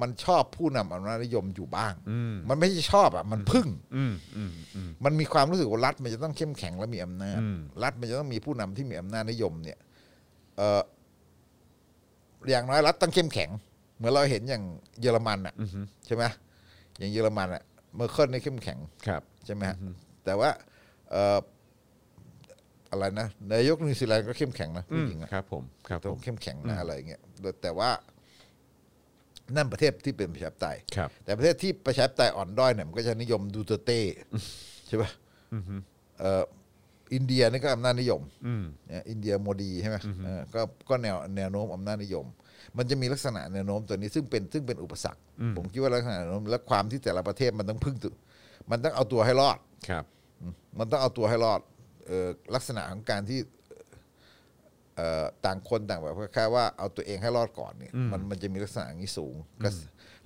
มันชอบผู้นำอำนาจนิยมอยู่บ้าง อืม มันไม่ใช่ชอบอ่ะ มันพึ่ง อืมอืมอืม มันมีความรู้สึกว่ารัฐมันจะต้องเข้มแข็งและมีอำนาจ อืม รัฐมันจะต้องมีผู้นำที่มีอำนาจนิยมเนี่ยเอออย่างน้อยรัฐต้องเข้มแข็ง เหมือนเราเห็นอย่างเยอรมันอ่ะใช่ไหมอย่างเยอรมันอ่ะเมอร์เคิลเนี่ยเข้มแข็ง ครับ ใช่ไหมฮะแต่ว่าเอ่ออะไรนะนายกนิวซีแลนด์ก็เข้มแข็งนะ อื ผู้ ม หญิงอะ ครับผมครับผ ต้อง ม เข้มแข็งนะอะไรอย่างเงี้ยแต่แต่ว่านั่นประเทศที่เป็นประชาธิปไตย ครับ แต่ประเทศที่ประชาธิปไตยอ่อนด้อยเนี่ยมันก็จะนิยมดูเตอร์เต้ใช่ป่ะเอ่ออินเดียนี่ก็อำนาจนิยม อืม เนี่ยอินเดียโมดีใช่ไหมเออก็ก็แนวแนวโน้มอำนาจนิยม มันจะมีลักษณะแนวโน้มตัวนี้ซึ่งเป็นซึ่งเป็นอุปสรรค ผมคิดว่าลักษณะแนวโน้มและความที่แต่ละประเทศมันต้องพึ่งตัวมันต้องเอาตัวให้รอด ครับ มันต้องเอาตัวให้รอดเออลักษณะของการที่ เอ่อต่างคนต่างแบบแค่ว่าเอาตัวเองให้รอดก่อนเนี่ยมันมันจะมีลักษณะอย่างนี้สูงกระแส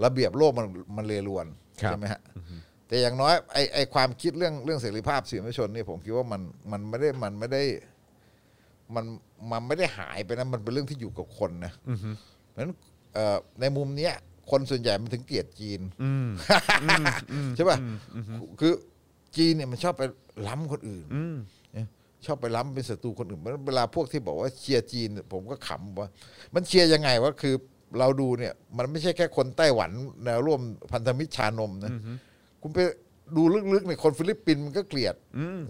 ระเบียบโลกมันมันเลรวน ครับ ใช่ไหมฮะแต่อย่างน้อยไอไอความคิดเรื่องเรื่องเสรีภาพสื่อมวลชนเนี่ยผมคิดว่ามันมันไม่ได้มันไม่ได้ มันมันไม่ได้หายไปนะมันเป็นเรื่องที่อยู่กับคนนะเพราะฉะนั้นเอ่อในมุมเนี้ย คนส่วนใหญ่มันถึงเกลียดจีนใช่ป่ะคือจีนเนี่ยมันชอบไปล้ำคนอื่นชอบไปล้ำเป็นศัตรูคนอื่นเพราะฉะนั้นเวลาพวกที่บอกว่าเชียร์จีนเนี่ยผมก็ขำว่า มันเชียร์ยังไงวะคือเราดูเนี่ย มันไม่ใช่แค่คนไต้หวันแนวร่วมพันธมิตรชานมนะคุณไปดูลึกๆในยคนฟิลิปปินส์มันก็เกลียด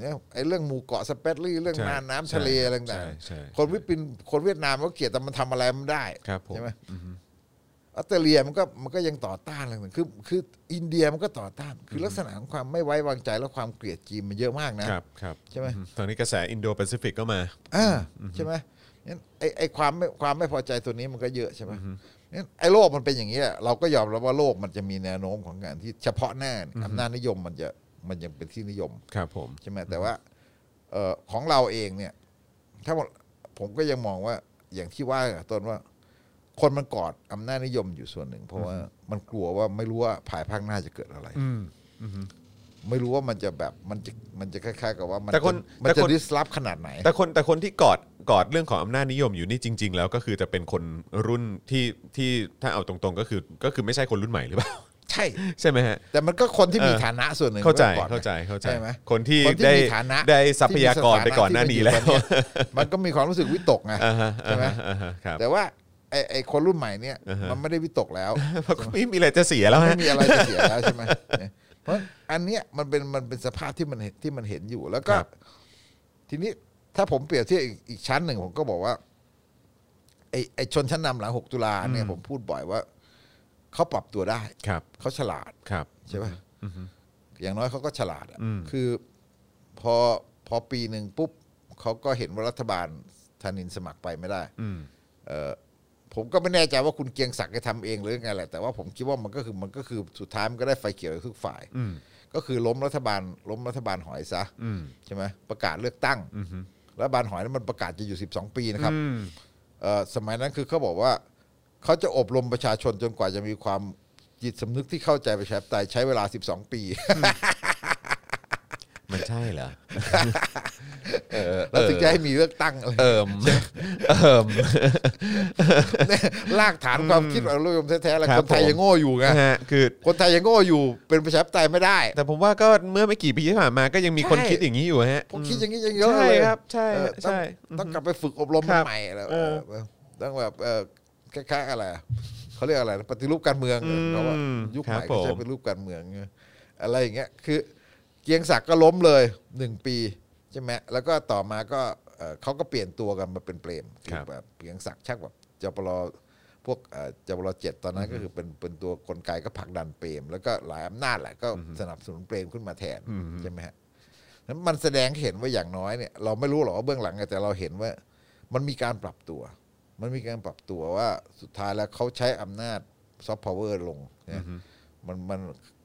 เนี่ยไอ้เรื่องหมู่เกาะสเปดลี่เรื่อง ใช่ น่านน้ำทะเล ใช่ อะไรต่าง ใช่ใช่ ๆคนวิปินคนเวียดนามก็เกลียดแต่มันทำอะไรมันได้ ครับผม ใช่ไหมออสเตรเลียมันก็มันก็ยังต่อต้านอะไรต่างๆคือคืออินเดียมันก็ต่อต้าน คือลักษณะของความไม่ไว้วางใจและความเกลียดจีนมันเยอะมากนะ ครับครับ ใช่ไหม อืตอนนี้กระแสอินโดแปซิฟิกก็มา อ่าใช่ไหมงั้นไอไอความไม่ความไม่พอใจตัวนี้มันก็เยอะใช่ไหมงั้นไอโลกมันเป็นอย่างนี้แหละเราก็ยอมรับว่าโลกมันจะมีแนวโน้มของการที่เฉพาะหน้าเนี่ยอำนาจนิยมมันจะมันยังเป็นที่นิยม ครับผม ใช่ไหมแต่ว่าเออของเราเองเนี่ย ถ้าหมดผมก็ยังมองว่าอย่างที่ว่ากับต้นว่า คนมันกอดอำนาจนิยมอยู่ส่วนหนึ่ง เพราะว่ามันกลัวว่าไม่รู้ว่าภายภาคหน้าจะเกิดอะไร อืม ไม่รู้ว่ามันจะแบบมันจะมันจะคล้ายๆ กับว่ามัน แต่คน จะมัน แต่ จะ คน ดิสลอฟขนาดไหน แต่คนแต่คนที่กอดกอดเรื่องของอำนาจนิยมอยู่นี่จริง ๆ แล้วก็คือจะเป็นคนรุ่นที่ที่ถ้าเอาตรงๆ ก็คือก็คือไม่ใช่คนรุ่นใหม่หรือเปล่า ใช่ ใช่ไหมฮะ แต่มันก็คนที่มี เออ ฐานะส่วนหนึ่ง เข้าใจ มันกอด เข้าใจเข้าใจ ใช่ไหม คนที่ คนที่ ได้ มีฐานะ ได้ทรัพยากรไปก่อนหน้านี้แล้ว ที่มีสถานะที่เป็นอยู่ตอนเนี้ยมันก็มีความรู้สึกวิตกไง อ่าฮะ ใช่ไหม อ่าฮะครับ แต่ว่าไอไอคนรุ่นใหม่เนี่ย อ่าฮะ มันไม่ได้วิตกแล้ว เพราะไม่มีอะไรจะเสียแล้วฮะ ไม่มีอะไรจะเสียแล้วใช่ไหม เนี่ยเพราะอันเนี้ยมันเป็นมันเป็นสภาพที่มันเห็นที่มันเห็นอยู่แล้วก็ ครับ ทีนี้ถ้าผมเปรียบเทียบอีกอีกชั้นหนึ่งผมก็บอกว่าไอไอชนชั้นนำหลังหกตุลาเนี่ยผมพูดบ่อยว่าเขาปรับตัวได้ ครับ เขาฉลาด ครับ ใช่ป่ะอย่างน้อยเขาก็ฉลาดอะคือพอพอปีหนึ่งปุ๊บเขาก็เห็นว่ารัฐบาลธนินสมัครไปไม่ได้เอ่อผมก็ไม่แน่ใจว่าคุณเกรียงศักดิ์แกทำเองหรือไงแหละ แต่ว่าผมคิดว่ามันก็คือมันก็คือสุดท้ายมันก็ได้ไฟเขียวทุกฝ่าย ก็คือล้มรัฐบาล ล้มรัฐบาลหอยซะใช่ไหมประกาศเลือกตั้งรัฐบาลหอยนั้นมันประกาศจะอยู่ 12 ปีนะครับ เอ่อสมัยนั้นคือเขาบอกว่า เขาจะอบรมประชาชนจนกว่าจะมีความจิตสำนึกที่เข้าใจประชาธิปไตยใช้เวลา 12 ปี มันใช่เหรอ แล้วถึงจะให้มีเลือกตั้งอะไร เอิมเอิม เนี่ยลากฐานความคิดของรัฐยมแท้ๆแล้ว ครับ คนไทย ผม ยังโง่อยู่ไง นะฮะคือ คนไทยยังโง่อยู่เป็นประชาธิปไตยไม่ได้ แต่ผมว่าก็เมื่อไม่กี่ปีที่ผ่านมาก็ยังมีคน ใช่ คิดอย่างนี้อยู่ฮะ ผมคิดอย่างนี้ยังเยอะเลย ใช่ครับใช่ เออต้อง ใช่ ต้องกลับไปฝึกอบรม ครับ ใหม่แล้ว เออ เออต้องแบบเออคล้ายๆอะไรอะเขาเรียกอะไรนะปฏิรูปการเมืองเหรอเพราะว่ายุคใหม่ก็ใช้ปฏิรูปการเมืองไงอะไรอย่างเงี้ยคือเกรียงศักดิ์ก็ล้มเลยหนึ่งปีใช่ไหมแล้วก็ต่อมาก็เอ่อเขาก็เปลี่ยนตัวกันมาเป็นเปรมคือแบบเกรียงศักดิ์ชักแบบจปรพวกเอ่อจปรเจ็ดตอนนั้นก็คือเป็นเป็นตัวกลไกก็ผลักดันเปรม แล้วก็หลายอำนาจแหละก็สนับสนุนเปรมขึ้นมาแทนใช่ไหมฮะ นั้นมันแสดงให้เห็นว่าอย่างน้อยเนี่ยเราไม่รู้หรอกว่าเบื้องหลังไงแต่เราเห็นว่า มันมีการปรับตัว มันมีการปรับตัวว่าสุดท้ายแล้วเขาใช้อำนาจซอฟต์พาวเวอร์ลงนะมันมัน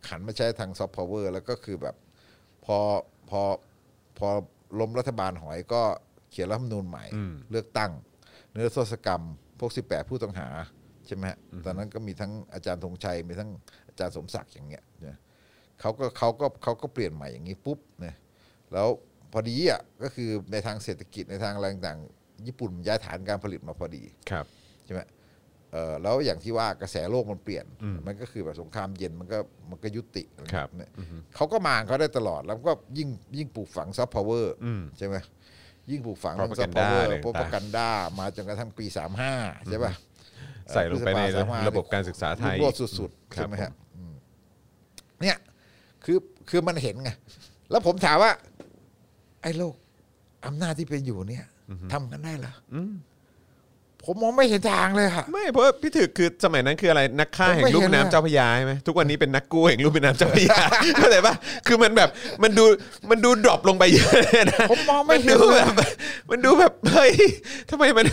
ขันมาใช้ทางซอฟต์พาวเวอร์แล้วก็คือแบบ พอพอพอล้มรัฐบาลหอยก็เขียนรัฐธรรมนูญใหม่ เลือกตั้ง เนื้อโทษกรรม พวก 18 ผู้ต้องหา ใช่ไหมฮะตอนนั้นก็มีทั้งอาจารย์ธงชัย มีทั้งอาจารย์สมศักดิ์อย่างเงี้ยนะเขาก็เขาก็เขาก็เปลี่ยนใหม่อย่างนี้ปุ๊บเนี่ยแล้วพอดีอ่ะก็คือในทางเศรษฐกิจในทางอะไรต่างๆญี่ปุ่นมันย้ายฐานการผลิตมาพอดี ครับ ใช่ไหมเอ่อแล้วอย่างที่ว่ากระแสโลกมันเปลี่ยน มันก็คือแบบสงครามเย็นมันก็มันก็ยุติอะไร ครับ เนี่ยเขาก็มาของเขาได้ตลอด แล้วก็ยิ่งยิ่งปลูกฝังซับพาวเวอร์ใช่ไหมยิ่งปลูกฝัง Propaganda ซับพาวเวอร์ อะไรต่างๆ พวกกันด้ามาจนกระทั่งปี 35 ใช่ป่ะ ใส่ลงไปในระบบการศึกษาไทย รุ่งโรจน์สุดๆ ครั ใช่ บ ไหมฮะอืมเนี่ยคือคือมันเห็นไง แล้วผมถามว่า ไอ้โลกอำนาจที่เป็นอยู่เนี่ยทำกันได้เหรออผมมองไม่เห็นทางเลย ค่ะ ไม่เพราะว่าพี่ถึกคือสมัยนั้นคืออะไรนักฆ่าแห่งลุ่มแม่น้ำเจ้าพระยาใช่ไหมทุกวันนี้เป็นนักกู้แห่งลุ่มแม่น้ำเจ้าพระยา เข้าใจปะคือมันแบบมันดูมันดูดรอปลงไปเยอะเลยนะ ผมมองไม่เห็น ดูแบบ มันดูแบบเฮ้ยทำไมมัน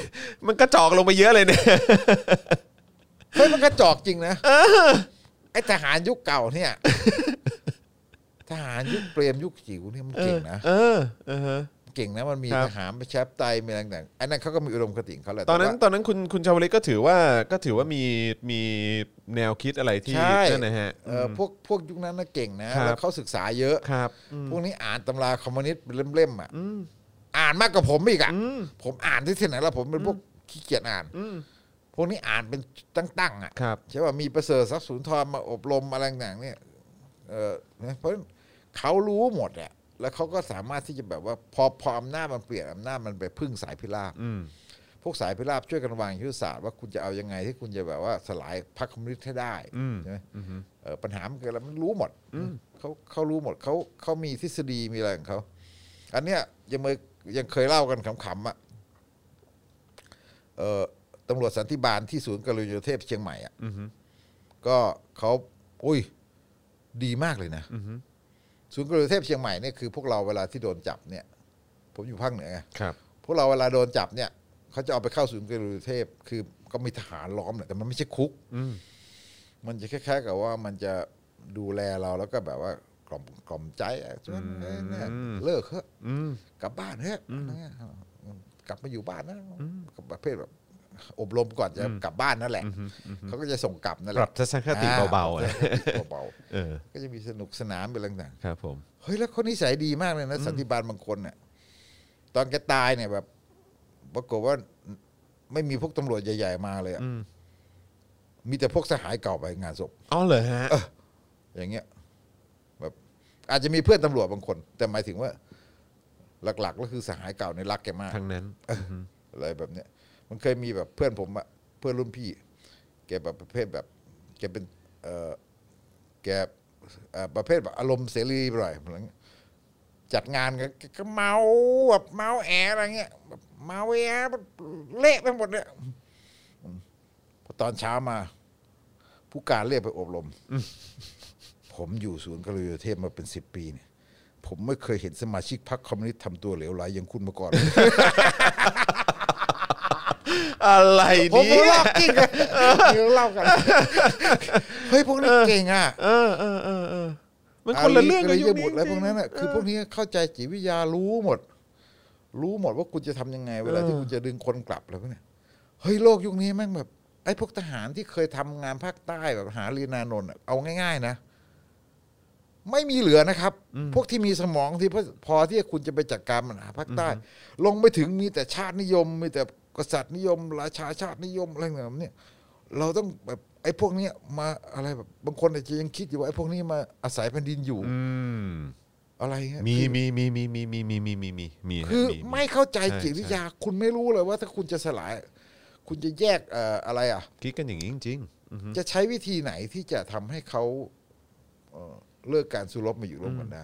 มันกระจอกลงไปเยอะเลยเนี่ย เฮ้ยมันกระจอกจริงนะไอ้ทหารยุคเก่าเนี่ย ทหารยุคเปรมยุคจิ๋วเนี่ยมันเก่งนะ เออเออฮะ เก่งนะมันมี ครับ ทหารประชาธิปไตยมีอะไรต่างๆอันนั้นเขาก็มีอุดมคติของเขาแหละ ตอนนั้น แว่า ตอนนั้นคุณคุณชาวลิตก็ถือว่าก็ถือว่ามีมีแนวคิดอะไรที่ ใช่ นั่นนะฮะ เอ่อพวกพวกยุคนั้นน่ะเก่งนะครับ แล้วเขาศึกษาเยอะ ครับ พวกนี้อ่านตำราคอมมิวนิสต์เป็นเล่มๆอ่ะอ่านมากกว่าผมอีกอ่ะผมอ่านที่ที่ไหนแล้วผมเป็นพวกขี้เกียจอ่าน พวกนี้อ่านเป็นตั้งๆอ่ะ ครับ ใช่ป่ะมีประเสริฐทรัพย์สุนทรมาอบรมอะไรต่างๆเนี่ยเออนะเพราะเขารู้หมดอะแล้วเขาก็สามารถที่จะแบบว่าพอพออำนาจมันเปลี่ยนอำนาจมันไปพึ่งสายพิราบ อืม พวกสายพิราบช่วยกันวางยุทธศาสตร์ว่าคุณจะเอายังไงที่คุณจะแบบว่าสลายพรรคคอมมิวนิสต์ให้ได้ อืม ใช่ไหมเออปัญหามันเกิดแล้วมันรู้หมดเขาเขารู้หมดเขาเขามีทฤษฎีมีอะไรของเขาอันเนี้ยยังเคยยังเคยเล่ากันขำๆอะเออตำรวจสันติบาลที่ศูนย์กรุณาธิเทพเชียงใหม่อะ อือฮึ ก็เขาอุ้ย ดีมากเลยนะศูนย์กรุงเทพเชียงใหม่เนี่ยคือพวกเราเวลาที่โดนจับเนี่ย ผมอยู่ภาคเหนือไง ครับ พวกเราเวลาโดนจับเนี่ยเขาจะเอาไปเข้าศูนย์กรุงเทพคือก็มีทหารล้อมแหละแต่มันไม่ใช่คุก อืม มันจะคล้ายๆกับว่ามันจะดูแลเราแล้วก็แบบว่ากล่อมกล่อมใจอะเนี่ยเลิกเถอะ อืม กลับบ้านเถอะอะไรเงี้ยกลับมาอยู่บ้านนะกับประเภทแบบอบรมก่อนจะกลับบ้านนั่นแหละเขาก็จะส่งกลับนั่นแห ปรั ละ บทัศนคติเบาๆ เล เลย ย เบา เออ ๆก็จะมีสนุกสนานเป็นต่าง ครับผม ๆเฮ้ยแล้วคนนิสัยดีมากเลยนะสันติบาลบางคนเนี่ยตอนแกตายเนี่ยแบบปรากฏว่าไม่มีพวกตำรวจใหญ่ๆมาเลยอะมีแต่พวกสหายเก่าไปงานศพ อ๋อเหรอฮะ อย่างเงี้ย แบบ อาจจะมีเพื่อนตำรวจบางคน แต่หมายถึงว่า หลักๆ ก็คือสหายเก่าในยรักแกมาก ทางนั้น อะไรแบบเนี้ยมันเคยมีแบบเพื่อนผมอะเพื่อนรุ่นพี่ แกแบบประเภทแบบแกเป็นเออแกเอ่อประเภทแบบอารมณ์เสรีไปหน่อยเหมือนจัดงานกันแกก็เมาแบบเมาแออะไรเงี้ยแบบเมาแอแบบเละไปหมดเนี่ยอืมพอตอนเช้ามา ผู้การเรียกไปอบรม ผมอยู่ศูนย์กรุยาเทพมาเป็นสิบปีเนี่ย ผมไม่เคยเห็นสมาชิกพรรคคอมมิวนิสต์ทำตัวเหลวไหลอย่างคุณมาก่อน อะไร ผม เนี่ยก็เล่ากิ่งกันเดี๋ยวเล่ากัน เฮ้ยพวกนี้เก่งอ่ะ เออเออเออเออมันคนละเรื่องกับ ยุ ยุ ค ค นี้ นี้ อะไรพวกนั้นอ่ะคือพวกนี้เข้าใจจิตวิทยารู้หมด รู้หมดว่าคุณจะทำยังไง เวลาที่คุณจะดึงคนกลับอะไรพวกเนี้ยเฮ้ยโลกยุคนี้แม่งแบบ ไอ้พวกทหารที่เคยทำงานภาคใต้แบบหาลีนานนท์อะเอาง่าย ๆ นะ ไม่มีเหลือนะครับ พวกที่มีสมองที่พอพอที่คุณจะไปจัดการปัญหาภาคใต้ ลงไปถึงมีแต่ชาตินิยม มีแต่กษัตริย์นิยม ราชาชาตินิยมอะไรแบบางๆเนี่ยเราต้องแบบไอ้พวกเนี้ยมาอะไรแบบบางคนอาจจะยังคิดอยู่ว่าไอ้พวกนี้มาอาศัยแผ่นดินอยู่ อืม อะไรเงี้ย มี คือ มีมีมีมีมีมีมีมีมีมีฮะ คือ มี ไม่เข้าใจ ใช่ จิตวิทยาคุณไม่รู้เลยว่าถ้าคุณจะสลาย คุณจะแยกเอ่ออะไรอ่ะ คิดกันอย่างนี้จริงๆอือฮึ จะใช้วิธีไหนที่จะทำให้เขาเอ่อเลิกการสู้รบมาอยู่ร่วมกันได้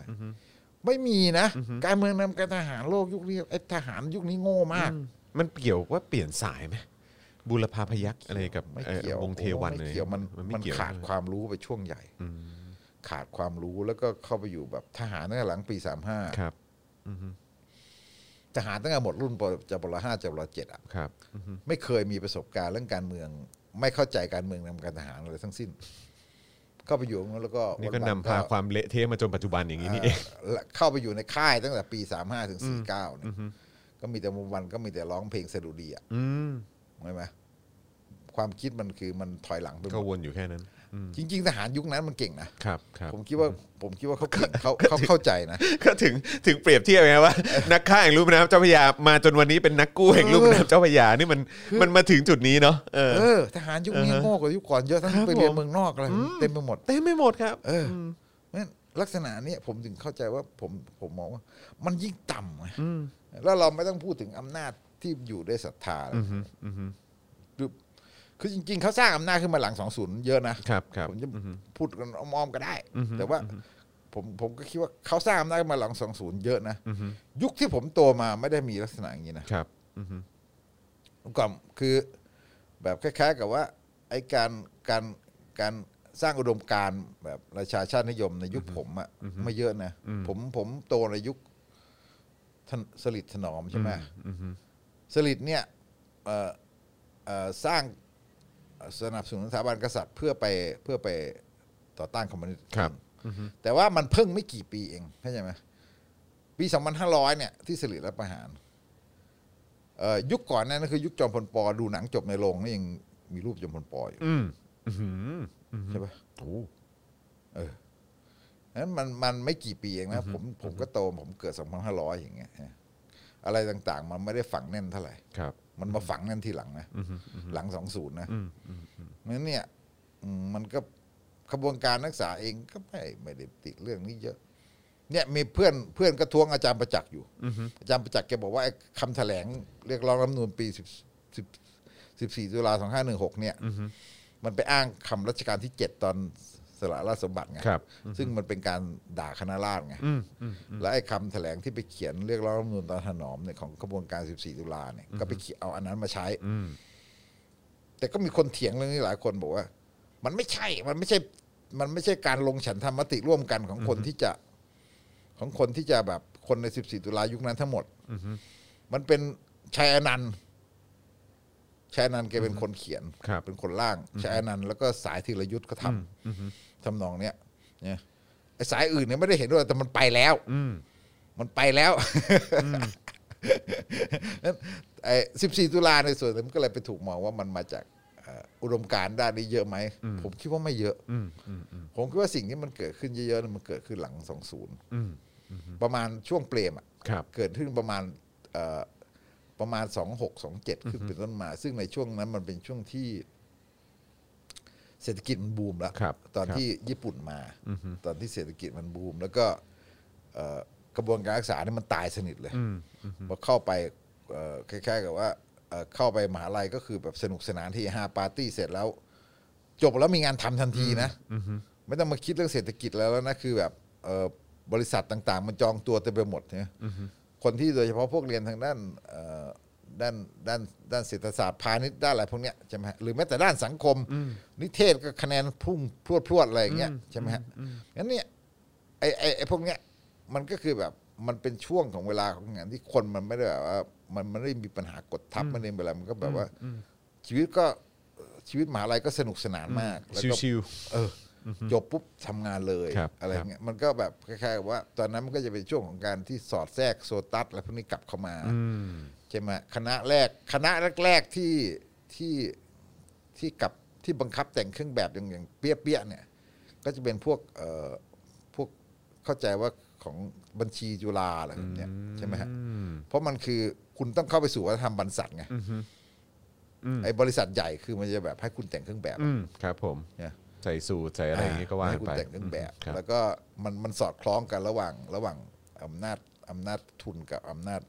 ไม่มีนะ การเมืองนำการทหารโลกยุคนี้ไอ้ทหารยุคนี้โง่มาก มันเกี่ยวว่าเปลี่ยนสายไหมบุรพาพยักษ์อะไรกับ ไม่ เอ่อ เกี่ยว วงเทวัน ไม่ เลย เกี่ยวมัน มันไม่ มัน เกี่ยว ขาด ใช่ไหม ความรู้ไปช่วงใหญ่ อืม ขาดความรู้แล้วก็เข้าไปอยู่แบบทหารตั้งแต่หลังปีสามห้า ครับอือฮึ ทหารตั้งแต่หมดรุ่นปจปรห้าจปรเจ็ดอ่ะ ครับอือฮึ ไม่เคยมีประสบการณ์เรื่องการเมือง ไม่เข้าใจการเมืองนำการทหารอะไรทั้งสิ้น เข้าไปอยู่ตรงนั้นแล้วก็ นี่ก็ วัน ำ ๆ พาความเละเทะมาจนปัจจุบันอย่างนี้นี่เอง เอ่อเข้าไปอยู่ในค่ายตั้งแต่ปี 35 ถึง 49เนี่ยก็มีแต่มุมวันก็มีแต่ร้องเพลงสะดุดีอ่ะ อืม ใช่ไหมความคิดมันคือมันถอยหลังไปห ก็ ม ว ด นอยู่แค่นั้นอืม จริง ๆ ทหารยุคนั้นมันเก่งนะครับ ครับ ผมคิดว่าผมคิดว่าเขาเก่งเขาเขาเข้าใจนะ ก็ถึงถึงเปรียบเทียบไงว่า นักฆ่าแห่งลุ่มน้ำเจ้าพระยามาจนวันนี้เป็นนักกู้แห่งลุ่มน้ำเจ้าพระยานี่มันมันมาถึงจุดนี้เนาะเออ เออ ทหารยุคนี้ อ่าฮะ โง่กว่ายุคก่อนเยอะทั้งคที่รับ ไปเรียน ผม เมืองนอกอะไรเต็มไปหมด เต็มไม่หมดครับ เออนั่นลักษณะเนี้ยผมถึงเข้าใจว่าผมผมมองว่า มันยิ่งต่ำไงแล้วเราไม่ต้องพูดถึงอำนาจที่อยู่ด้วยศรัทธาแล้วคือคือจริง ๆ เขาสร้างอำนาจขึ้นมาหลังสองศูนย์เยอะนะครับ ครับ ผมจะพูดกันอ้อมๆก็ได้ แต่ว่าผมผมก็คิดว่าเขาสร้างอำนาจขึ้นมาหลังสองศูนย์เยอะนะยุคที่ผมโตมาไม่ได้มีลักษณะอย่างนี้นะ ครับ ก่อนคือแบบคล้ายๆกับว่าไอ้การการการสร้างอุดมการณ์แบบราชาชาตินิยมในยุคผมอะไม่เยอะนะ ผมผมโตในยุคทนสลิดถนอมใช่ไหมสลิดเนี่ยเอ่อเอ่อสร้างสนับสนุนสถาบันกษัตริย์เพื่อไปเพื่อไปต่อต้านคอมมิวนิสต์ ครับ แต่ว่ามันเพิ่งไม่กี่ปีเองเข้าใจไหม ปี 2500 เนี่ย ที่สิริรัฐประหารเอ่อยุคก่อนนั้นก็คือ ยุคจอมพลปอดูหนังจบในโรงนี่ยังมีรูปจอมพลปออยู่ อืมอื้อหือ ใช่ปะ โอ้ นั้นมันมันไม่กี่ปีเองนะผมผมก็โตผมเกิด 2500 อย่างเงี้ยฮะอะไรต่างๆ มันไม่ได้ฝังแน่นเท่าไหร่ ครับ มันมาฝังนั่นทีหลังนะหลังสองศูนย์นะเพราะฉะนั้นเนี่ยอืมมันก็ขบวนการนักศึกษาเองก็ไม่ไม่ได้ติดเรื่องนี้เยอะ เนี่ยมีเพื่อนเพื่อนกระท้วงอาจารย์ประจักษ์อยู่อาจารย์ประจักษ์แกบอกว่าไอ้คำแถลงเรียกร้องรัฐธรรมนูญปีสิบสิบสิบสี่ตุลาสองห้าหนึ่งหกเนี่ยมันไปอ้างคำรัชกาลที่เจ็ดตอนสละราชสมบัติไง ครับ ซึ่งมันเป็นการด่าคณะราษฎรไง อืมอืม และไอ้คำแถลงที่ไปเขียนเรียกร้องรัฐธรรมนูญตอนถนอมเนี่ยของขบวนการ 14 ตุลาเนี่ยก็ไปเขียนเอาอันนั้นมาใช้ อืม แต่ก็มีคนเถียงเรื่องนี้หลายคนบอกว่า มันไม่ใช่ มันไม่ใช่ มันไม่ใช่การลงฉันทามติร่วมกันของคนที่จะ ของคนที่จะแบบคนใน 14 ตุลายุคนั้นทั้งหมด มันเป็นชัยอนันต์ชัยอนันต์แกเป็นคนเขียน ครับ เป็นคนล่างชัยอนันต์แล้วก็สายธีรยุทธ์ก็ทำทำนองเนี้ยเนี่ยไอ้สายอื่นเนี่ยไม่ได้เห็นด้วยแต่มันไปแล้ว อืม มันไปแล้วไอ้สิบสี่ตุลาในส่วนหนึ่งก็เลยไปถูกมองว่ามันมาจากเอ่ออุดมการณ์ด้านนี้เยอะไหม ผมคิดว่าไม่เยอะ อืมอืมอืม ผมคิดว่าสิ่งที่มันเกิดขึ้นเยอะๆเนี่ยมันเกิดขึ้นหลังสองศูนย์ อืม ประมาณช่วงเปรมอะ ครับ เกิดขึ้นประมาณเอ่อประมาณสองหกสองเจ็ดขึ้นเป็นต้นมา ซึ่งในช่วงนั้นมันเป็นช่วงที่ เศรษฐกิจมันบูมแล้ว ครับ ตอน ครับ ที่ญี่ปุ่นมา ตอนที่เศรษฐกิจมันบูม แล้วก็เอ่อกระบวนการรักษาเนี่ยมันตายสนิทเลย อืม พอเข้าไปเอ่อคล้ายๆกับว่าเอ่อเข้าไปมหาลัยก็คือแบบสนุกสนานที่ห้าปาร์ตี้เสร็จแล้ว จบแล้วมีงานทำทันทีนะ ไม่ต้องมาคิดเรื่องเศรษฐกิจแล้วนะ คือแบบเอ่อบริษัทต่างๆ มันจองตัวเต็มไปหมดเนี่ยคนที่โดยเฉพาะพวกเรียนทางด้านเอ่อด้านด้านด้านเศรษฐศาสตร์พาณิชย์ด้านอะไรพวกเนี้ยใช่ไหมฮะหรือแม้แต่ด้านสังคม นิเทศก็คะแนนพุ่งพรวดพรวดๆอะไรอย่างเงี้ยใช่ไหมฮะงั้นเนี่ย ไอ้ไอ้ไอ้พวกเนี้ยมันก็คือแบบมันเป็นช่วงของเวลาของงานที่คนมันไม่ได้แบบว่ามันมันไม่ได้มีปัญหากดทับมันเองเวลามันก็แบบว่า ชีวิตก็ชีวิตมหาลัยก็สนุกสนานมากแล้วก็ ชิว เอออจบปุ๊บทำงานเลย ครับ อะไร ครับ เงี้ยมันก็แบบคล้ายๆกับว่า ตอนนั้นมันก็จะเป็นช่วงของการที่สอดแทรกโซตัสอะไรพวกนี้กลับเข้ามา ๆอืม ใช่ไหมคณะแรกคณะแรกๆที่ที่ที่กับที่บังคับแต่งเครื่องแบบอย่างอย่างเปี้ยเปี้ยๆเนี่ย ก็จะเป็นพวกเอ่อพวกเข้าใจว่าของบัญชีจุฬาอะไรแบบเนี้ยใช่ไหมฮะ อืม เพราะมันคือคุณต้องเข้าไปสู่วัฒนธรรมบรรษัทไง อืม ไอ้บริษัทใหญ่คือมันจะแบบให้คุณแต่งเครื่องแบบ อืมครับผม เนี่ย ใส่สูทใส่อะไรอย่างงี้ก็ว่า ให้ กัน คุณ ไป แต่งเครื่องแบบ ครับ แล้วก็มันมันสอดคล้องกันระหว่างระหว่างอำนาจอำนาจทุนกับอำนาจ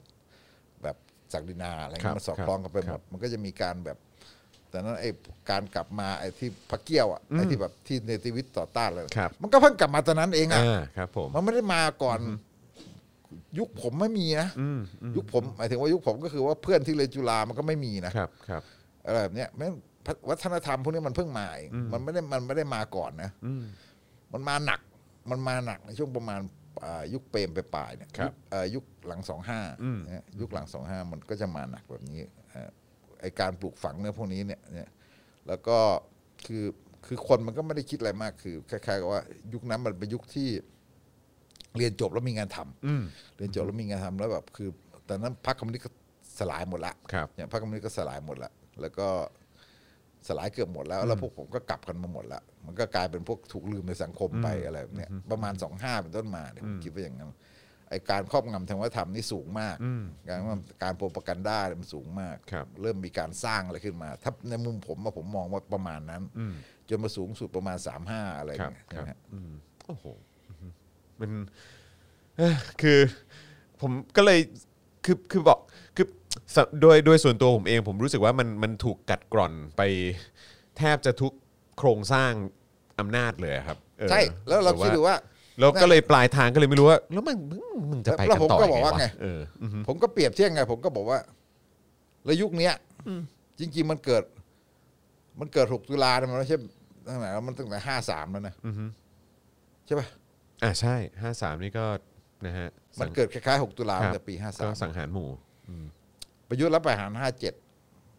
แบบศักดินาอะไร ครับเงี้ยมันสอดคล้องกันไปห ค ม รั ด บ มันก็จะมีการแบบ แต่นั้นไอ้การกลับมาไอ้ที่พระเกี้ยวอ่ะไอ้ที่แบบที่เนติวิทย์ต่อต้านอะไร ครับ มันก็เพิ่งกลับมาตอนนั้นเองอ่ะ อ่าครับผม มันไม่ได้มาก่อน ยุคผมไม่มีนะยุคผมหมายถึงว่ายุคผมก็คือว่าเพื่อนที่เรียนจุฬามันก็ไม่มีนะครับ ครับ อะไรแบบเนี้ยแม้วัฒนธรรมพวกนี้มันเพิ่งมาเองมันไม่ได้มันไม่ได้มาก่อนนะมันมาหนัก มันมาหนักในช่วงประมาณอ่ายุคเปรมไปปลายเนี่ย ครับ ยุคเอ่อยุคหลังสองห้ายุคหลังสองห้ามันก็จะมาหนักแบบนี้เอ่อไอการปลูกฝังเนี่ยพวกนี้เนี่ยเนี่ย แล้วก็คือคือคนมันก็ไม่ได้คิดอะไรมากคือคล้ายๆกับว่า ยุคนั้นมันเป็นยุคที่เรียนจบแล้วมีงานทำเรียนจบแล้วมีงานทำแล้วแบบคือตอนนั้นพรรคคอมมิวนิสต์ก็สลายหมดละ ครับ อย่างพรรคคอมมิวนิสต์ก็สลายหมดละแล้วก็สลายเกือบหมดแล้ว แล้วพวกผมก็กลับกันมาหมดละมันก็กลายเป็นพวกถูกลืมในสังคมไปอะไรแบบเนี้ยประมาณสองห้าเป็นต้นมาเนี่ยผมคิดว่าอย่างนั้นไอการครอบงำทางวัฒนธรรมนี่สูงมาก การว่าการโปรปากันด้าเนี่ยมันสูงมาก ครับ เริ่มมีการสร้างอะไรขึ้นมา ถ้าในมุมผมอะผมมองว่าประมาณนั้นจนมาสูงสุดประมาณสามห้าอะไร ครับคเงี้ยรับ นะฮะ อืมโอ้โหมันเอ้อคือผมก็เลยคือคือบอกคือสำโดยโดยส่วนตัวผมเอง ผมรู้สึกว่ามันมันถูกกัดกร่อนไปแทบจะทุกโครงสร้างอำนาจเลยอะครับเออ ใช่แล้วเราคิดดูว่า แล้วก็เลยปลายทางก็เลยไม่รู้ว่า แล้วมันมึงมึงจะไป แล้ กัน วผม ต่อ ก็ ยัง บอก ไง ว่าไง วะเอออือฮึ ผมก็เปรียบเทียบไงผมก็บอกว่า แล้วยุคเนี้ยจริง ๆ มันเกิด มันเกิดหกตุลาเนี่ยมันไม่ใช่ตั้งแต่มันตั้งแต่ห้าสามแล้วนะใช่ป่ะ อ่าใช่ห้าสามนี่ก็นะฮะ มันเกิดคล้ายๆหกตุลาตั้งแต่ปีห้า ก็ สาม สังหารหมู่ ประยุทธ์รับประหารห้าเจ็ด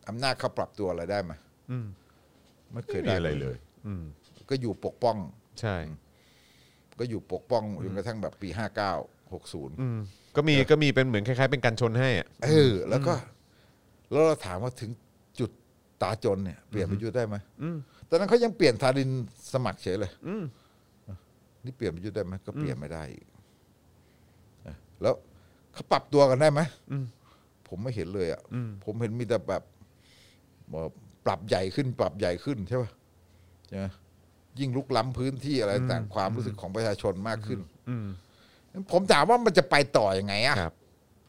อำนาจเขาปรับตัวอะไรได้ไหมไม่เคย ไม่มี ได้ อะไรเลย อืม ก็อยู่ปกป้อง ใช่ ก็อยู่ปกป้องจนกระทั่งแบบปี 59 60 ก็มีก็มีเป็นเหมือนคล้ายๆเป็นการชนให้อะ เออ แล้วก็ แล้วเราถามว่าถึงจุดตาจนเนี่ย เปลี่ยนประยุทธ์ได้ไหมตอนนั้นเขายังเปลี่ยนทารินสมัครเฉยเลยนี่เปลี่ยนประยุทธ์ได้ไหมก็เปลี่ยนไม่ได้อีกเออแล้วเขาปรับตัวกันได้ไหมผมไม่เห็นเลยอ่ะผมเห็นมีแต่แบบแบบปรับใหญ่ขึ้น ปรับใหญ่ขึ้นใช่ป่ะใช่ไหมยิ่งลุกล้ำพื้นที่อะไรต่างความรู้สึกของประชาชนมากขึ้นงั้นผมถามว่ามันจะไปต่ออยังไงอ่ะ ครับ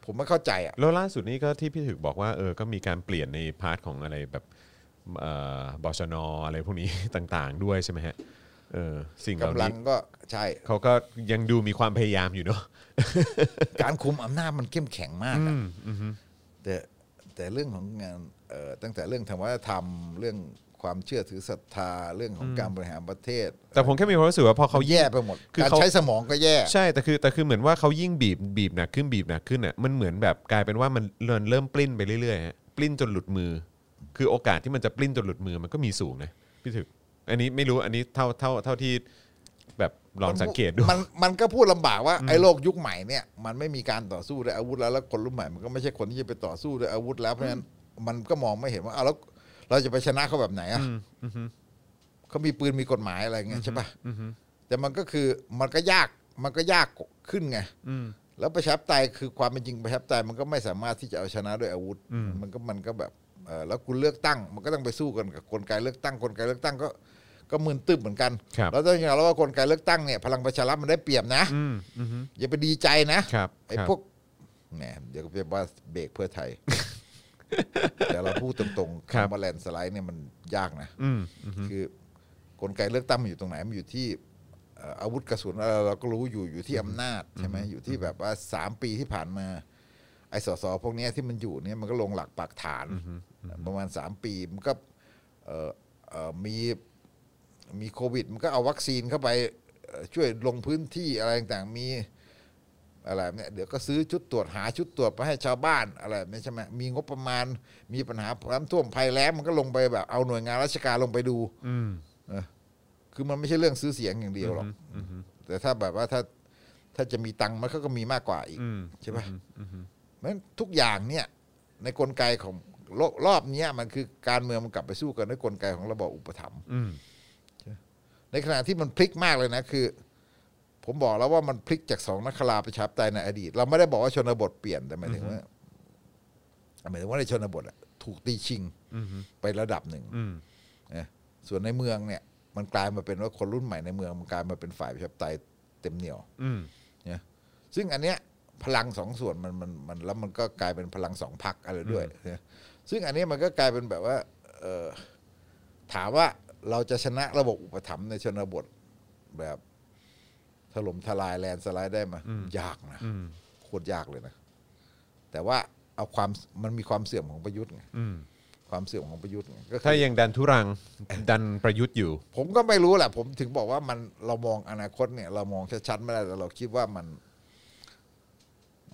ผมไม่เข้าใจอ่ะ แล้วล่าสุดนี้ก็ที่พี่ถึกบอกว่าเออก็มีการเปลี่ยนในพาร์ทของอะไรแบบเอ่อบชนอะไรพวกนี้ ต่างๆ ด้วยใช่ไหมฮะเออสิ่งเหล่าก ำลั นี้ งก็ใช่ เขาก็ยังดูมีความพยายามอยู่เนาะ การคุมอำนาจมันเข้มแข็งมากอะแต่แต่เรื่องของงานเอ่อตั้งแต่เรื่องทางวัฒนธรรม เรื่องความเชื่อถือศรัทธาเรื่องของการบริหารประเทศ แต่ผมแค่มีความรู้สึกว่าพอเขา เขาแย่ไปหมด คือ การ เขา ใช้สมองก็แย่ ใช่แต่คือแต่คือเหมือนว่าเขายิ่งบีบบีบหนักขึ้นบีบหนักขึ้นอ่ะมันเหมือนแบบกลายเป็นว่ามันเริ่มเริ่มปลิ้นไปเรื่อยๆฮะปลิ้นจนหลุดมือ คือโอกาสที่มันจะปลิ้นจนหลุดมือมันก็มีสูงนะพี่ถึก อันนี้ไม่รู้อันนี้เท่าเท่าเท่าที่แบบลองสังเกตดู มันมันก็พูดลำบากว่าไอ้โลกยุคใหม่เนี่ยมันไม่มีการต่อสู้ด้วยอาวุธแล้วแล้วคนรุ่นใหม่มันก็ไม่ใช่คนที่จะไปต่อสู้ด้วยอาวุธแล้วเพราะฉะนั้นมันก็มองไม่เห็นว่าเอาแล้วเราจะไปชนะเขาแบบไหนอ่ะเขามีปืนมีกฎหมายอะไรอย่างเงี้ยใช่ปะ แต่มันก็คือมันก็ยากมันก็ยากขึ้นไงแล้วประชาธิปไตยคือความเป็นจริงประชาธิปไตยมันก็ไม่สามารถที่จะเอาชนะด้วยอาวุธ มันก็มันก็แบบเอ่อแล้วคุณเลือกตั้ง มันก็ต้องไปสู้กันกับกลไกเลือกตั้งกลไกเลือกตั้งก็ก็มึนตึบเหมือนกัน ครับ แล้วต้องยอมรับว่ากลไกเลือกตั้งเนี่ยพลังประชารัฐมันได้เปรียบนะ อืมอืม อย่าไปดีใจนะครับ ไอ้ ครับ พวกแหมเดี๋ยวก็จะว่าเบรกเพื่อไทย แต่เราพูดตรงๆ ครับ คำว่าแลนด์สไลด์เนี่ยมันยากนะ อืม คือกลไกเลือกตั้งมันอยู่ตรงไหนมันอยู่ที่เอ่ออาวุธกระสุนอะไรเราก็รู้อยู่อยู่ที่อำนาจใช่ไหมอยู่ที่แบบว่าสามปีที่ผ่านมา ไอ้สสพวกเนี้ยที่มันอยู่เนี่ยมันก็ลงหลักปักฐาน ประมาณสามปีมันก็เอ่อเอ่อมีมีโควิด มันก็เอาวัคซีนเข้าไปเอ่อช่วยลงพื้นที่อะไรต่างๆมีอะไรแบบเนี่ยเดี๋ยวก็ซื้อชุดตรวจหาชุดตรวจไปให้ชาวบ้านอะไรแบบเนี่ยใช่ไหมมีงบประมาณมีปัญหาน้ำท่วมภัยแล้งมันก็ลงไปแบบเอาหน่วยงานราชการลงไปดู อืม เออคือมันไม่ใช่เรื่องซื้อเสียงอย่างเดียวหรอกแต่ถ้าแบบว่าถ้าถ้าจะมีตังค์มันก็มีมากกว่าอีก อืม ใช่ปะเพราะฉะนั้นทุกอย่างเนี่ย ในกลไกของโลกรอบเนี้ยมันคือการเมืองมันกลับไปสู้กันด้วยกลไกของระบอบอุปถัมภ์ อืม ในขณะที่มันพลิกมากเลยนะคือ ผมบอกแล้วว่ามันพลิกจากสองนักขลาประชาธิปไตยในอดีต เราไม่ได้บอกว่าชนบทเปลี่ยนแต่หมายถึงว่าหมายถึงว่าในชนบทอะถูกตีชิงไประดับหนึ่ง อืม นะส่วนในเมืองเนี่ยมันกลายมาเป็นว่าคนรุ่นใหม่ในเมืองมันกลายมาเป็นฝ่ายประชาธิปไตยเต็มเหนียว อืม นะซึ่งอันเนี้ยพลังสองส่วนมันมันมันแล้วมันก็กลายเป็นพลังสองพักอะไรด้วยนะซึ่งอันเนี้ยมันก็กลายเป็นแบบว่าเอ่อถามว่าเราจะชนะระบบอุปถัมภ์ในชนบทแบบถล่มทลายแลนด์สไลด์ได้ไหมยากนะโคตรยากเลยนะ แต่ว่าเอาความมันมีความเสื่อมของประยุทธ์ไง อืม ความเสื่อมของประยุทธ์ไงก็คือ ถ้ายังดันทุรังดันประยุทธ์อยู่ ผมก็ไม่รู้แหละผมถึงบอกว่ามันเรามองอนาคตเนี่ย เรามองชัดๆไม่ได้แต่เราคิดว่ามัน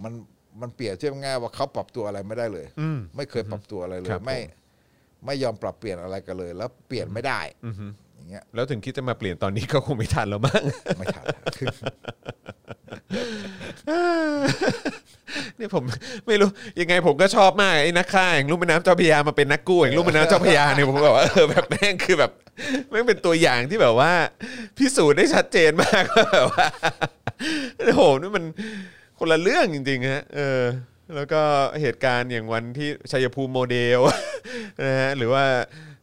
มันมันเปรียบเทียบง่ายว่าเขาปรับตัวอะไรไม่ได้เลย อืม ไม่เคยปรับตัวอะไรเล ครั ย บ ไม่ไม่ยอมปรับเปลี่ยนอะไรกันเลย แล้วเปลี่ยนไม่ได้อย่างเงี้ย แล้วถึงคิดจะมาเปลี่ยนตอนนี้ก็คงไม่ทันแล้วมั้ง ไม่ทัน เนี่ยผมไม่รู้ยังไงผมก็ชอบมากไอ้นักฆ่าอย่างลูกแม่น้ำเจ้าพระยามาเป็นนักกู้อย่างลูกแม่น้ำเจ้าพระยาเนี่ยผมแบบว่าเออแบบแม่งคือแบบแม่งเป็นตัวอย่างที่แบบว่า พิสูจน์ได้ชัดเจนมาก ว่าแบบว่าโอ้โหนี่มันคนละเรื่องจริงๆฮะเออ แล้วก็เหตุการณ์อย่างวันที่ชัยภูมิโมเดล นะฮะหรือว่า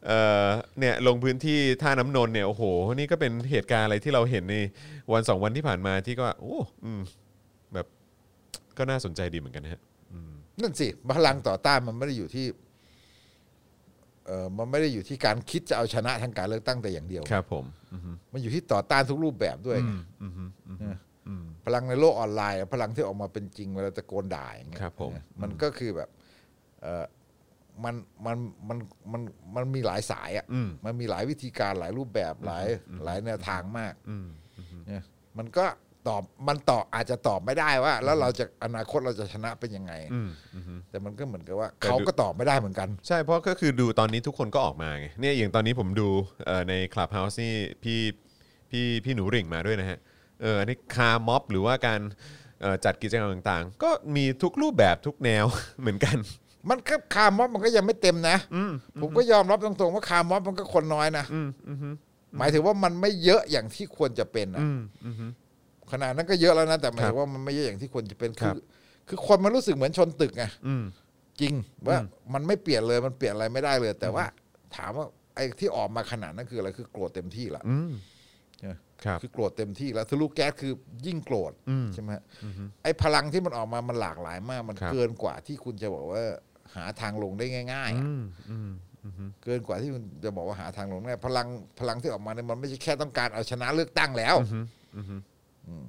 เอ่อเนี่ยลงพื้นที่ท่าน้ำนนท์เนี่ยโอ้โหนี่ก็เป็นเหตุการณ์อะไรที่เราเห็นในวันสองวันที่ผ่านมาที่ก็โอ้อืมแบบ ก็น่าสนใจดีเหมือนกันนะฮะ นั่นสิพลังต่อต้านมันไม่ได้อยู่ที่ เออมันไม่ได้อยู่ที่การคิดจะเอาชนะทางการเลือกตั้งแต่อย่างเดียว ครับผม มันอยู่ที่ต่อต้านทุกรูปแบบด้วยไงนะพลังในโลกออนไลน์อะพลังที่ออกมาเป็นจริงเวลาตะโกนด่าอย่างเงี้ย ครับผม นะมันก็คือแบบเออมันมันมันมันมันมีหลายสายอ่ะมันมีหลายวิธีการหลายรูปแบบหลายหลายแนวทางมากนะมันก็ตอบมันตอบอาจจะตอบไม่ได้ว่า แล้วเราจะอนาคตเราจะชนะเป็นยังไง แต่มันก็เหมือนกับว่าเขาก็ตอบไม่ได้เหมือนกัน ใช่เพราะก็คือดูตอนนี้ทุกคนก็ออกมาไงเนี่ยอย่างตอนนี้ผมดูเอ่อในคลับเฮาส์นี่พี่พี่พี่หนูหริ่งมาด้วยนะฮะ เอออันนี้คาร์ม็อบหรือว่าการเอ่อจัดกิจกรรมต่างๆ ก็มีทุกรูปแบบทุกแนว เหมือนกัน มันก็คาร์ม็อบมันก็ยังไม่เต็มนะผมก็ยอมรับตรงๆว่าคาร์ม็อบมันก็คนน้อยนะหมายถึงว่ามันไม่เยอะอย่างที่ควรจะเป็นนะขนาดนั้นก็เยอะแล้วนะแต่หมายถึงว่ามันไม่เยอะอย่างที่ควรจะเป็น ค คื รั อบ คือคนมันรู้สึกเหมือนชนตึกไง อืม จริงว่ามันไม่เปลี่ยนเลยมันเปลี่ยนอะไรไม่ได้เลย แต่ว่า ถามว่าไอ้ที่ออกมาขนาดนั้นคืออะไรคือโกรธเต็มที่ละ อืม ใช่ไหม ครับ คือโกรธเต็มที่แล้วทะลุแก๊สคือยิ่งโกรธ อืม ใช่ไหมไอ้พลังที่มันออกมามันหลากหลายมาก มัน ครับ เกินกว่าที่คุณจะบอกว่า หาทางลงได้ง่ายๆอะ อืมอืม เกินกว่าที่คุณจะบอกว่าหาทางลงได้พลังพลังที่ออกมาเนี่ยมันไม่ใช่แค่ต้องการเอาชนะเลือกตั้งแล้วอืม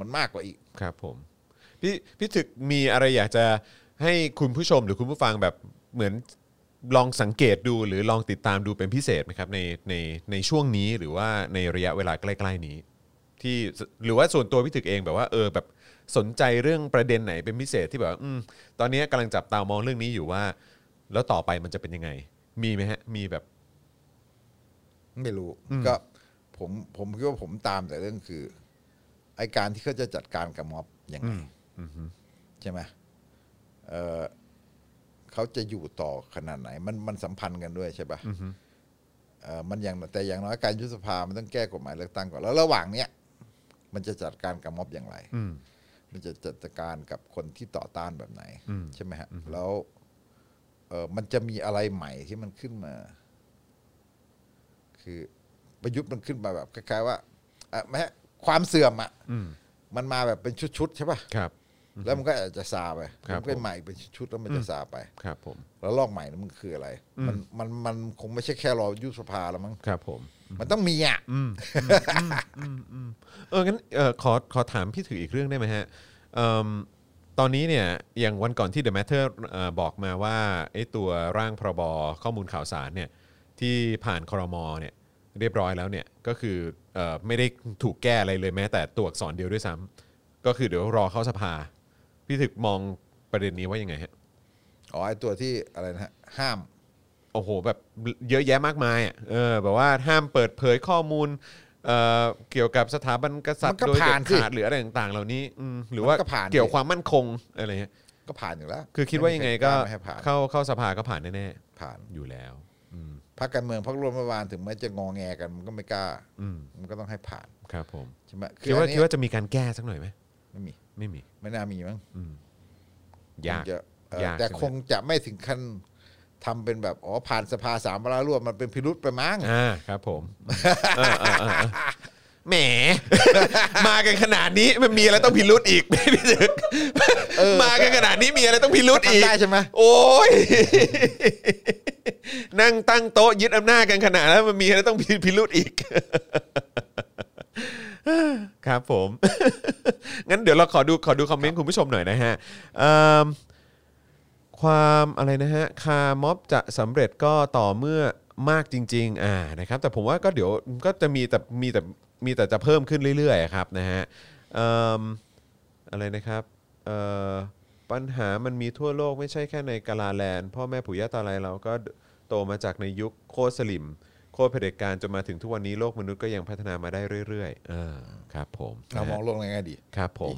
มันมากกว่าอีก ครับผมพี่พี่ถึกมีอะไรอยากจะให้คุณผู้ชมหรือคุณผู้ฟังแบบเหมือนลองสังเกตดูหรือลองติดตามดูเป็นพิเศษไหมครับในในในช่วงนี้หรือว่าในระยะเวลาใกล้ๆนี้ ที่สหรือว่าส่วนตัวพี่ถึกเองแบบว่าเออแบบสนใจเรื่องประเด็นไหนเป็นพิเศษที่แบบว่าอืมตอนนี้กำลังจับตามองเรื่องนี้อยู่ว่า แล้วต่อไปมันจะเป็นยังไง มีไหมฮะมีแบบ ไม่รู้ก็ ผมผมคิดว่าผมตามแต่เรื่องคือ ไอการที่เขาจะจัดการกับม็อบยังไงใช่ไหมเออเขาจะอยู่ต่อขนาดไหน มันมันสัมพันธ์กันด้วยใช่ปะเออมันอย่างแต่อย่างน้อยการยุบสภามันต้องแก้กฎหมายเลือกตั้งก่อนแล้วระหว่างเนี้ยมันจะจัดการกับม็อบอย่างไร อืม มันจะจัดการกับคนที่ต่อต้านแบบไหน อืม ใช่ไหมฮะแล้วเออมันจะมีอะไรใหม่ที่มันขึ้นมา คือประยุทธ์มันขึ้นมาแบบคล้ายๆว่าอ่ะแม้ความเสื่อมอ่ะ อืม มันมาแบบเป็นชุดๆใช่ป่ะ ครับ แล้วมันก็อาจจะซาไป ครับ มันก็ใหม่เป็นชุดๆแล้วมันจะซาไป ครับผม แล้วลอกใหม่นั้นมันคืออะไร มันมันมันคงไม่ใช่แค่รอยุบสภาแล้วมั้ง ครับผม มันต้องมีอ่ะ เอองั้นเออขอขอถามพี่ถืออีกเรื่องได้ไหมฮะเอิ่มตอนนี้เนี่ยอย่างวันก่อนที่ The Matter เอ่อบอกมาว่าไอ้ตัวร่างพรบข้อมูลข่าวสารเนี่ยที่ผ่านครมเนี่ยเรียบร้อยแล้วเนี่ยก็คือเออไม่ได้ถูกแก้อะไรเลยแม้แต่ตัวอักษรเดียวด้วยซ้ำก็คือเดี๋ยวรอเข้าสภา พี่ถึกมองประเด็นนี้ว่ายังไงฮะ อ๋อไอตัวที่อะไรนะฮะห้าม โอ้โหแบบเยอะแยะมากมายอ่ะเออแบบว่าห้ามเปิดเผยข้อมูลเอ่อเกี่ยวกับสถาบันกษัตริ มั ย์ นก็ โดยเด็ ผ่าน ด สิ ขาดหรืออะไรต่างๆ เหล่านี้อืมหรือว่า ก็ผ่านสิ เกี่ยวความมั่นคงอะไรเงี้ย ก็ผ่านอยู่แล้ว คือคิดว่ายังไงก็ ม่มีใครล้าไม่ให้ผ่าน เข้าเข้าสภาก็ผ่านแน่ ผ่าน ๆอยู่แล้ว พรรคการเมืองพรรคร่วมรัฐบาลถึงแม้จะงอแงกันมันก็ไม่กล้า อืม มันก็ต้องให้ผ่าน ครับผม ใช่ไหม คิดว่า อัน คิด เนี้ย ว่าจะมีการแก้สักหน่อยไหม ไม่มี ไม่มี ไม่น่ามีมั้ง อืมยาก คงจะเอ่อย าก แต่ ใช่ไหม คงจะไม่ถึงขั้นทำเป็นแบบอ๋อผ่านสภาสามวาระรวมมันเป็นพิรุษไปมั้ง อ่าครับผมเออเออเออเออแหม มากันขนาดนี้มันมีอะไรต้องพิรุษอีก พี่ถึกมากันขนาดนี้มีอะไรต้องพิรุษอีก ทำได้ใช่ไหม โอ้ย นั่งตั้งโต๊ะยึดอำนาจกันขนาดแล้วมันมีอะไรต้องพิพิรุษอีก ครับผม งั้นเดี๋ยวเราขอดูขอดูคอมเมนต์คุณผู้ชมหน่อยนะฮะเอิ่มความอะไรนะฮะ คาม็อบจะสำเร็จก็ต่อเมื่อมากจริง ๆ อ่านะครับ แต่ผมว่าก็เดี๋ยวก็จะมีแต่มีแต่มีแต่จะเพิ่มขึ้นเรื่อยๆครับนะฮะเอิ่ม อะไรนะครับเอ่อปัญหามันมีทั่วโลกไม่ใช่แค่ในกาลาแลนด์ พ่อแม่ปู่ย่าตายายเราก็โตมาจากในยุคโคตรสลิม โคตรเผด็จการจนมาถึงทุกวันนี้โลกมนุษย์ก็ยังพัฒนามาได้เรื่อยๆเออครับผม เรามองโลกในแง่ดี ครับผม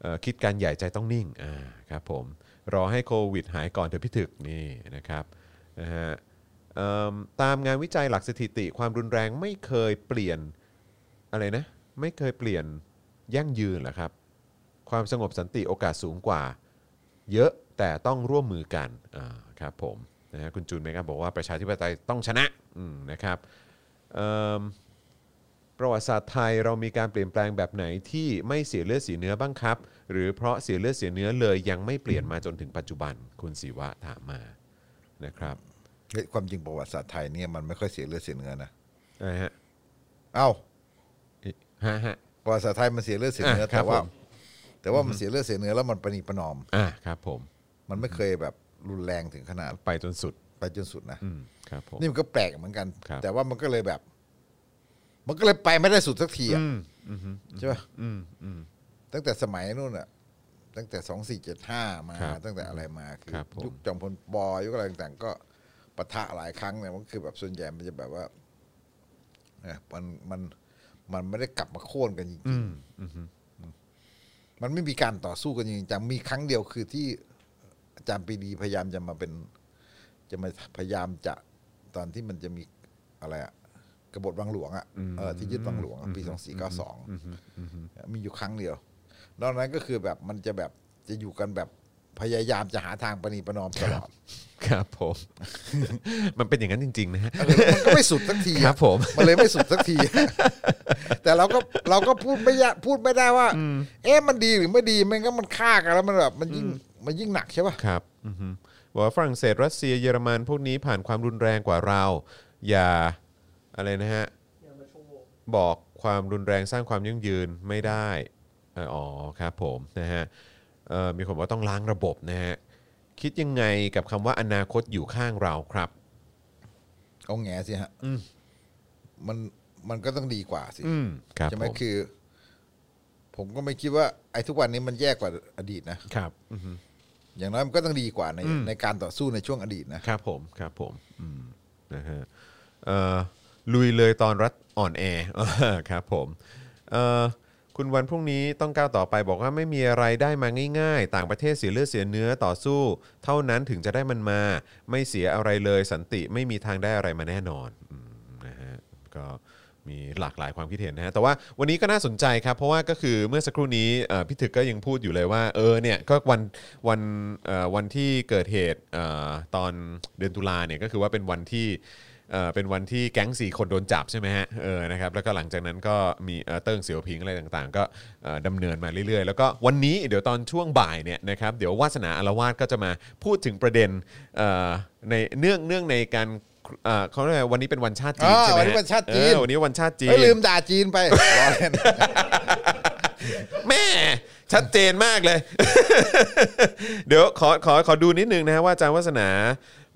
เอ่อคิดการใหญ่ใจต้องนิ่งอ่าครับผมรอให้โควิดหายก่อนเถอะพี่ถึกนี่นะครับนะฮะเอิ่มตามงานวิจัยหลักสถิติ ความรุนแรงไม่เคยเปลี่ยนอะไรนะไม่เคยเปลี่ยนยั่งยืนเหรอครับ ความสงบสันติโอกาสสูงกว่า เยอะแต่ต้องร่วมมือกันอ่าครับผมนะฮะคุณจูนเมกาบอกว่าประชาธิปไตยต้องชนะอืมนะครับเอิ่มประวัติศาสตร์ไทยเรามีการเปลี่ยนแปลงแบบไหนที่ไม่เสียเลือดเสียเนื้อบ้างครับ หรือเพราะเสียเลือดเสียเนื้อเลยยังไม่เปลี่ยนมาจนถึงปัจจุบันคุณศิวะถามมานะครับ เฮ้ยความจริงประวัติศาสตร์ไทยเนี่ยมันไม่ค่อยเสียเลือดเสียเนื้อนะ อะไรฮะ เอ้า อิฮะฮะ ประวัติศาสตร์ไทยมันเสียเลือดเสียเนื้ออะ ครับ แต่ว่า ผม แต่ว่ามันเสียเลือดเสียเนื้อแล้วมันประนีประนอม อ่าครับผม มันไม่เคยแบบรุนแรงถึงขนาด ไปจนสุด ไปจนสุดนะ อืมครับผม นี่มันก็แปลกเหมือนกัน ครับ แต่ว่ามันก็เลยแบบ มันก็เลยไปไม่ได้สุดสักทีอะ อืมอืมฮึ ใช่ป่ะ อืมอืม ตั้งแต่สมัยนู่นอ่ะ ตั้งแต่สองสี่เจ็ดห้ามา ครับ ตั้งแต่อะไรมาคือ ครับผม ยุคจอมพลปอยุคอะไรต่างๆ ก็ปะทะหลายครั้งเนี่ยมันคือแบบส่วนใหญ่มันจะแบบว่าเอ่อมันมัน มันไม่ได้กลับมาโค่นกันจริงๆมันไม่มีการต่อสู้กันจริงจังมีครั้งเดียวคือที่อาจารย์ปรีดีพยายามจะมาเป็น จะมาพยายามจะตอนที่มันจะมีอะไรอะกบฏวังหลวงอะเออที่ยึดวังหลวงอะปีสองสี่เก้าสองมีอยู่ครั้งเดียวนอกนั้นก็คือแบบมันจะแบบจะอยู่กันแบบพยายามจะหาทางประนีประนอมตลอด ครับผม มันเป็นอย่างนั้นจริงๆนะฮะ เออมันก็ไม่สุดสักทีอะ ครับผม มันเลยไม่สุดสักที แต่เราก็เราก็พูดไม่ยะพูดไม่ได้ว่า เอ๊ะมันดีหรือไม่ดีมันก็มันฆ่ากันแล้วมันแบบมันยิ่งมันยิ่งหนักใช่ป่ะ ครับอือฮึบอกว่าฝรั่งเศสรัสเซียเยอรมันพวกนี้ผ่านความรุนแรงกว่าเรา อย่าอะไรนะฮะ บอกความรุนแรงสร้างความยั่งยืนไม่ได้เอ่ออ๋อครับผมนะฮะเอ่อมีคนบอกว่าต้องล้างระบบนะฮะ คิดยังไงกับคำว่าอนาคตอยู่ข้างเราครับ เอาแง่สิฮะ อืม มันมันก็ต้องดีกว่าสิ อืมครับ ใช่ไห ผม ม คือ ผมก็ไม่คิดว่าไอ้ทุกวันนี้มันแย่กว่าอดีตนะครับ อือฮึ อย่างน้อยมันก็ต้องดีกว่าใน อืม ในการต่อสู้ในช่วงอดีตนะครับ ผมครับผมอืมนะฮะเอ่อลุยเลยตอนรัฐอ่อนแอ ครับผมเอ่อคุณวันพรุ่งนี้ต้องก้าวต่อไปบอกว่าไม่มีอะไรได้มาง่าย ๆ ต่างประเทศเสียเลือดเสียเนื้อต่อสู้ เท่านั้นถึงจะได้มันมา ไม่เสียอะไรเลยสันติไม่มีทางได้อะไรมาแน่นอนอืมนะฮะก็มีหลากหลายความคิดเห็นนะฮะแต่ว่าวันนี้ก็น่าสนใจครับ เพราะว่าก็คือเมื่อสักครู่นี้เอ่อพี่ถึกก็ยังพูดอยู่เลยว่าเออเนี่ยก็วันวันเอ่อวันที่เกิดเหตุเอ่อตอนเดือนตุลาเนี่ยก็คือว่าเป็นวันที่เอ่อเป็นวันที่แก๊งสี่คนโดนจับใช่ไหมฮะเออนะครับแล้วก็หลังจากนั้นก็มีเอ่อเติ้งเสี่ยวผิงอะไรต่างๆ ก็เอ่อดำเนินมาเรื่อยๆ แล้วก็วันนี้เดี๋ยวตอนช่วงบ่ายเนี่ยนะครับเดี๋ยววาสนาอารวาสก็จะมาพูดถึงประเด็นเอ่อในเนื่องเนื่องในการเอ่อเขาเรียกว่าวันนี้เป็นวันชาติจีน อ่า ใช่ไหม วัน ฮะ นี้วันชาติจีน เออวันนี้วันชาติจีน เอ้ยลืมด่าจีน ไปรอเล่น แม่ชัดเจนมากเลย เดี๋ยวขอขอขอดูนิดนึงนะฮะว่าอาจารย์วัฒนา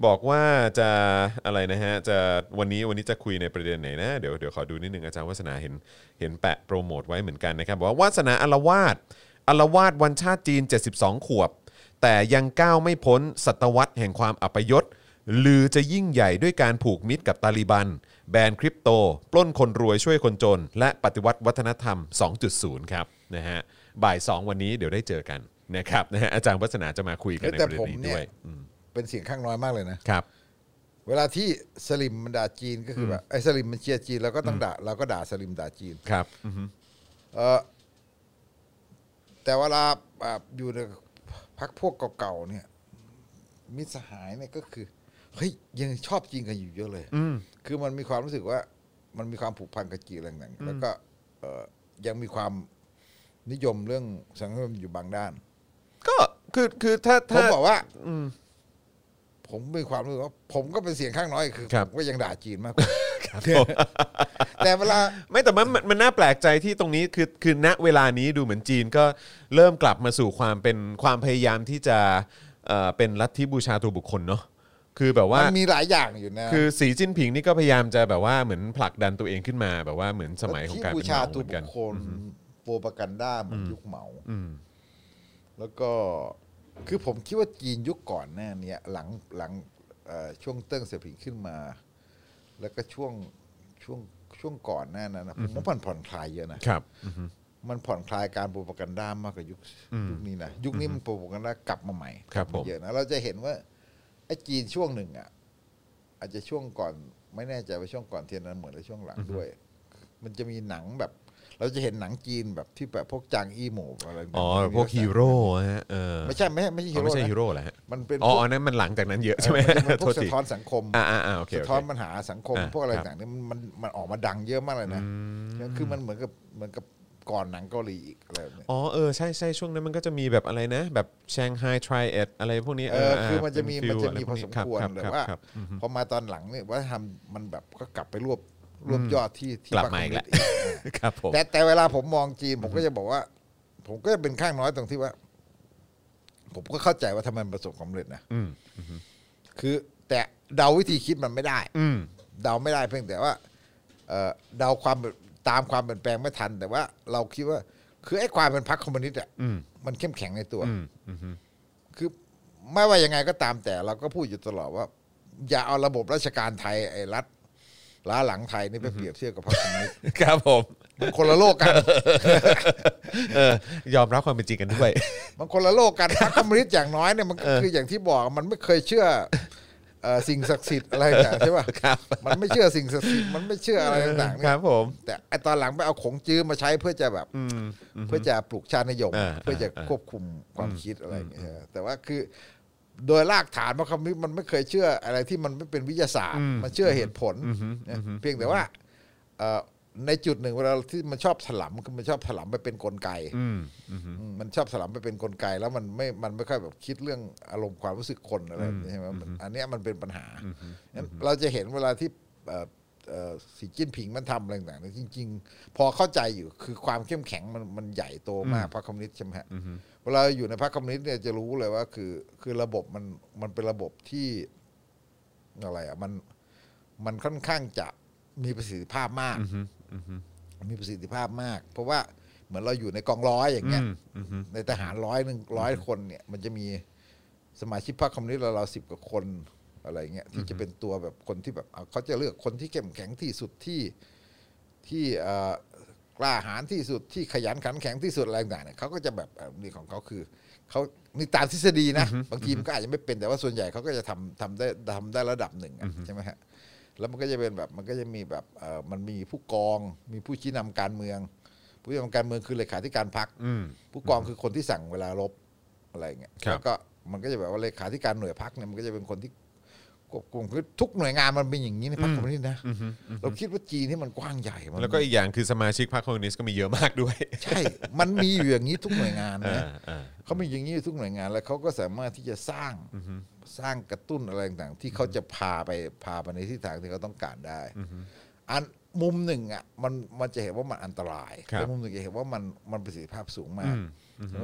บอกว่าจะอะไรนะฮะจะวันนี้วันนี้จะคุยในประเด็นไหนนะเดี๋ยวเดี๋ยวขอดูนิดนึงอาจารย์วัฒนาเห็นเห็นแปะโปรโมทไว้เหมือนกันนะครับบอกว่าวาสนาอารวาสอารวาสวันชาติจีน 72 ขวบ แต่ยังก้าวไม่พ้นศตวรรษแห่งความอัปยศ ลือจะยิ่งใหญ่ด้วยการผูกมิตรกับตาลีบัน แบนคริปโต ปล้นคนรวยช่วยคนจน และปฏิวัติวัฒนธรรม 2.0 ครับนะฮะบ่าย 2 วันนี้เดี๋ยวได้เจอกันนะครับนะฮะอาจารย์วัฒนาจะมาคุยกันใน แต่ ประเด็นนี้ ผมเนี่ย ด้วยอืม เป็นเสียงข้างน้อยมากเลยนะ ครับ เวลาที่สลิมมันด่าจีนก็คือแบบไอ้สลิมมันเชียร์จีนเราก็ต้องด่าเราก็ด่าสลิมด่าจีน ครับอือฮึ เออแต่เวลาแบบอยู่ในพักพวกเก่าๆเนี่ย มิตรสหายเนี่ยก็คือเฮ้ยยังชอบจีนกันอยู่เยอะเลย อืม คือมันมีความรู้สึกว่า มันมีความผูกพันกับจีนอะไรต่างๆแล้วก็เอ่อยังมีความนิยมเรื่องสังคมอยู่บางด้าน ก็คือคือถ้า ผม ถ้า บอกว่า ผมมีความรู้สึกว่า ผมก็เป็นเสียงข้างน้อยคือ ครับ ผมก็ยังด่าจีนมากกว่าแต่เวลา ไม่แต่มันมันมันน่าแปลกใจที่ตรงนี้คือคือณเวลานี้ดูเหมือนจีนก็เริ่มกลับมาสู่ความเป็นความพยายามที่จะเอ่อเป็นลัทธิบูชาตัวบุคคลเนาะคือแบบว่า มันมีหลายอย่างอยู่นะ คือสีจิ้นผิงนี่ก็พยายามจะแบบว่าเหมือนผลักดันตัวเองขึ้นมาแบบว่าเหมือนสมัยของการ ที่บู เป็นเห ชา มา ตั เห ว มือน บุ กัน คคลโปรปากันด้าเหมือนยุคเหมา อืม แล้วก็คือผมคิดว่าจีนยุคก่อนหน้าเนี้ยหลังหลังเอ่อช่วงเติ้งเสี่ยผิงขึ้นมา แล้วก็ช่วงช่วงช่วงก่อนหน้านั้นนะผมว่ามันผ่อนคลายเยอะนะครับ มันผ่อนคลายการโปรปากันด้ามากกว่ายุคยุคนี้นะยุคนี้มันโปรปากันด้ากลับมาใหม่ ครับผม เยอะนะเราจะเห็นว่าไอ้จีนช่วงหนึ่งอ่ะอาจจะช่วงก่อนไม่แน่ใจว่าช่วงก่อนเทียนนั้นเหมือนหรือช่วงหลังด้วย มันจะมีหนังแบบ เราจะเห็นหนังจีนแบบที่แบบพวกจางอี้หมูอะไรแบบนี้ อ๋อพวกฮีโร่ฮะเออ ไม่ใช่ไม่ใช่ไม่อ๋อไม่ใช่ฮีโร่ใช่ นะ ฮีโร่แหละฮะ มันเป็น อ๋อ พวก อันนั้นมันหลังจากนั้นเยอะใช่ไหม เออมันเป็นพ โท ว ษ ก ที สะท้อนสังคม อ่าอ่าอ่าโอเค สะ โอ ท้อน เค ปัญหาสังคม อ่า พวกอะไร ครับ ต่างๆเนี่ยมันมันมันออกมาดังเยอะมากเลยนะคือมันเหมือนกับเหมือนกับก่อนหนังเกาหลีอีกอะไรแบบเนี้ย อ๋อเออใช่ใช่ช่วงนั้นมันก็จะมีแบบอะไรนะ แบบแชงไฮทริเอทอะไรพวกนี้ เออ เ คือมันจะมี เป็ มัน ฟิล จะมี ไร พอสมควร บ แต่ บ ว่า ครับ พอมาตอนหลังเนี่ยวัฒนธรรมมันแบบก็กลับไปรวบรวบยอดที่ที่ กลับ พรรค มาอีก ค แล้ว มมิวนิสต์อีก ครับผม แต่แต่เวลาผมมองจีนผมก็จะบอกว่า ผมก็จะเป็นข้างน้อยตรงที่ว่า ผมก็เข้าใจว่าทำไมมันประสบความสำเร็จนะ อืม คือ แต่เดาวิธีคิดมันไม่ได้ อืม เดาไม่ได้เพียงแต่ว่าเอ่อเดาความตามความเปลี่ยนแปลงไม่ทัน แต่ว่าเราคิดว่า คือไอ้ความเป็นพรรคคอมมิวนิสต์อ่ะ อืม มันเข้มแข็งในตัว อืมอืม คือไม่ว่ายังไงก็ตามแต่เราก็พูดอยู่ตลอดว่า อย่าเอาระบบราชการไทยไอ้รัฐ ล้าหลังไทยนี่ไปเปรียบเทียบกับพรรคคอม มิวนิสต์ ครับผม มันคนละโลกกัน เออยอมรับความเป็นจริงกันด้วย มันคนละโลกกัน พรรคคอมมิวนิสต์อย่างน้อยเนี่ยมันก็คืออย่างที่บอกมันไม่เคยเชื่อเอ่อสิ่งศักดิ์สิทธิ์อะไรต่าง ๆใช่ป่ะ ครับ มันไม่เชื่อสิ่งศักดิ์สิทธิ์มันไม่เชื่ออะไรต่างคๆเนี่ย รับผม แต่ไอตอนหลังไปเอาของจื้อมาใช้เพื่อจะแบบ อืม เพื่อจะปลูกชาตินิยม อ่า เพื่อจะ อ่า ควบคุมความคิดอะไรอย่างเงี้ยแต่ว่าคือ โดยรากฐานมันคำนี้มันไม่เคยเชื่ออะไรที่มันไม่เป็นวิทยาศาสตร์ มันเชื่อเหตุผลนะเพียงแต่ว่าเอ่อในจุดหนึ่งเวลาที่มันชอบถลำคือมันชอบถลำไปเป็นกลไก อืม อืมมันชอบถลำไปเป็นกลไก แล้วมันไม่มันไม่ค่อยแบบคิดเรื่องอารมณ์ความรู้สึกคนอะไรแบบนี้ใช่ไหมมันอันเนี้ยมันเป็นปัญหางั้นเราจะเห็นเวลาที่เอ่อเอ่อสีจิ้นผิงมันทำอะไรต่างๆเนี่ยจริง ๆ พอเข้าใจอยู่คือความเข้มแข็งมันมันใหญ่โตมากพรรคคอมมิวนิสต์ใช่ไหมฮะ เวลาอยู่ในพรรคคอมมิวนิสต์เนี่ยจะรู้เลยว่าคือ คือระบบมันมันเป็นระบบที่อะไรอ่ะมันมันค่อนข้างจะมีประสิทธิภาพมาก มีประสิทธิภาพมาก เพราะว่าเหมือนเราอยู่ในกองร้อยอย่างเงี้ยในทหารร้อยหนึ่งร้อยคนเนี่ย มันจะมีสมาชิกพรรคคอมมิวนิสต์เราสิบกว่าคนอะไรเงี้ยที่จะเป็นตัวแบบคนที่แบบเอาเขาจะเลือกคนที่เข้มแข็งที่สุดที่ ที่เอ่อกล้าหาญที่สุดที่ขยันขันแข็งที่สุดอะไรต่างๆเนี่ยเขาก็จะแบบเอ่อนี่ของเขาคือเขานี่ตามทฤษฎีนะ บางทีมันก็อาจจะไม่เป็นแต่ว่าส่วนใหญ่เขาก็จะทำทำได้ทำได้ระดับหนึ่งอะใช่ไหมฮะแล้วมันก็จะเป็นแบบมันก็จะมีแบบเอ่อมันมีผู้กองมีผู้ชี้นำการเมือง ผู้ชี้นำการเมืองคือเลขาธิการพรรคผู้กองคือคนที่สั่งเวลารบอะไรอย่างเงี้ย ครับ แล้วก็มันก็จะแบบว่าเลขาธิการหน่วยพรรคเนี่ยมันก็จะเป็นคนที่ ควบคุมคือทุกหน่วยงานมันเป็นอย่างนี้ในพรรคคอมมิวนิสต์นะเราคิดว่าจีนนี่มันกว้างใหญ่มัน แล้วก็อีกอย่างคือสมาชิกพรรคคอมมิวนิสต์ก็มีเยอะมากด้วย ใช่ มันมีอยู่อย่างนี้ทุกหน่วยงานนะ อ่าอ่า เขามีอย่างนี้อยู่ทุกหน่วยงาน แล้วเขาก็สามารถที่จะสร้างสร้างกระตุ้นอะไรต่างๆ ที่เขาจะพาไปพาไปในทิศทางที่เขาต้องการได้อันมุมหนึ่งอ่ะมันมันจะเห็นว่ามันอันตราย ครับ แต่มุมหนึ่งจะเห็นว่ามันมันประสิทธิภาพสูงมาก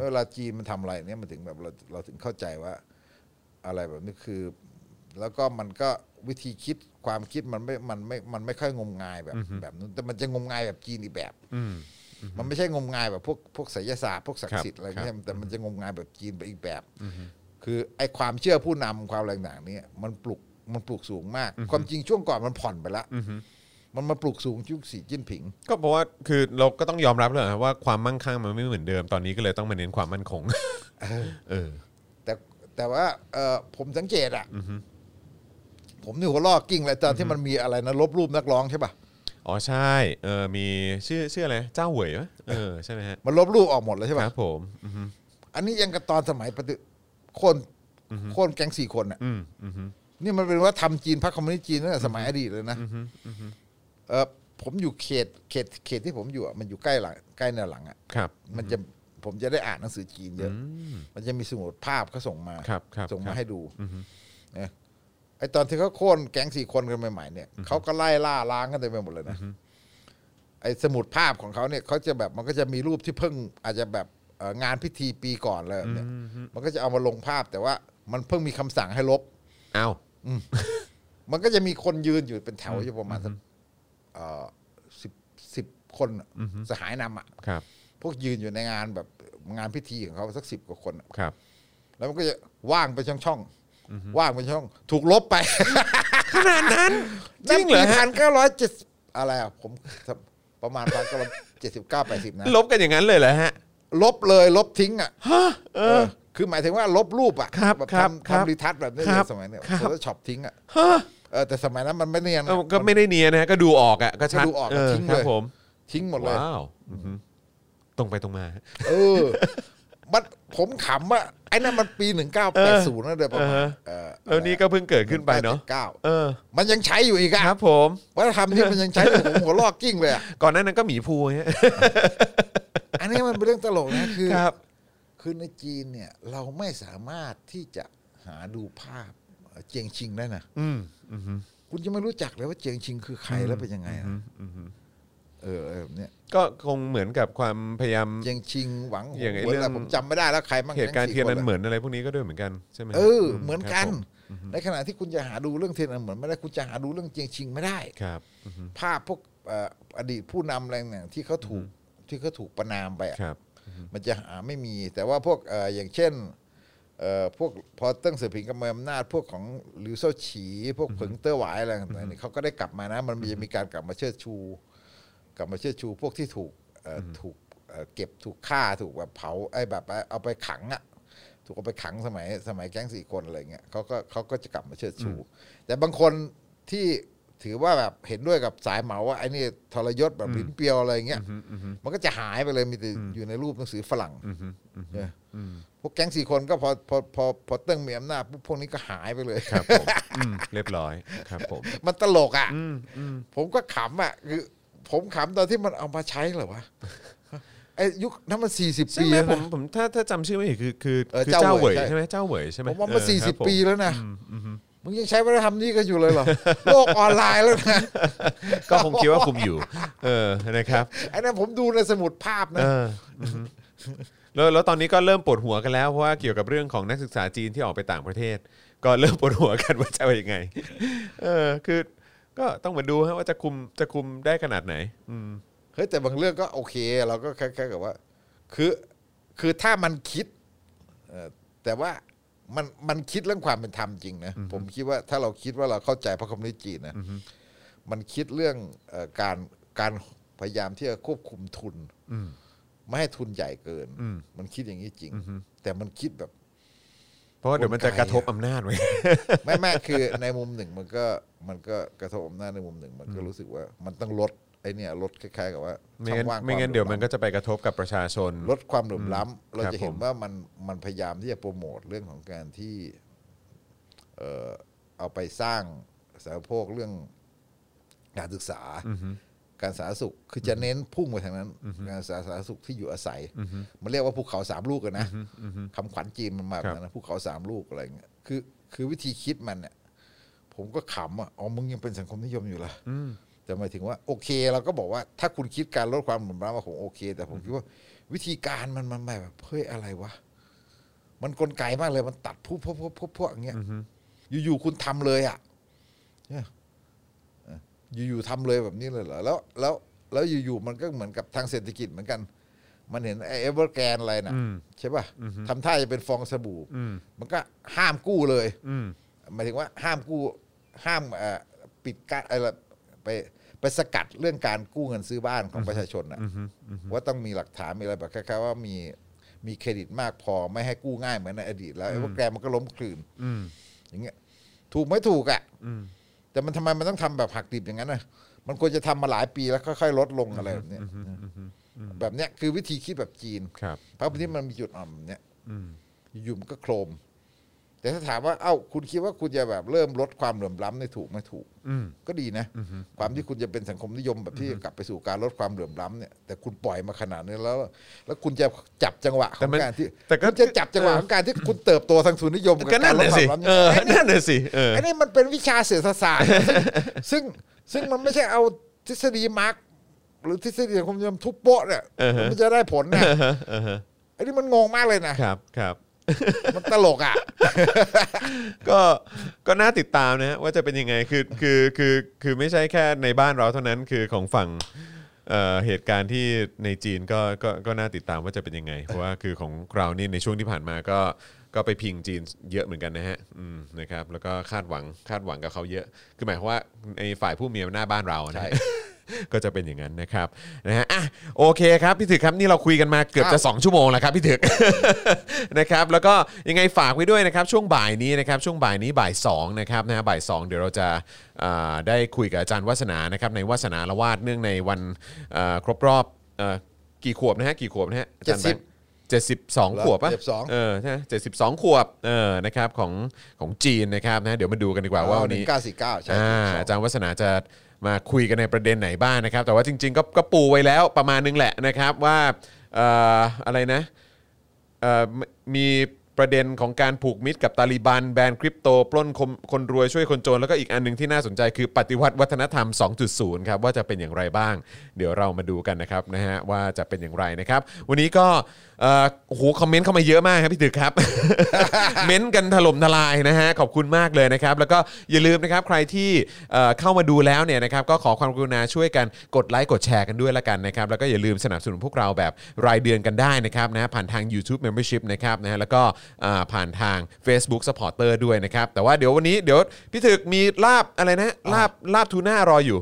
เวลาจีนมันทำอะไรเนี่ยมันถึงแบบเราเราถึงเข้าใจว่า อะไรแบบนี้คือ แล้วก็มันก็วิธีคิดความคิดมันไม่ มันไม่ มันไม่ค่อยงมงายแบบแบบนั้นแต่มันจะงมงายแบบจีนอีกแบบ มันไม่ใช่งมงายแบบพวกพวกไสยศาสตร์พวกศักดิ์สิทธิ์อะไร ครับ เงี้ยแต่มันจะงมงายแบบจีนไปอีกแบบ คือไอ้ความเชื่อผู้นำความอะไรต่างๆเนี่ยมันปลุกมันปลุกสูงมาก ความจริงช่วงก่อนมันผ่อนไปละมันมาปลุกสูงยุคสีจิ้นผิง ก็เพราะว่าคือเราก็ต้องยอมรับเลยนะว่าความมั่งคั่งมันไม่เหมือนเดิมตอนนี้ก็เลยต้องมาเน้นความมั่นคง เออ แต่แต่ว่าเอ่อผมสังเกตอ่ะผมนี่หัวลอกกิ้งเลยตอนที่มันมีอะไรนะลบรูปนักร้องใช่ป่ะ อ๋อใช่เออมีชื่อชื่ออะไรเจ้าเหวยไหมเออใช่ไหมฮะ มันลบรูปออกหมดเลยใช่ ค ป่ะ รับผมอือฮึ อันนี้ยังกับตอนสมัยปฏิโคนโคนแก๊งสี่คนอ่ะ อืมอือฮึ นี่มันเป็นว่าทำจีนพรรคคอมมิวนิสต์จีนตั้งแต่สมัยอดีตเลยนะเออผมอยู่เขตเขตเขตที่ผมอยู่อะมันอยู่ใกล้หลังใกล้แนวหลังอ่ะ ครับ มันจะผมจะได้อ่านหนังสือจีนเยอะ มันจะมีสมุดภาพเขาส่งมา ครับครับ ส่ง ครั มา บ ให้ดูนะไอตอนที่เขาโค่นแก๊งสี่คนกันใหม่ๆเนี่ยเขาก็ไล่ล่าล้างกันเต็มไปหมดเลยนะ ไอ้สมุดภาพของเขาเนี่ยเขาจะแบบมันก็จะมีรูปที่เพิ่งอาจจะแบบเอ่องานพิธีปีก่อนเลยเนี่ยมันก็จะเอามาลงภาพแต่ว่ามันเพิ่งมีคำสั่งให้ลบ เอ้า มันก็จะมีคนยืนอยู่เป็นแถวอยู่ประมาณสักเอ่อสิบสิบคนน่ะสหายนำอ่ะ ครับ พวกยืนอยู่ในงานแบบงานพิธีของเขาสักสิบกว่าคนน่ะ ครับ แล้วมันก็จะว่างไปนช่องๆว่างไปนช่อง ถูกล บไป จริงเหรอฮะ พันเก้าร้อยเจ็ดอะไรอ่ะผมประมาณพันเก้าร้อยเจ็ดสิบเก้าแปดสิบนะ ลบกันอย่างนั้นเลยเหรอฮะ ลบเลยลบทิ้งอ่ะเออ คือหมายถึงว่าลบรูปอ่ะ ครับ แบบ ครับ ทำ ครับ ทำรีทัชแบบนี้ ค เล รั ย บ สมัยเนี้ย ครับ โซลช็อปทิ้งอ่ะเออแต่สมัยนั้นมันไม่เนียน เอ้า อะ ก็ไม่ได้เนียนนะฮะก็ดูออกอ่ะก็ ก็ ชัด ดูออก เอ อะ อ ทิ้ง ค เล รับ ย ผม ทิ้งหมดเลย ว้าวอือฮึตรงไปตรงมาฮะ เออ มันผมขำอ่ะไอ้นั่นมันปีหนึ่งเก้าแปดศูนย์นะเดี๋ยวประมาณ เออ เออ แล้วนี่ก็เพิ่งเกิดขึ้นไปเนาะ เก้า เออ มันยังใช้อยู่อีกอ่ะ ครับผม วัฒนธรรม ที่มันยังใช้อยู่ผมหัวลอกกิ้งเลยอะ ก่อนหน้านั้นก็หมีภูฮะ อันนี้มันเป็นเรื่องตลกนะคือ ครับ คือในจีนเนี่ย เราไม่สามารถที่จะหาดูภาพเอ่อเจียงชิงได้นะ อืมอืม คุณยังไม่รู้จักเลยว่าเจียงชิงคือใครแล้วเป็นยังไงอะเอออะไรแบบเนี้ย ก็คงเหมือนกับความพยายาม เจียงชิงหวังห อย่างไอ้ ว เรื่อง แต่ผมจำไม่ได้แล้วใครมั่ง เหตุการณ์ ทั้ง เทียน สี่ค อันเห อะ มือนอะไรพวกนี้ก็ด้วยเหมือนกันใช่ไหมฮะ เออ ม เหมือนกัน ครับผ ในขณะที่คุณจะหาดูเรื่องเทียนอันเหมือนไม่ได้คุณจะหาดูเรื่องเจียงชิงไม่ได้ ครับอืม ภาพพวกเอ่ออดีตผู้นำอะไรเนี่ยที่เขาถูกที่เขาถูกประนามไปอะ ครับ มันจะหาไม่มี แต่ว่าพวกเอ่ออย่างเช่น เอ่อพวกพอเติ้งเสี่ยผิงกำมืออำนาจพวกของหลิวเซ่าฉีพวกเผิงเต้อหวายอะไรต่างๆเนี่ยเขาก็ได้กลับมานะ มันมีมีการกลับมาเชิดชู กลับมาเชิดชูพวกที่ถูกเอ่ออถูกเอ่อเก็บถูกฆ่าถูกแบบเผาไอ้แบบเอาไปขังอ่ะถูกเอาไปขังสมัยสมัยแก๊งสี่คนอะไรเงี้ยเขาก็เขาก็จะกลับมาเชิดชู แต่บางคนที่ถือว่าแบบเห็นด้วยกับสายเหมาว่าไอ้นี่ทรยศแบบลิ้นเปรียวอะไรเงี้ยมันก็จะหายไปเลยมีแต่อยู่ในรูปหนังสือฝรั่งเนี่ยพวกแก๊งสี่คนก็พอพอพอพอเติ้งมีอำนาจปุ๊บพวกนี้ก็หายไปเลย ครับผมอืมเรียบร้อยครับผม มันตลกอ่ะผมก็ขำอ่ะคือ ผมขำตอนที่มันเอามาใช้เหรอวะ ไอ้ยุคนั้นมันสี่สิบ ใช่ ปี ไหม แล้ว ผ นะ มผมถ้าถ้าจำชื่อไม่ผิดคือคือ เออ คือ เจ้า เจ้า เห เห ว วย ย ใช่ ใช่ไหมเจ้าเหวยใช่ไหม ผมว่า เอ มัน อ สี่ ค สิ รั บบ ผม ปีแล้วนะมึงยังใช้วัฒนธรรมนี้กันอยู่เลยเหรอ โลกออนไลน์แล้วนะ ก็คงคิดว่าคุมอยู่ เออนะครับ ไอ้นั่นผมดูในสมุดภาพนะ เอออือฮึแล้วแล้วตอนนี้ก็เริ่มปวดหัวกันแล้วเพราะว่าเกี่ยวกับเรื่องของนักศึกษาจีนที่ออกไปต่างประเทศ ก็เริ่มปวดหัวกันว่าจะเป็นยังไง เออคือ ก็ต้องมาดูฮะว่าจะคุมจะคุมได้ขนาดไหน อืม เฮ้ยแต่บางเรื่องก็โอเค เราก็แค่แค่กับว่า คือคือถ้ามันคิดเอ่อแต่ว่ามันมันคิดเรื่องความเป็นธรรมจริงนะผมคิดว่าถ้าเราคิดว่าเราเข้าใจพระคอมมิวนิสต์จีนนะมันคิดเรื่องเอ่อการการพยายามที่จะควบคุมทุนไม่ให้ทุนใหญ่เกิน มันคิดอย่างนี้จริง แต่มันคิดแบบ เพราะว่าเดี๋ยวมันจะกระทบอำนาจไว้ ไม่ไม่คือ ในมุมหนึ่งมันก็มันก็กระทบอำนาจในมุมหนึ่ง มันก็รู้สึกว่า มันต้องลดไอเนี่ยลดคล้ายๆกับว่า ไม่งั้น ช่องว่าง ไม่งั้น คา เดี๋ยวมั ล้ำ นก็จะไปกระทบกับประชาชน ลดความเหลื่อมล้ำเรา ครับ จะเห็ ผ น ม ว่ามันมันพยายามที่จะโปรโมทเรื่องของการที่เออเอาไปสร้างสารพวกเรื่องการศึกษา การสาธารณสุข คือจะเน้นพุ่งไปทางนั้น การสาธารณสุขที่อยู่อาศัย มันเรียกว่าภูเขาสามลูกกันนะคำขวัญจีนมันมาแบบนั้นนะภูเขาสามลูกอะไรเงี้ยคือคือวิธีคิดมันเนี่ยผมก็ขำอ่ะอ๋อมึงยังเป็นสังคมนิยมอยู่เหรอ แต่หมายถึงว่าโอเคเราก็บอกว่าถ้าคุณคิดการลดความเหลื่อมล้ำมาผมโอเค แต่ผมคิดว่าวิธีการมันมันแบบเฮ้ยอะไรวะ มันกลไกมากเลยมันตัดพวกพวกพวกพวกพวกอย่างเงี้ยอยู่ๆคุณทำเลยอ่ะเนี่ยเอออยู่ๆทำเลยแบบนี้เลยเหรอแล้ว แล้วแล้วอยู่ๆมันก็เหมือนกับทางเศรษฐกิจเหมือนกัน มันเห็นไอเอเวอร์แกนอะไรนะใช่ป่ะทำท่าจะเป็นฟองสบู่มันก็ห้ามกู้เลย อืม หมายถึงว่าห้ามกู้ห้ามเอ่อปิดการอะไรไปไปสกัดเรื่องการกู้เงินซื้อบ้านของประชาชนนะว่าต้องมีหลักฐานมีอะไรแบบคล้ายๆว่ามีมีเครดิตมากพอไม่ให้กู้ง่ายเหมือนในอดีตแล้วไอ้พวกแกรมมันก็ล้มคลืน อืม อย่างเงี้ย ถูกไม่ถูกอ่ะ อืม แต่มันทำไมมันต้องทำแบบหักดิบอย่างนั้นน่ะมันควรจะทำมาหลายปีแล้วค่อยๆลดลงอะไรแบบเนี้ยแบบเนี้ยคือวิธีคิดแบบจีน ครับ พระพุทธมันมีจุดอ่อนแบบเนี่ยอยู่มันก็โครม แต่ถ้าถามว่าเอ้าคุณคิดว่าคุณจะแบบเริ่มลดความเหลื่อมล้ำในถูกไม่ถูก อืม ก็ดีนะ ความที่คุณจะเป็นสังคมนิยมแบบที่กลับไปสู่การลดความเหลื่อมล้ำเนี่ยแต่คุณปล่อยมาขนาดนี้แล้ว แล้วคุณจะจับจังหวะข แต่ อง มัน การที่ แต่ก็ คุณจะจับจังหวะของการที่คุณเติบโตทางทุนนิยมกับ ก็ กา นั่ ร น ลด น่ะ ควา สิ มเหลื่อมล้ำ เออ ไอ้นี่ นั่นน่ะสิเออ ไอ้นี่มันเป็นวิชาเศรษฐศาสตร์ ซึ่งซึ่งมันไม่ใช่เอาทฤษฎีมาร์กหรือทฤษฎีสังคมนิยมทุบโป๊ะเนี่ย อือฮะ มันจะได้ผลนะ เออเออเออ ไอ้นี่มันงงมากเลยนะ ครับครับ มันตลกอ่ะ ก็ก็น่าติดตามนะฮะว่าจะเป็นยังไงคือคือคือคือไม่ใช่แค่ในบ้านเราเท่านั้นคือของฝั่งเอ่อเหตุการณ์ที่ในจีนก็ก็ก็น่าติดตามว่าจะเป็นยังไง เพราะว่าคือของเรานี่ในช่วงที่ผ่านมาก็ก็ไปพิงจีนเยอะเหมือนกันนะฮะอืมนะครับแล้วก็คาดหวังคาดหวังกับเขาเยอะ คือหมายความว่าไอ้ฝ่ายผู้มีอำนาจบ้านเรานะฮะ ก็จะเป็นอย่างนั้นนะครับนะฮะอ่ะโอเคครับพี่ถึกครับนี่เราคุยกันมาเกือบ ครับ จะ 2 ชั่วโมงแล้วครับพี่ถึก นะครับแล้วก็ยังไงฝากไว้ด้วยนะครับช่วงบ่ายนี้นะครับช่วงบ่ายนี้บ่าย2นะครับนะฮะบ่าย 2 เดี๋ยวเราจะอ่าได้คุยกับอาจารย์วัฒนานะครับในวัฒนาละวาดเนื่องในวันเอ่อครบรอบเอ่อกี่ขวบนะฮะกี่ขวบนะฮะอาจารย์แบงค์เจ็ดสิบสองขวบปะ เจ็ดสิบสอง เออใช่เจ็ดสิบสองขวบเออนะครับของของจีนนะครับนะเดี๋ยวมาดูกันดีกว่าว่าวัน หนึ่ นี้ งเก้าสี่เก้าใช่ อ่า ใช่ อาจารย์วัฒนาจะมาคุยกันในประเด็นไหนบ้างนะครับ แต่ว่าจริง ๆ ก็ก็ปูไว้แล้วประมาณนึงแหละนะครับว่าเอ่ออะไรนะเอ่อมมีประเด็นของการผูกมิตรกับตาลิบัน แบนคริปโต ปล้นคนคนรวยช่วยคนจน แล้วก็อีกอันหนึงที่น่าสนใจคือปฏิวัติวัฒนธรรม 2.0 ครับว่าจะเป็นอย่างไรบ้าง เดี๋ยวเรามาดูกันนะครับนะฮะว่าจะเป็นอย่างไรนะครับ วันนี้ก็เอ่อโอ้โหคอมเมนต์เข้ามาเยอะมากครับพี่ตึกครับ เม้นต์กันถล่มทลายนะฮะขอบคุณมากเลยนะครับ แล้วก็อย่าลืมนะครับใครที่เอ่อเข้ามาดูแล้วเนี่ยนะครับก็ขอความกรุณาช่วยกันกดไลค์กดแชร์กันด้วยละกันนะครับ แล้วก็อย่าลืมสนับสนุนพวกเราแบบรายเดือนกันได้นะครับนะผ่านทาง YouTube Membership นะครับนะฮะแล้วก็ อ่าผ่านทาง Facebook Supporter ด้วยนะครับ แต่ว่าเดี๋ยววันนี้เดี๋ยวพี่ถึกมีลาบอะไรนะลาบลาบทูน่ารออยู่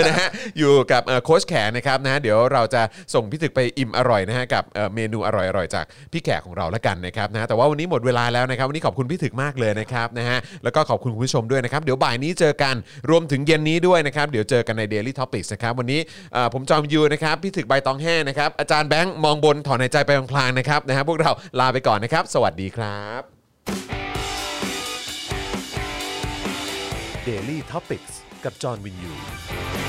นะฮะอยู่กับเอ่อโค้ชแขกนะครับนะเดี๋ยวเราจะส่งพี่ถึกไปอิ่มอร่อยนะฮะกับเอ่อเมนูอร่อยๆจากพี่แขกของเราละกันนะครับนะแต่ว่าวันนี้หมดเวลาแล้วนะครับวันนี้ขอบคุณพี่ถึกมากเลยนะครับนะฮะแล้วก็ขอบคุณคุณผู้ชมด้วยนะครับเดี๋ยวบ่ายนี้เจอกันรวมถึงเย็นนี้ด้วยนะครับเดี๋ยวเจอกันใน Daily Topics นะครับวันนี้เอ่อผมจอมยูนะครับพี่ถึกใบตองแห้นะครับอาจารย์แบงค์มองบนถอนหายใจไปพลางๆนะครับนะฮะพวกเราลาไปก่อนนะครับ สวัสดีครับ Daily t o p i c กกับจอห์นวินยู